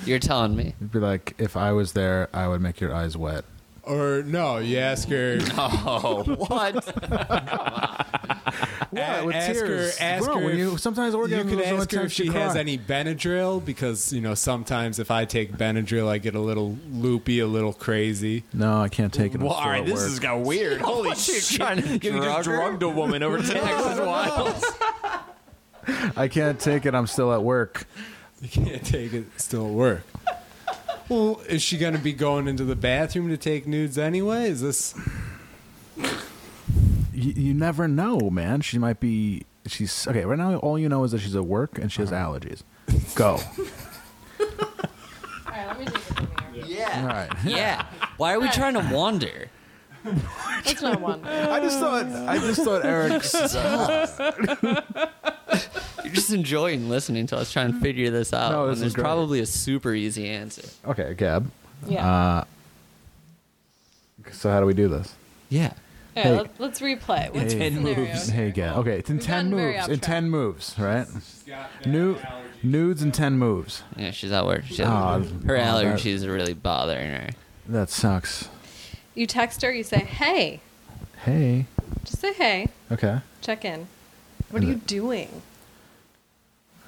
You're telling me. It'd be like, if I was there, I would make your eyes wet. or no. You ask her. Oh, what? a- ask her. Ask Bro, her. when if- you sometimes you orgasms could are so ask her if intense you she has cry. any Benadryl because you know sometimes if I take Benadryl, I get a little loopy, a little crazy. No, I can't take it. Well, I'm all still right, at this work. has got weird. Holy shit! trying to you drug just her? drugged a woman over Texas Wild. I can't take it. I'm still at work. You can't take it. Still at work. Well, is she going to be going into the bathroom to take nudes anyway? Is this? You, you never know, man. She might be. She's okay. Right now, all you know is that she's at work and she has Uh-huh. allergies. Go. All right, let me take it from here. all right. yeah. Why are we trying to wander? That's not one. I just thought. I just thought Eric's. You're just enjoying listening to us trying to figure this out. No, this and is there's great. probably a super easy answer. Okay, Gab. Yeah. So how do we do this? Yeah. All hey. right, let, let's replay. What's Hey. the Ten scenario? Hey, Gab. Okay, it's in We've ten gotten very moves. off In track. ten moves, right? New nudes in ten moves. Yeah, she's at work. She Oh, her oh, allergies are really bothering her. That sucks. You text her. You say, "Hey," Hey. just say, "Hey." Okay. Check in. What are you doing?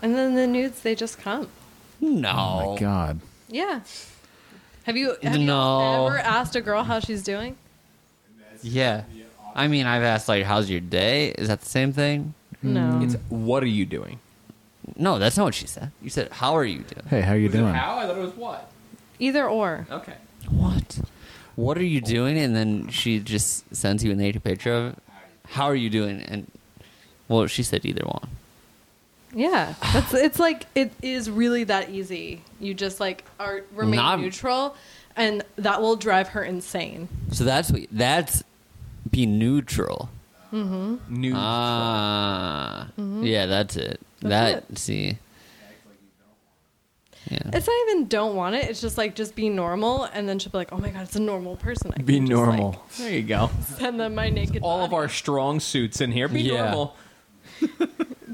And then the nudes, they just come. No. Oh my God. Yeah. Have you, have you No. ever asked a girl how she's doing? Yeah. I mean, I've asked like, "How's your day?" Is that the same thing? No. It's what are you doing? No, that's not what she said. You said, "How are you doing?" Hey, how you doing? I thought it was what. Either or. Okay. What? What are you doing? And then she just sends you a naked picture of. it. How are you doing? And well, she said either one. Yeah. That's it's like it is really that easy. You just like are remain Not- neutral and that will drive her insane. So that's what, that's be neutral. New. Ah, yeah, that's it. Mm-hmm. That's that see, yeah, It's not even don't want it. It's just like just be normal, and then she'll be like, "Oh my god, it's a normal person." I can be just, normal. there you go. Like, send them my naked. All of body." our strong suits in here. Be Yeah. normal.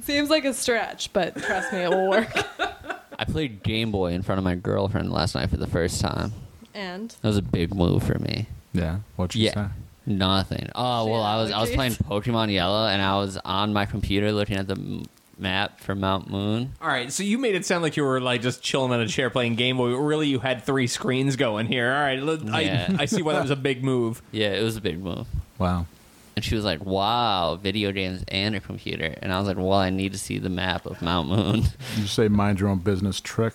seems like a stretch, but trust me, it will work. I played Game Boy in front of my girlfriend last night for the first time. and That was a big move for me. Yeah. What you Yeah. Nothing. Oh She well, had I was I was allergies. playing Pokemon Yellow, and I was on my computer looking at the m- map for Mount Moon. All right, so you made it sound like you were like just chilling on a chair playing Game Boy. Really, you had three screens going here. All right, let- Yeah. I, I see why that was a big move. Yeah, it was a big move. Wow. And she was like, "Wow, video games and a computer." And I was like, "Well, I need to see the map of Mount Moon." Did you say mind your own business trick?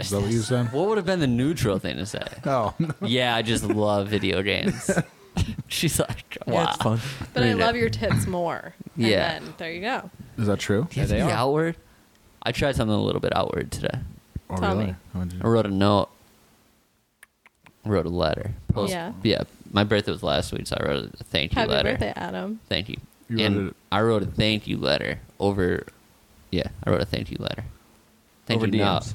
Is that what you said? what would have been the neutral thing to say? Oh, yeah, I just love video games. She's like, wow. fun. but I Read it. love your tits more. And Yeah. then, there you go. is that true? Do you have to Yeah, they be are. outward? I tried something a little bit outward today. Oh, Tell really? me. What'd you- I wrote a note. Wrote a letter. Yeah. Yeah. My birthday was last week, so I wrote a thank you Happy letter. birthday, Adam. Thank you. You wrote and it- I wrote a thank you letter over. Yeah, I wrote a thank you letter. Thank Over you note. DMs.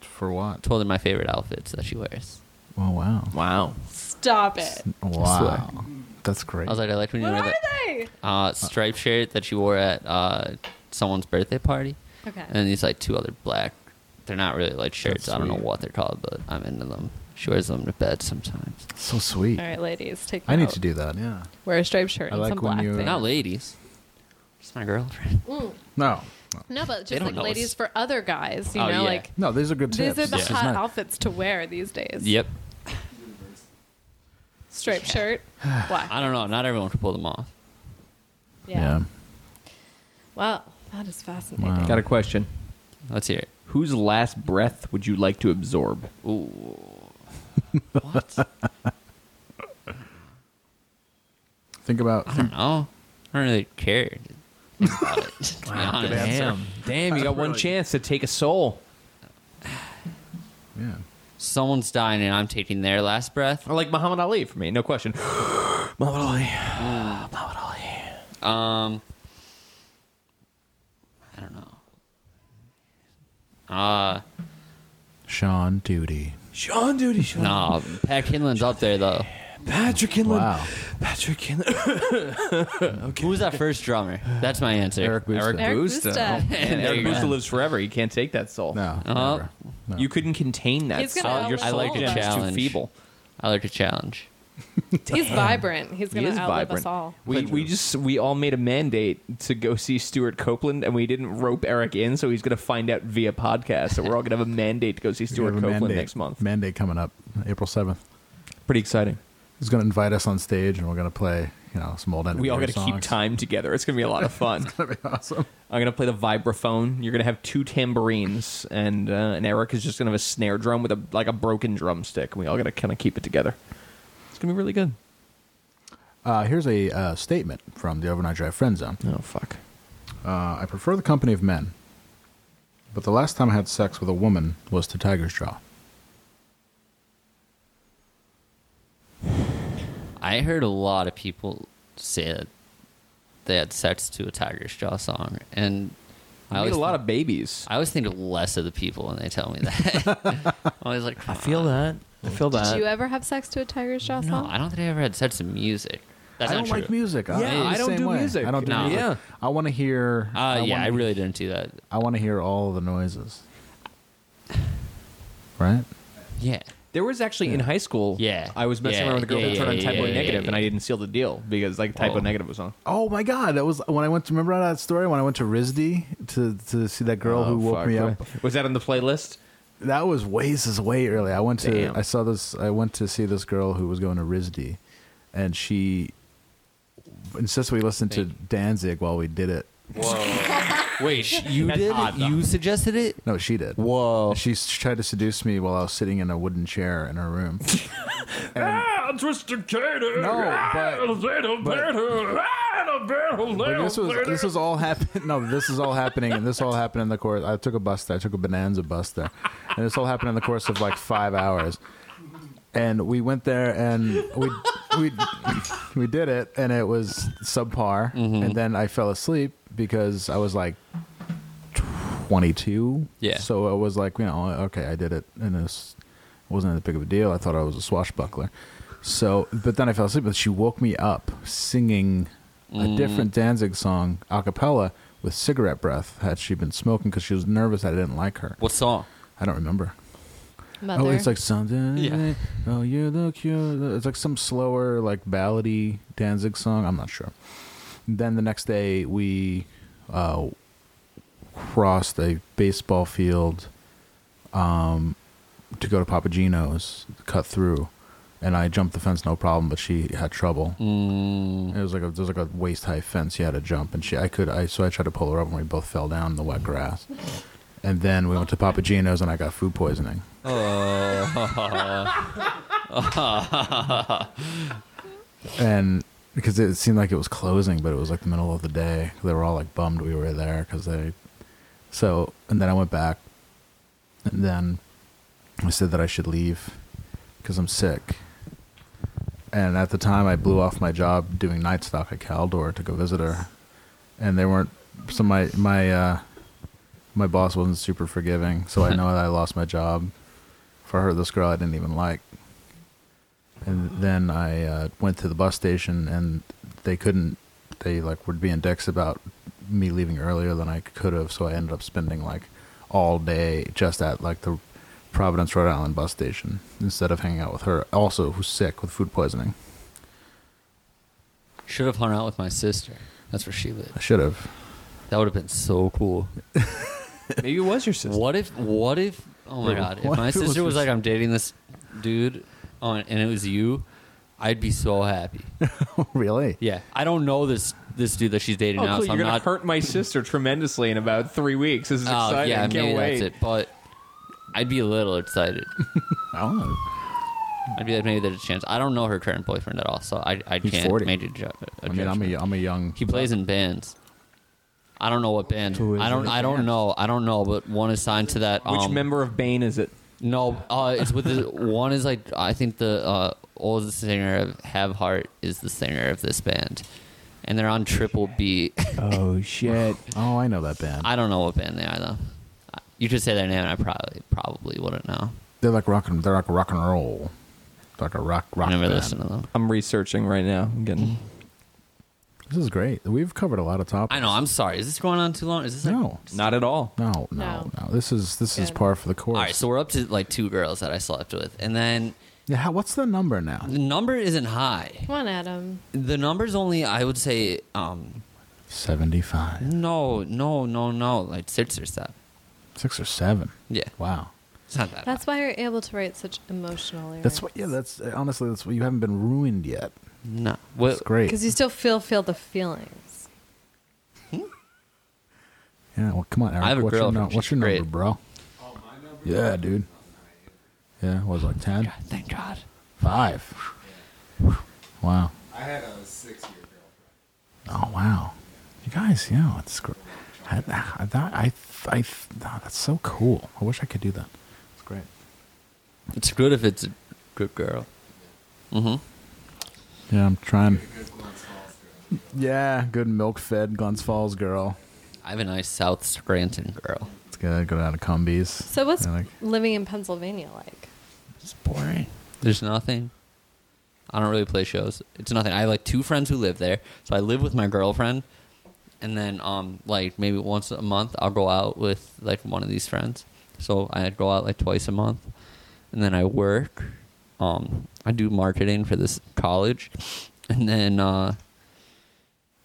For what? Told her my favorite outfits that she wears. Oh, wow. Wow. Stop it. Wow. That's great. I was like, I like when you What wear are that they? uh, striped shirt that she wore at uh, someone's birthday party. Okay. And these like two other black. They're not really like shirts. That's I don't know sweet. what they're called, but I'm into them. She wears them to bed sometimes. so sweet. All right, ladies, take. I need Oh. note. to do that, yeah. Wear a striped shirt I and like some when black you- They're thing. not ladies. It's my girlfriend. No. No, but They just don't like know ladies it's- for other guys, you Oh, know, yeah. like No, these are good these tips. are the It's hot not- outfits to wear these days. Yep. Striped shirt, black. I don't know. Not everyone can pull them off. Yeah. Wow, that is fascinating. Wow. Got a question. Let's hear it. Whose last breath would you like to absorb? Ooh. what? Think about I don't know. I don't really care about it. to be honest. Damn. Damn, you got one chance to take a soul. yeah. Someone's dying and I'm taking their last breath. Or like Muhammad Ali for me, no question. Muhammad Ali. Muhammad Ali. Um, I don't know. Uh, Sean Duty. Sean Duty. Sean. no, Pat Kinlan's up there though. Patrick Kinlan. Wow. Patrick Kinlan. Who was that first drummer? That's my answer. Eric Busta. Eric Busta. Man, There Oh, Eric you go. Busta lives forever. You can't take that soul. No. Uh, never. No. You couldn't contain that He's gonna soul. Your outlive soul I like the a is challenge. too feeble. I like a challenge. He's vibrant. He's He gonna is outlive vibrant. us all. We, we just we all made a mandate to go see Stuart Copeland, and we didn't rope Eric in, so he's going to find out via podcast. So we're all going to have a mandate to go see We Stuart have a Copeland mandate- next month. Mandate coming up, April 7th. Pretty exciting. He's going to invite us on stage and we're going to play, you know, some old We all got got to keep time together. It's going to be a lot of fun. That'd be awesome. I'm going to play the vibraphone. You're going to have two tambourines, and uh, and Eric is just going to have a snare drum with a like a broken drumstick. We all got to kind of keep it together. It's going to be really good. Uh, here's a uh, statement from the Overnight Drive Friend Zone. Oh fuck. Uh, I prefer the company of men, but the last time I had sex with a woman was to Tiger's Jaw. I heard a lot of people say that they had sex to a Tiger's Jaw song, and I I always meet a lot think, of babies. I always think less of the people when they tell me that. I'm always like, I that. I feel Did you ever have sex to a tiger's jaw No, song? I don't think I ever had sex to music. That's I not don't true. like music. Yeah, I'm the I don't same do way. music. I don't do No. music. Yeah. I want to hear. Uh, I yeah, wanna, I really didn't do that. I want to hear all the noises. Right? Yeah. There was actually in high school. Yeah. I was messing Yeah, around with a girl yeah, who turned yeah, on yeah, typo yeah, negative, yeah, and I yeah. didn't seal the deal because like typo Whoa. negative was on. Oh my God! That was when I went to remember Oh, that story when I went to RISD to to see that girl who woke me up. Was that on the playlist? that was ways away early. I went to Damn. I saw this I went to see this girl who was going to RISD and she insisted we listened to Danzig while we did it. Wait, sh- you did? you suggested it? No, she did. Whoa. She s- tried to seduce me while I was sitting in a wooden chair in her room. Ah, twisted cater. No, but- but- But this was this was all happening. No, this is all happening, and this all happened in the course. I took a bus there. I took a Bonanza bus there, and this all happened in the course of like five hours. And we went there, and we we we did it, and it was subpar. And then I fell asleep because I was like twenty two. Yeah. So I was like, you know, okay, I did it, and it was, it wasn't that big of a deal. I thought I was a swashbuckler. So, but then I fell asleep, but she woke me up singing a different Danzig song a cappella with cigarette breath had she been smoking because she was nervous that I didn't like her. What song? I don't remember. Mother. Oh, it's like something. Yeah. Oh, you're the cure. It's like some slower, like ballady Danzig song. I'm not sure. Then the next day, we uh, crossed a baseball field um, to go to Papagino's, cut through, and I jumped the fence no problem, but she had trouble. It was like a, there was like a waist high fence you had to jump, and she I could I so I tried to pull her up, and we both fell down in the wet grass. And then we went to Papagino's, and I got food poisoning. and because it seemed like it was closing, but it was like the middle of the day. They were all like bummed we were there because they. So and then I went back, and then I said that I should leave because I'm sick. And at the time, I blew off my job doing night stock at Caldor to go visit her, and they weren't. So my my uh, my boss wasn't super forgiving. So I know that I lost my job for her. This girl I didn't even like. And then I uh, went to the bus station, and they couldn't. They like were being dicks about me leaving earlier than I could have, so I ended up spending like all day just at like the Providence, Rhode Island bus station instead of hanging out with her. Also, who's sick with food poisoning. Should have hung out with my sister. That's where she lived. I should have. That would have been so cool. Maybe it was your sister. What if? What if? Oh my Wait, god! If what my if it was sister was your like, "I'm dating this dude," on, and it was you, I'd be so happy. really? Yeah, I don't know this this dude that she's dating Oh, now, cool. You're so I'm gonna not. hurt my sister tremendously in about three weeks. This is Oh exciting. yeah, I can't maybe wait. that's it. But I'd be a little excited. Oh, I'd be like, maybe there's a chance. I don't know her current boyfriend at all, so I I He's can't 40. make a, ju- a I mean, I'm a judgment. I'm a young. He plays in bands. I don't know what band. Who is I in don't. the I don't band? know. I don't know. But one is signed to that. Which um, member of Bane is it? No, uh, it's with the one is like I think the uh, oldest singer of Have Heart is the singer of this band, and they're on Triple B. Oh shit! Oh, I know that band. I don't know what band they are though. You just say their name, and I probably probably wouldn't know. they're like rock and they're like rock and roll, like a rock rock. I never band. listened to them. I'm researching right now. I'm getting. This is great. We've covered a lot of topics. I know. I'm sorry. Is this going on too long? Is this like, No, Not at all. no, no, No. no. This is this is Good. par for the course. All right, so we're up to like two girls that I slept with, and then yeah, how, what's the number now? the number isn't high. Come on, Adam. The number's only I would say um Seventy-five, no no no no like six or seven. six or seven. Yeah, Wow, it's not that. That's why you're able to write such emotional lyrics. that's what. Yeah, that's honestly that's what you haven't been ruined yet. high. no. Well, That's great. Because you still feel feel the feelings. Yeah, well, come on, Eric. I have a what's, your, girlfriend. nu- what's your She's number, great. bro? Yeah, dude. Yeah, what was it, like 10? God, thank God. Five. Wow. I had a six-year Oh, girlfriend. wow. You guys, yeah, it's great. I, I, that- I, I, nah, that's so cool. I wish I could do that. It's great. It's good if it's a good girl. Mm-hmm. Yeah, I'm trying. Yeah, good milk fed Guns Falls girl. I have a nice South Scranton girl. It's good. Go down to Cumbies. So what's Yeah, like- living in Pennsylvania like? It's boring. There's nothing. I don't really play shows. It's nothing. I have like two friends who live there, so I live with my girlfriend, and then um like maybe once a month I'll go out with like one of these friends. So I go out like twice a month, and then I work. Um, I do marketing for this college, and then uh,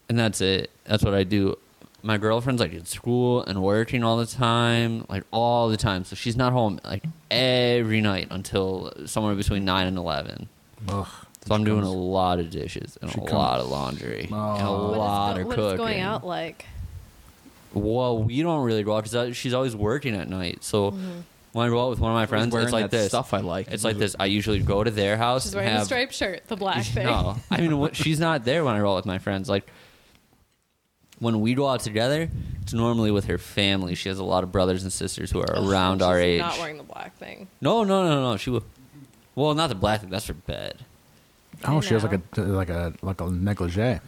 and that's it. That's what I do. my girlfriend's like in school and working all the time, like all the time. So she's not home like every night until somewhere between nine and eleven. Ugh. So I'm doing a lot of dishes and a lot of laundry Oh. and a lot what is, of go- what cooking. is going out like? Well, we don't really go out because she's always working at night. So Mm-hmm. when I go out with one of my friends, wearing it's that like this. stuff I like. It's like this. I usually go to their house. She's and wearing the have, striped shirt, the black thing. No, I mean what, she's not there when I roll out with my friends. Like when we go out together, it's normally with her family. She has a lot of brothers and sisters who are Ugh, around she's our age. Not wearing the black thing. no, no, no, no. She will. Well, not the black thing. That's her bed. Oh, she has like a know. like a like a negligee.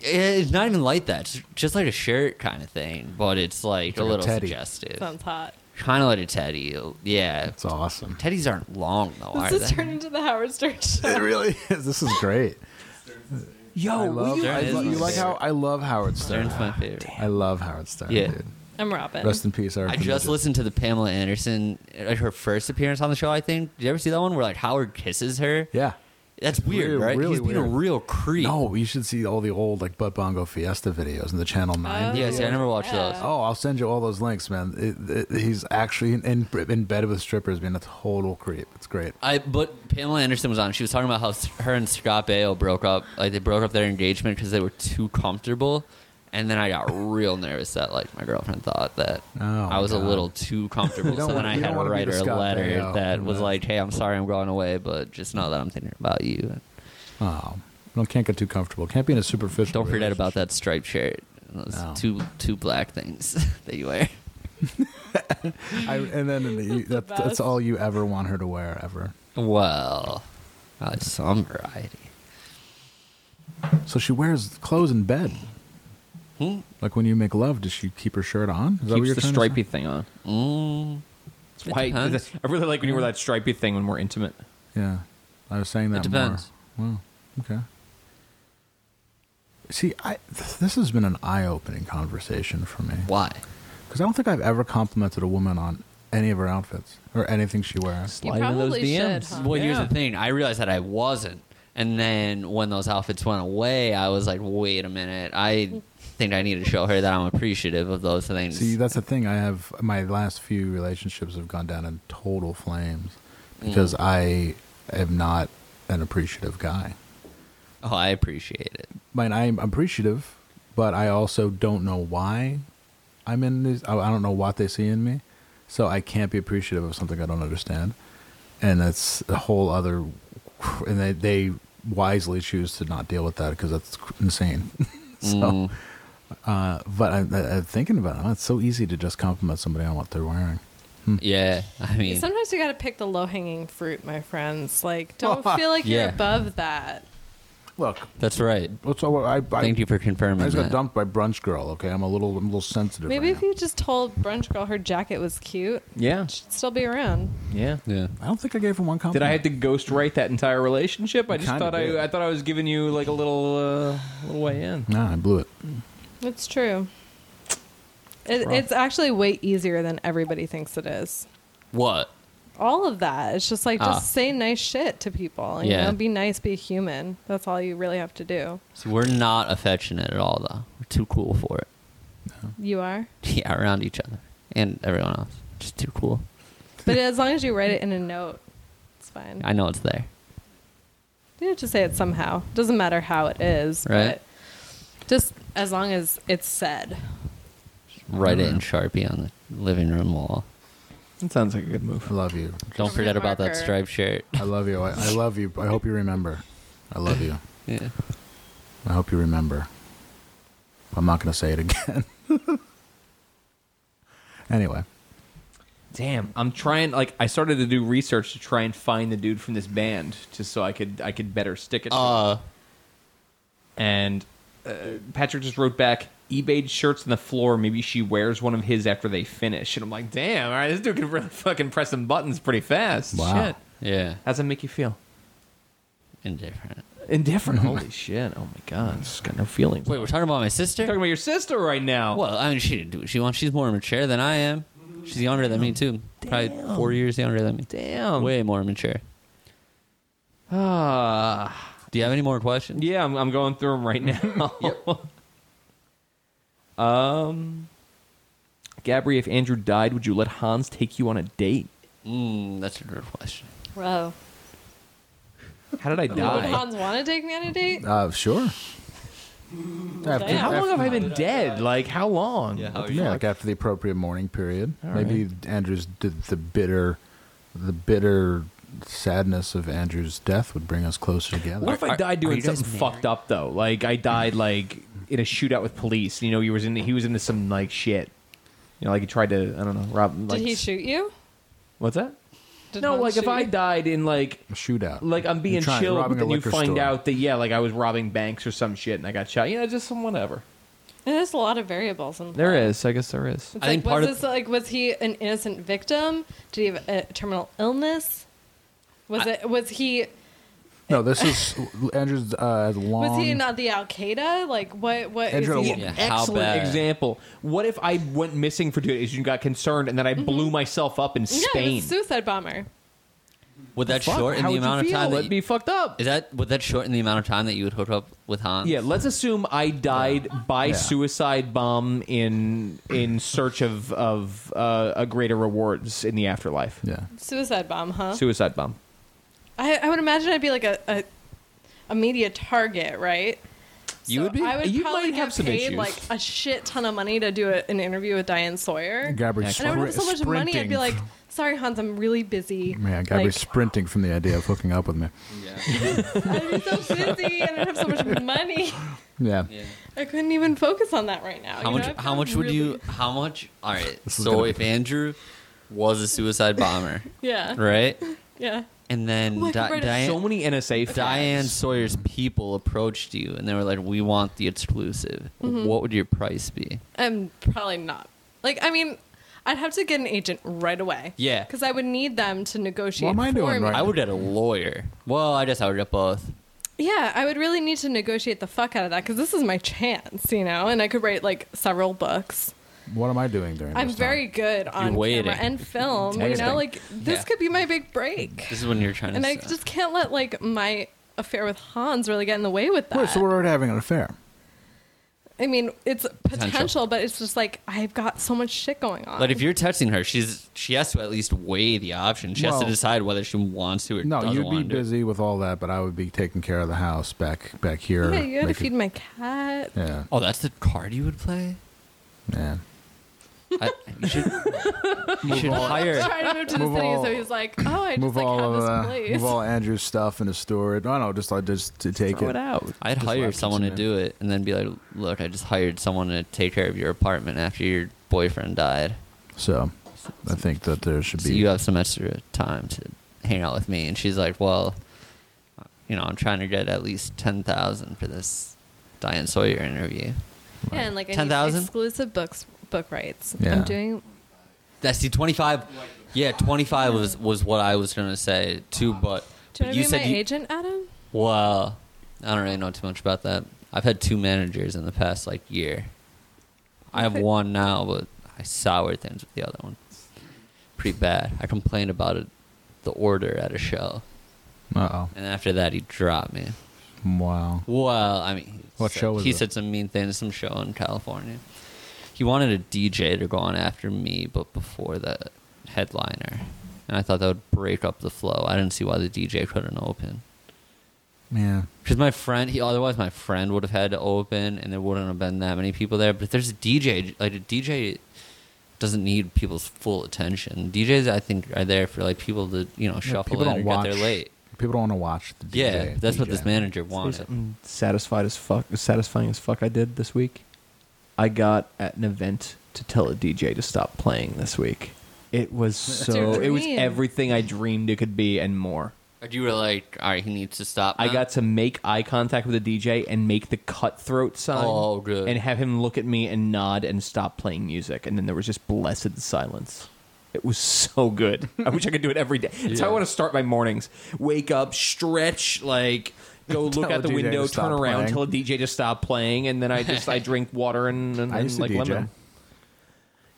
It's not even like that. It's just like a shirt kind of thing, but it's like It's a like a little teddy. suggestive. Sounds hot. Kind of like a teddy. Yeah. It's awesome. Teddies aren't long though, are This is they? turned into the Howard Stern show. It really is. This is great. Yo, I love, you- I Stern is lo- my you like how I love Howard Stern. Stern's my favorite. I love Howard Stern. Yeah. dude. I'm Robin. Rest in peace, Eric. I just Benedict. listened to the Pamela Anderson, like her first appearance on the show. I think. Did you ever see that one where like Howard kisses her? Yeah. That's weird, Really- right? really He's been a weird. real creep. No, you should see all the old like Bud Bongo Fiesta videos and the Channel Nine. Yeah, see, I never watched those. Oh, I'll send you all those links, man. It, it, he's actually in, in in bed with strippers, being a total creep. It's great. I but Pamela Anderson was on. She was talking about how s- her and Scott Baio broke up. Like they broke up their engagement because they were too comfortable. And then I got real nervous that like my girlfriend thought that Oh, I was a God. little too comfortable. You don't so then wanna- I you had don't to wanna be write the her a Scott letter Baio. that was Yeah. like, "Hey, I'm sorry I'm going away, but just know that I'm thinking about you." And Oh, don't can't get too comfortable. Can't be in a superficial. Don't forget relationship. about that striped shirt. and Those No. two two black things that you wear. I, and then in the, you, that, that's best. all you ever want her to wear ever. Well, uh, some variety. So she wears clothes in bed. Hmm? Like when you make love, does she keep her shirt on? Is that what Keeps you're the trying to say? stripy thing on. Mm, it Why- depends. I really like when you wear that stripy thing when we're intimate. Yeah, I was saying that. depends. More. Wow. Okay. See, I th- this has been an eye-opening conversation for me Why? because I don't think I've ever complimented a woman on any of her outfits or anything she wears. you Slide into those probably should. DMs. Huh? Well, here's Yeah. the thing. I realized that I wasn't, and then when those outfits went away, I was like, "Wait a minute! I think I need to show her that I'm appreciative of those things." See, that's the thing. I have my last few relationships have gone down in total flames because I am not an appreciative guy. oh, I appreciate it. Mine, I'm appreciative, but I also don't know why I'm in this. I I don't know what they see in me, so I can't be appreciative of something I don't understand, and that's a whole other. And they they wisely choose to not deal with that because that's insane. so, Mm. uh, but I, I, I'm thinking about it. It's so easy to just compliment somebody on what they're wearing. Yeah, I mean, Sometimes you got to pick the low hanging fruit, my friends. Like, don't feel like Yeah. you're above that. Look, that's right. that's all I. I, Thank you for confirming. I just got that. dumped by brunch girl. Okay, I'm a little, I'm a little sensitive. Maybe right if now. you just told Brunch Girl her jacket was cute, Yeah, she'd still be around. yeah. Yeah. I don't think I gave him one Did compliment. I have to ghost write that entire relationship? I You just kinda thought did. I, I thought I was giving you like a little uh, little way in. Nah, I blew it. It's true. It, Rough. it's actually way easier than everybody thinks it is. What? All of that. It's just like just Ah. say nice shit to people. You Yeah. know, be nice, be a human. That's all you really have to do. See, we're not affectionate at all, though. We're too cool for it. You are. Yeah, around each other and everyone else. Just too cool. But as long as you write it in a note, it's fine. I know it's there. You have to say it somehow. Doesn't matter how it is, Right. but just as long as it's said. Write it in Sharpie on the living room wall. That sounds like a good move. I love you. Permanent Don't forget about that marker. striped shirt. I love you. I, I love you. I hope you remember. I love you. Yeah. I hope you remember. I'm not going to say it again. anyway, Damn, I'm trying. Like, I started to do research to try and find the dude from this band, just so I could I could better stick it. to him. Uh, and uh, Patrick just wrote back, eBayed shirts on the floor. Maybe she wears one of his after they finish. And I'm like, damn, all right, this dude can really fucking press some buttons pretty fast. Wow. Shit. yeah. How's that make you feel? Indifferent. Indifferent. Holy shit. Oh my god. Just got no feelings. Wait, we're talking about my talking sister? about your sister right now. Well, I mean, she didn't do what she wants. She's more mature than I am. She's younger than me, too. Probably four years younger than me. Damn. Way more mature. Ah. Ah. Do you have any more questions? yeah, I'm, I'm going through them right now. Um, Gabri, if Andrew died, would you let Hans take you on a date? Mm, that's a good question. Bro. How did I Would die? Hans want to take me on a date? Uh, sure. After, How long have I been dead? Like how long? Yeah, how are you? Yeah, like after the appropriate mourning period. All Maybe Andrew's the, the bitter, the bitter sadness of Andrew's death would bring us closer together. What if I Are- died are doing you guys something fucked up though? Like I died like in a shootout with police. You know, he was in he was into some like shit. You know, like he tried to I don't know rob. Like, Did he shoot you? What's that? Did no, Hans like if shoot I you? died in like A shootout. like I'm being You're trying- chill, robbing but a then you liquor find store. out that yeah, like I was robbing banks or some shit and I got shot. You know, just some whatever. There's a lot of variables in There is, I guess there is. It's I like, think was part of- this like was he an innocent victim? Did he have a terminal illness? Was it was he no, this is Andrew's uh, long. was he Um, not the Al Qaeda? Like what what is Andrew- he- Yeah, how Excellent bad. example. What if I went missing for two days and got concerned and then I Mm-hmm. blew myself up in Yeah, he Spain? was a suicide bomber. Would that Fuck, shorten how the would you amount of feel? time that That'd be you, fucked up. is that would that shorten the amount of time that you would hook up with Hans? Yeah, let's assume I died by suicide bomb in in search of of uh, a greater rewards in the afterlife. yeah. Suicide bomb, huh? Suicide bomb. I, I would imagine I'd be like a, a, a media target, right? You So would be- I would you probably might have get some paid issues. like a shit ton of money to do a, an interview with Diane Sawyer. Gabri's and I would have so much sprinting. money. I'd be like, "Sorry, Hans, I'm really busy." man, Gabri's Like, sprinting from the idea of hooking up with me. I'd be so busy, and I'd have so much money. Yeah. Yeah. I couldn't even focus on that right now. How you much? know? I've How got much would really- you? How much? All right. This is So gonna be if Andrew was a suicide bomber, Yeah, right, yeah. and then Look, Di- right, Diane, so many NSA. facts. Diane Sawyer's people approached you and they were like, "We want the exclusive. Mm-hmm. What would your price be?" I'm probably not. Like, I mean, I'd have to get an agent right away. Yeah. because I would need them to negotiate. am I doing for me. right I would get a lawyer. Well, I guess I would get both. Yeah, I would really need to negotiate the fuck out of that because this is my chance, you know. And I could write like several books. What am I doing during I'm this time? very good on waiting. camera and film, you Texting. know. Like this Yeah. could be my big break, This is uh, when you're trying to. and I sell. just can't let like my affair with Hans really get in the way with that. Wait, so we're already having an affair. I mean, it's potential, Potential. but it's just like I've got so much shit going on. But if you're texting her, she's she has to at least weigh the option. She has to Well- decide whether she wants to or No, doesn't you'd want be to. do it. busy with all that, but I would be taking care of the house back back here. yeah, you had to Make it- feed my cat. Yeah, Oh, that's the card you would play. yeah. I, you should, you should hire. Trying to move to Move the city, all- so he's like, "Oh, I just move like all have of this uh, place." move all Andrew's stuff and store it. I don't know, just like just to take Throw it. it out. I'd Just hire lapses someone to in. do it and then be like, "Look, I just hired someone to take care of your apartment after your boyfriend died. So I think that there should So be. you have some extra time to hang out with me." And she's like, "Well, you know, I'm trying to get at least ten thousand for this Diane Sawyer interview." Yeah, and like I need 10,000? exclusive books, book rights. Yeah. I'm doing That's the twenty five. Yeah, twenty five was was what I was gonna say too. But, Do you want but you to be my said you, agent, Adam? well, I don't really know too much about that. I've had two managers in the past like year. I have Okay. one now, but I soured things with the other one. Pretty bad. I complained about it, the order at a show, Uh oh. and after that he dropped me. Wow. Well, I mean, he What said- show was he it? said some mean things. Some show in California. He wanted a DJ to go on after me, but before the headliner, and I thought that would break up the flow. I didn't see why the DJ couldn't open Yeah. because my friend, he otherwise my friend would have had to open, and there wouldn't have been that many people there. But if there's a DJ, like a DJ, doesn't need people's full attention. DJs, I think, are there for like people to you know shuffle people in don't or watch. get there late. People don't want to watch the DJ. yeah, that's what DJ. this manager wanted. Something satisfied as fuck, satisfying as fuck. I did this week. I got at an event to tell a DJ to stop playing this week. It was so. your It was dream. everything I dreamed it could be and more. Or you were like, all right, he needs to stop. I Um, now? got to make eye contact with the DJ and make the cutthroat sign. Oh, good. And have him look at me and nod and stop playing music. And then there was just blessed silence. It was so good. I wish I could do it every day. That's how I Yeah. want to start my mornings. Wake up, stretch, like go look Tell out the DJ the to window, stop turn around, playing. tell the DJ to stop playing, and then I just I drink water and, and, I used and to like DJ. lemon.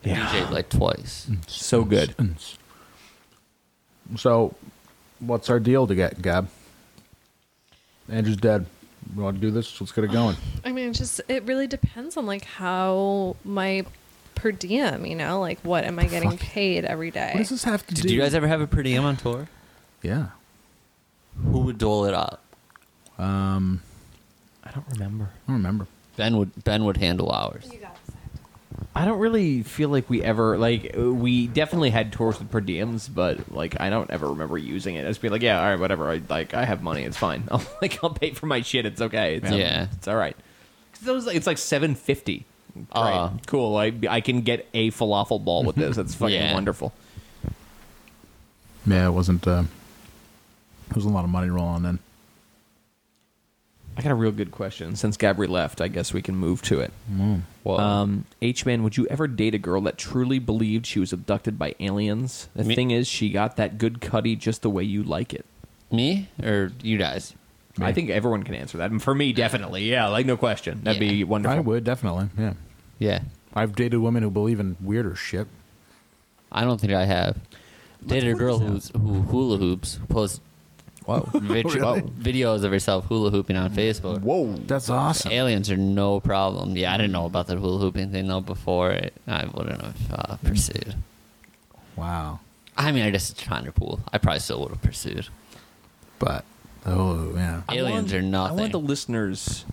DJ'd like twice. Mm. So good. So, what's our deal to get, Gab? Andrew's dead. we want to do this. Let's get it going. I mean, it's just it really depends on like how my per diem, you know, like what am I getting Fuck. paid every day? What does this have to Did do? you guys ever have a per diem on tour? yeah. Who would dole it out? Um, I don't remember. I don't remember. Ben would. Ben would handle ours. I don't really feel like we ever like uh, we definitely had tours with per diems, but like I don't ever remember using it. I just be like, yeah, all right, whatever. I like I have money, it's fine. I'll like I'll pay for my shit. It's okay. It's, um, Yeah. it's all right. 'Cause those like, it's like seven fifty. Uh. right, cool. I I can get a falafel ball with this. That's fucking Yeah. wonderful. Yeah, it wasn't. Uh, there was a lot of money rolling in. I got a real good question. Since Gabri left, I guess we can move to it. Mm. Um, H man, would you ever date a girl that truly believed she was abducted by aliens? The Me- thing is, she got that good cutty just the way you like it. Me or you guys? I think everyone can answer that. And for me, definitely, yeah, like no question. That'd Yeah. be wonderful. I would definitely. Yeah, Yeah. I've dated women who believe in weirder shit. I don't think I have. Dated a girl who's, who hula hoops, posts Whoa, vid- videos of herself hula hooping on Facebook. whoa, that's awesome. Aliens are no problem. Yeah, I didn't know about the hula hooping thing though before it. I wouldn't have uh, pursued. Wow, I mean, I guess it's trying to pool. I probably still would have pursued. but oh yeah, I aliens want- are nothing. I want the listeners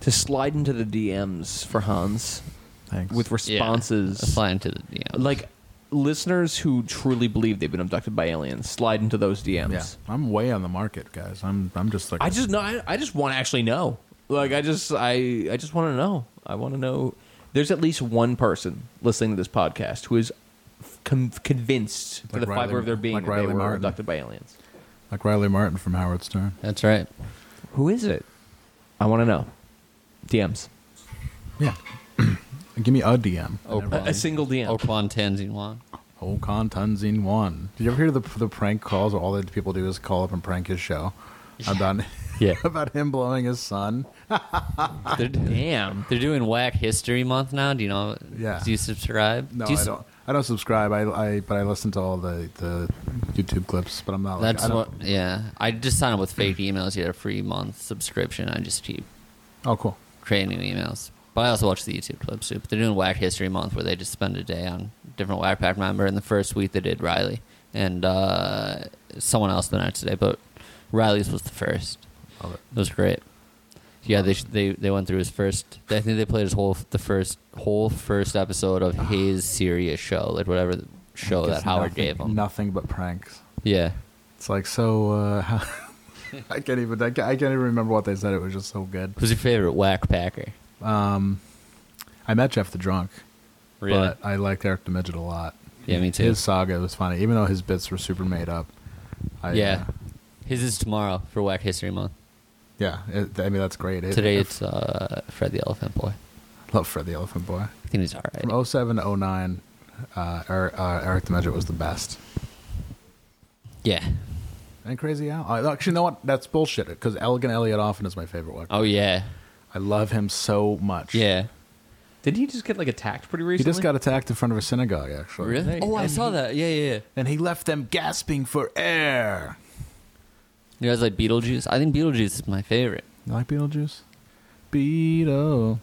to slide into the DMs for Hans thanks. with Yeah, responses. flying to the DMs. like listeners who truly believe they've been abducted by aliens slide into those DMs. yeah, I'm way on the market, guys. I'm I'm just like I just know. I, I just want to actually know. Like I just I I just want to know. I want to know. There's at least one person listening to this podcast who is f- com- convinced to Like the Riley- fiber of their being like that Riley they were Martin. abducted by aliens. like Riley Martin from Howard Stern. That's right. Who is it? I want to know. DMs. Yeah, give me a DM. Oprah. A, a single DM. Oakwan Tenzin Wan. Okan Tunzin One. Did you ever hear the the prank calls? All the people do is call up and prank his show about Yeah. about him blowing his son. They're, Damn. they're doing Whack History Month now. Do you know? Yeah. Do you subscribe? No, Do you I s- don't. I don't subscribe. I, I but I listen to all the, the YouTube clips. But I'm not. Oh, Like, That's I don't- what. Yeah. I just signed up with fake emails. You get a free month subscription. I just keep Oh, cool. creating new emails. But I also watch the YouTube clips too. But they're doing Whack History Month where they just spend a day on different Whack Pack member. And the first week they did Riley and uh, someone else the next day. But Riley's was the first. Love it. It was great. Yeah, they they they went through his first. I think they played his whole the first whole first episode of his serious show, like whatever the show Oh, that It's Howard nothing, gave him. nothing but pranks. Yeah, It's like so. Uh, how, I can't even. I can't, I can't even remember what they said. It was just so good. who's your favorite whack packer? I met Jeff the Drunk, Really? but I liked Eric the Midget a lot. Yeah, me too. His saga was funny, even though his bits were super made up. I, yeah, uh, his is tomorrow for Whack History Month. yeah. It, I mean, that's great. It, Today I it's uh, Fred the Elephant Boy. love Fred the Elephant Boy. I think he's all right. From 07 to 09, uh, Eric, uh, Eric the Midget was the best. Yeah. And Crazy Al. I, actually, you know what? That's bullshit. Because Elegant Elliot often is my favorite one. Oh yeah. I love him so much. Yeah. Did he just get like attacked pretty He recently? just got attacked in front of a synagogue, actually. Really? Oh, I saw that. Yeah, yeah. yeah. And he left them gasping for air. You guys like Beetlejuice? I think Beetlejuice is my favorite. You like Beetlejuice? Beetle.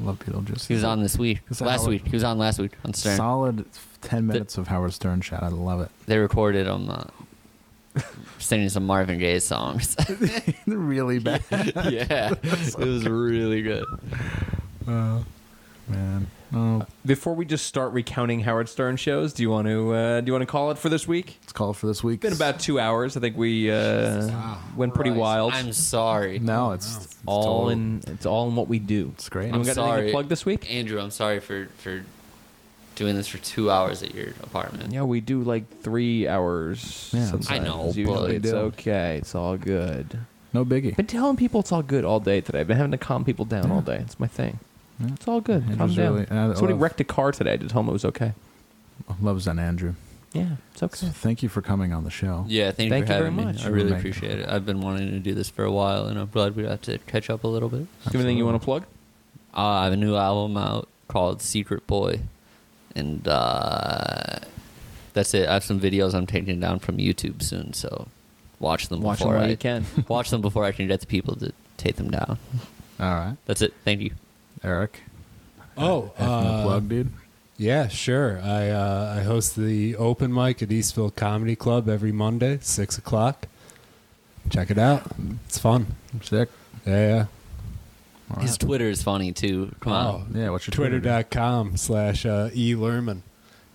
Love Beetlejuice. He was on this week. Is that Last Howard? week. He was on last week on Stern. Solid 10 minutes of Howard Stern chat. I love it. they recorded him uh, singing some Marvin Gaye songs. really bad. yeah, it was really good. Man. Oh, Before we just start recounting Howard Stern shows, do you want to uh, do you want to call it for this week? it's called for this week. It's been about two hours. I think we uh, went pretty wild. I'm sorry, No, it's, it's all total- in it's all in what we do. It's great. And we I'm got anything sorry. to plug this week? Andrew. I'm sorry for for doing this for two hours at your apartment. Yeah, we do like three hours. Yeah, sometimes. I know, Usually but- it's okay. It's all good. No biggie. I've been telling people it's all good all day today. I've been having to calm people down all day. It's my thing. It's all good. Andrew's calm down. really- and I Somebody love- wrecked a car today to tell him it was okay. Oh, Love Zen Andrew. Yeah, it's okay. Thank you for coming on the show. Yeah, thank, Thank you for you very having me. much. I really Thank you. appreciate it. I've been wanting to do this for a while, and I'm glad we got to catch up a little bit. Do you have anything you want to plug? Uh, I have a new album out called Secret Boy, and uh, that's it. I have some videos I'm taking down from YouTube soon, so watch them Watch them before while I you can. watch them before I can get the people to take them down. All right, That's it. Thank you. Eric. Oh, Uh, plug, dude. Yeah, sure. I uh, I host the open mic at Eastville Comedy Club every Monday, six o'clock. Check it out. It's fun. Sick. Yeah, All His right. Twitter is funny too. Come yeah. Oh, on. Yeah, what's your Twitter, dude? Twitter.com slash uh, E Lerman.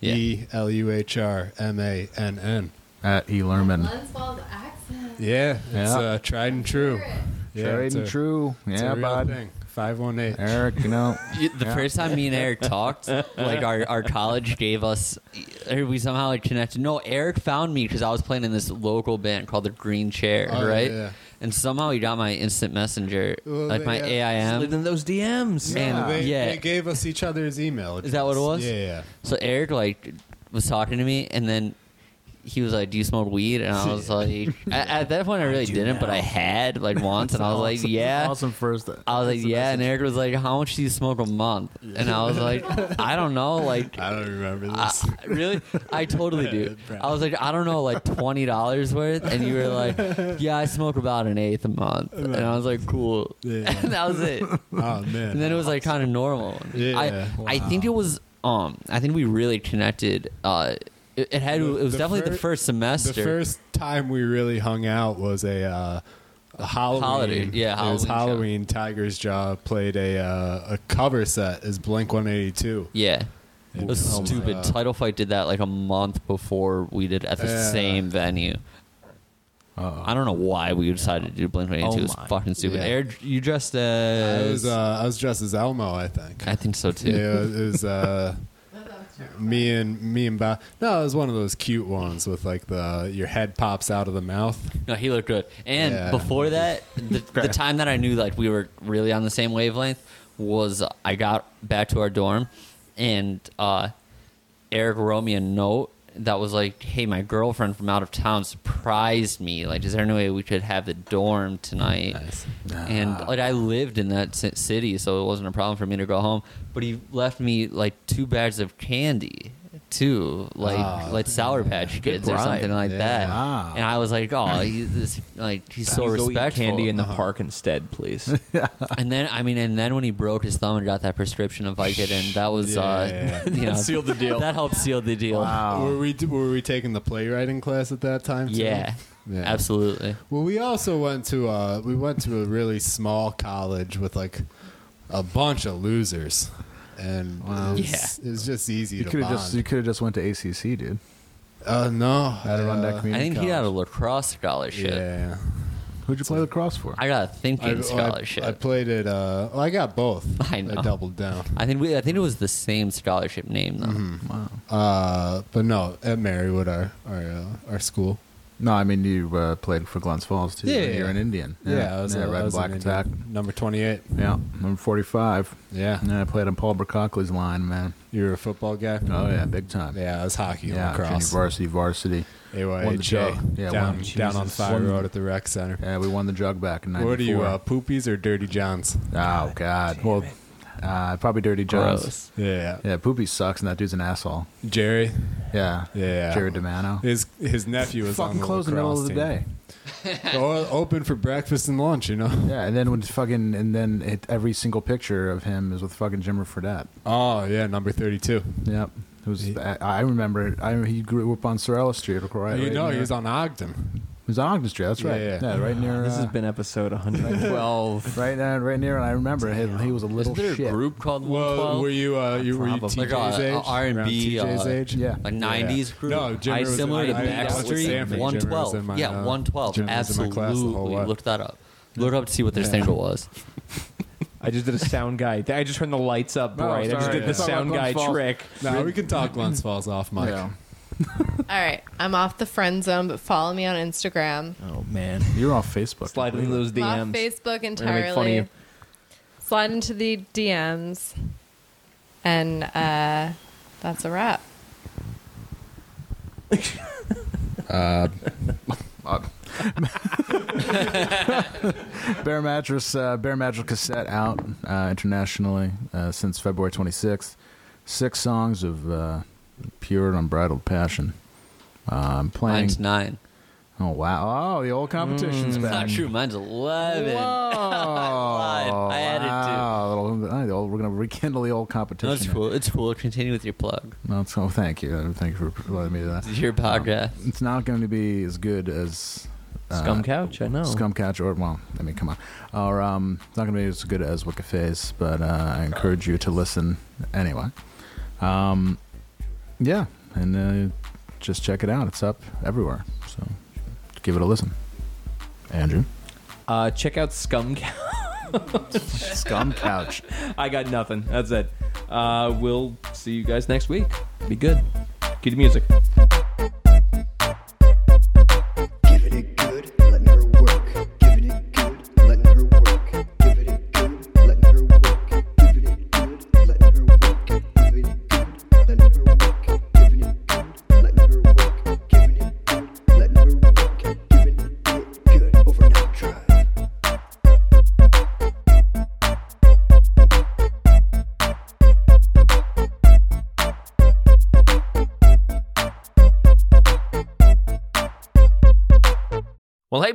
Yeah. E L U H R M A N N. At E Lerman. Lenswald's accent. Yeah, it's Yeah. Uh, tried and true. Yeah, Trade it's and a- true. It's Yeah, a real bud. thing. 518. Eric, you know. You- The Yeah. first time me and Eric talked, like our, our college gave us, or we somehow like connected. No, Eric found me because I was playing in this local band called the Green Chair, Oh, yeah, right? yeah. And somehow he got my instant messenger, Well, like my yeah. AIM. in those DMs. Man, No, they, yeah. they gave us each other's email. Is that what it address. was? Yeah, yeah. So Eric like was talking to me, and then he was like, "Do you smoke weed?" And I was like, at, at that point I really didn't, but I had like once, and I was like, Awesome- "Yeah." Awesome first. I was like, yeah, and Eric was like, "How much do you smoke a month?" And I was like, "I don't know, like I don't remember I- this. Uh, really? I totally do. Brad. I was like, I don't know, like twenty dollars worth, and you were like, Yeah, I smoke about an eighth a month, and I was like, Cool, Yeah. and that was it. oh, man. And then it was like kind of normal. Yeah. I I Wow. think it was um I think we really connected. Uh, it, it had The- it was the definitely the fir- first semester. The first time we really hung out was a, uh, a Halloween. Holiday, yeah, it was Halloween show. Halloween. Tiger's Jaw played a uh, a cover set as Blink One Eighty Two. yeah. It was Oh my stupid. God. Title Fight did that like a month before we did at the Yeah. same venue. I don't know why we decided to do Blink One Eighty Two. Oh it was my. fucking stupid. Yeah. Eric, you dressed I as was uh, I was dressed as Elmo, I think. I think so too. Yeah, it was uh, me and me and Bob. No, it was one of those cute ones with like the your head pops out of the mouth. No, he looked good. And Yeah. before that, the, the time that I knew like we were really on the same wavelength was I got back to our dorm, and uh, Eric wrote me a note that was like, "Hey, my girlfriend from out of town surprised me. Like, is there any way we could have the dorm tonight?" And like I lived in that ci- city, so it wasn't a problem for me to go home. But he left me like two bags of candy. Too like Ah. like Sour Patch Kids or bribe. something like Yeah. that. Wow. And I was like, oh, he's this, like he's so Please go eat respectful. Uh-huh. candy in the park instead, please. and then I mean, and then when he broke his thumb and got that prescription of Vicodin, that was uh, Yeah. you know, Sealed the deal. That helped seal the deal. Were we were we taking the playwriting class at that time? too? Yeah, Yeah. absolutely. Well, we also went to uh, we went to a really small college with like a bunch of losers, and it, was, Yeah. it was just easy You to could bond. have just you could have just went to ACC, dude. uh, no, I Adirondack uh, I Community think he got a College. lacrosse yeah, scholarship. yeah. Who'd you play lacrosse for? I got a I, thinking well, I- scholarship. I, played it. Uh, well, I got both. I know. doubled down. I think we, I think it was the same scholarship name though. Uh, but no, at Marywood, our our uh, our school. No, I mean you uh, played for Glens Falls too. Yeah, right? yeah, you're yeah. an Indian. Yeah, I was, yeah, uh, red I and was black an attack. Indian. number twenty-eight. Yeah, number forty-five. Yeah, And I played on Paul Bercockley's line, man. you were a football guy. Oh yeah, big time. Mm-hmm. yeah, I was hockey yeah, yeah, junior lacrosse. varsity, varsity. Won the AYHA, jug. Yeah, down, won- down on Jesus. Fire Won- Road at the rec center. Yeah, we won the jug back in '94. What are you, uh, poopies or dirty johns? Oh God. Well, uh, probably Dirty Jones. Gross. Yeah, Yeah, Poopy sucks, and that dude's an asshole. Jerry. Yeah. Yeah. Jared DeMano. His his nephew was on fucking the closed in the middle of the day. day. open for breakfast and lunch, you know. Yeah, and then when it's fucking and then it, every single picture of him is with fucking Jimmer Fredette. Oh yeah, number thirty-two. Yep. It was. I, I remember. It. I he grew up on Sorella Street, right? right you know near- he was on Ogden. He was on Ogden Street. That's right. Yeah, Yeah, yeah. right near. this uh, has been episode 112. right now, right near. And I remember him. He was a Is little there shit. a group called Well, 112? were you uh, you were you Probably. TJ's Like, uh, age? uh, R&B, Around TJ's uh, age? Yeah. like '90s group. No, Jimmer I was- similar to I- I Back actually Street, Stanford. Jimmer was in 112. my, yeah, uh, Jimmer 112. was in my Absolutely, class the whole way. look that up. Look it up to see what their single was. I just did a sound guy. I just turned the lights up Oh, bright. I just sorry. did the It's not sound like guy Glens Falls. trick. No, we can talk Glens Falls off mic. Yeah. All right, I'm off the friend zone, but follow me on Instagram. Oh man, You were off Facebook. slide into those I'm off DMs. Facebook We're gonna entirely. make fun of you. Slide into the DMs, and uh, that's a wrap. Bear mattress, uh, Bear mattress cassette out uh, internationally uh, since February 26th. Six songs of uh, pure and unbridled passion. Uh, I'm playing. Mine's nine. Oh wow! Oh, the old competition's It's back. Mm. Oh, not true. Mine's eleven. I lied. I added two. wow. Little- oh, the old- We're gonna rekindle the old competition. No, it's cool. It's cool. Continue with your plug. No, so thank you. Thank you for letting me do that. This is Oh. your podcast. It's not going to be as good as Uh, uh, Scum Couch, I know. Scum Couch, or well, I mean, come on, or um, it's not going to be as good as Wikife's, but uh, I encourage you to listen anyway. Um, yeah, and uh, just check it out. It's up everywhere, so give it a listen. Andrew, Uh, check out Scum Couch. Scum Couch. I got nothing. That's it. Uh, we'll see you guys next week. Be good. Cue the music. Giving it good, letting her work. Giving it good, letting her work. Giving it good, letting her work. Giving it good, letting her work. Giving it good, letting her work. Giving it good, letting her work. Giving it good, letting her work. Giving it good, overnight drive. Well, hey,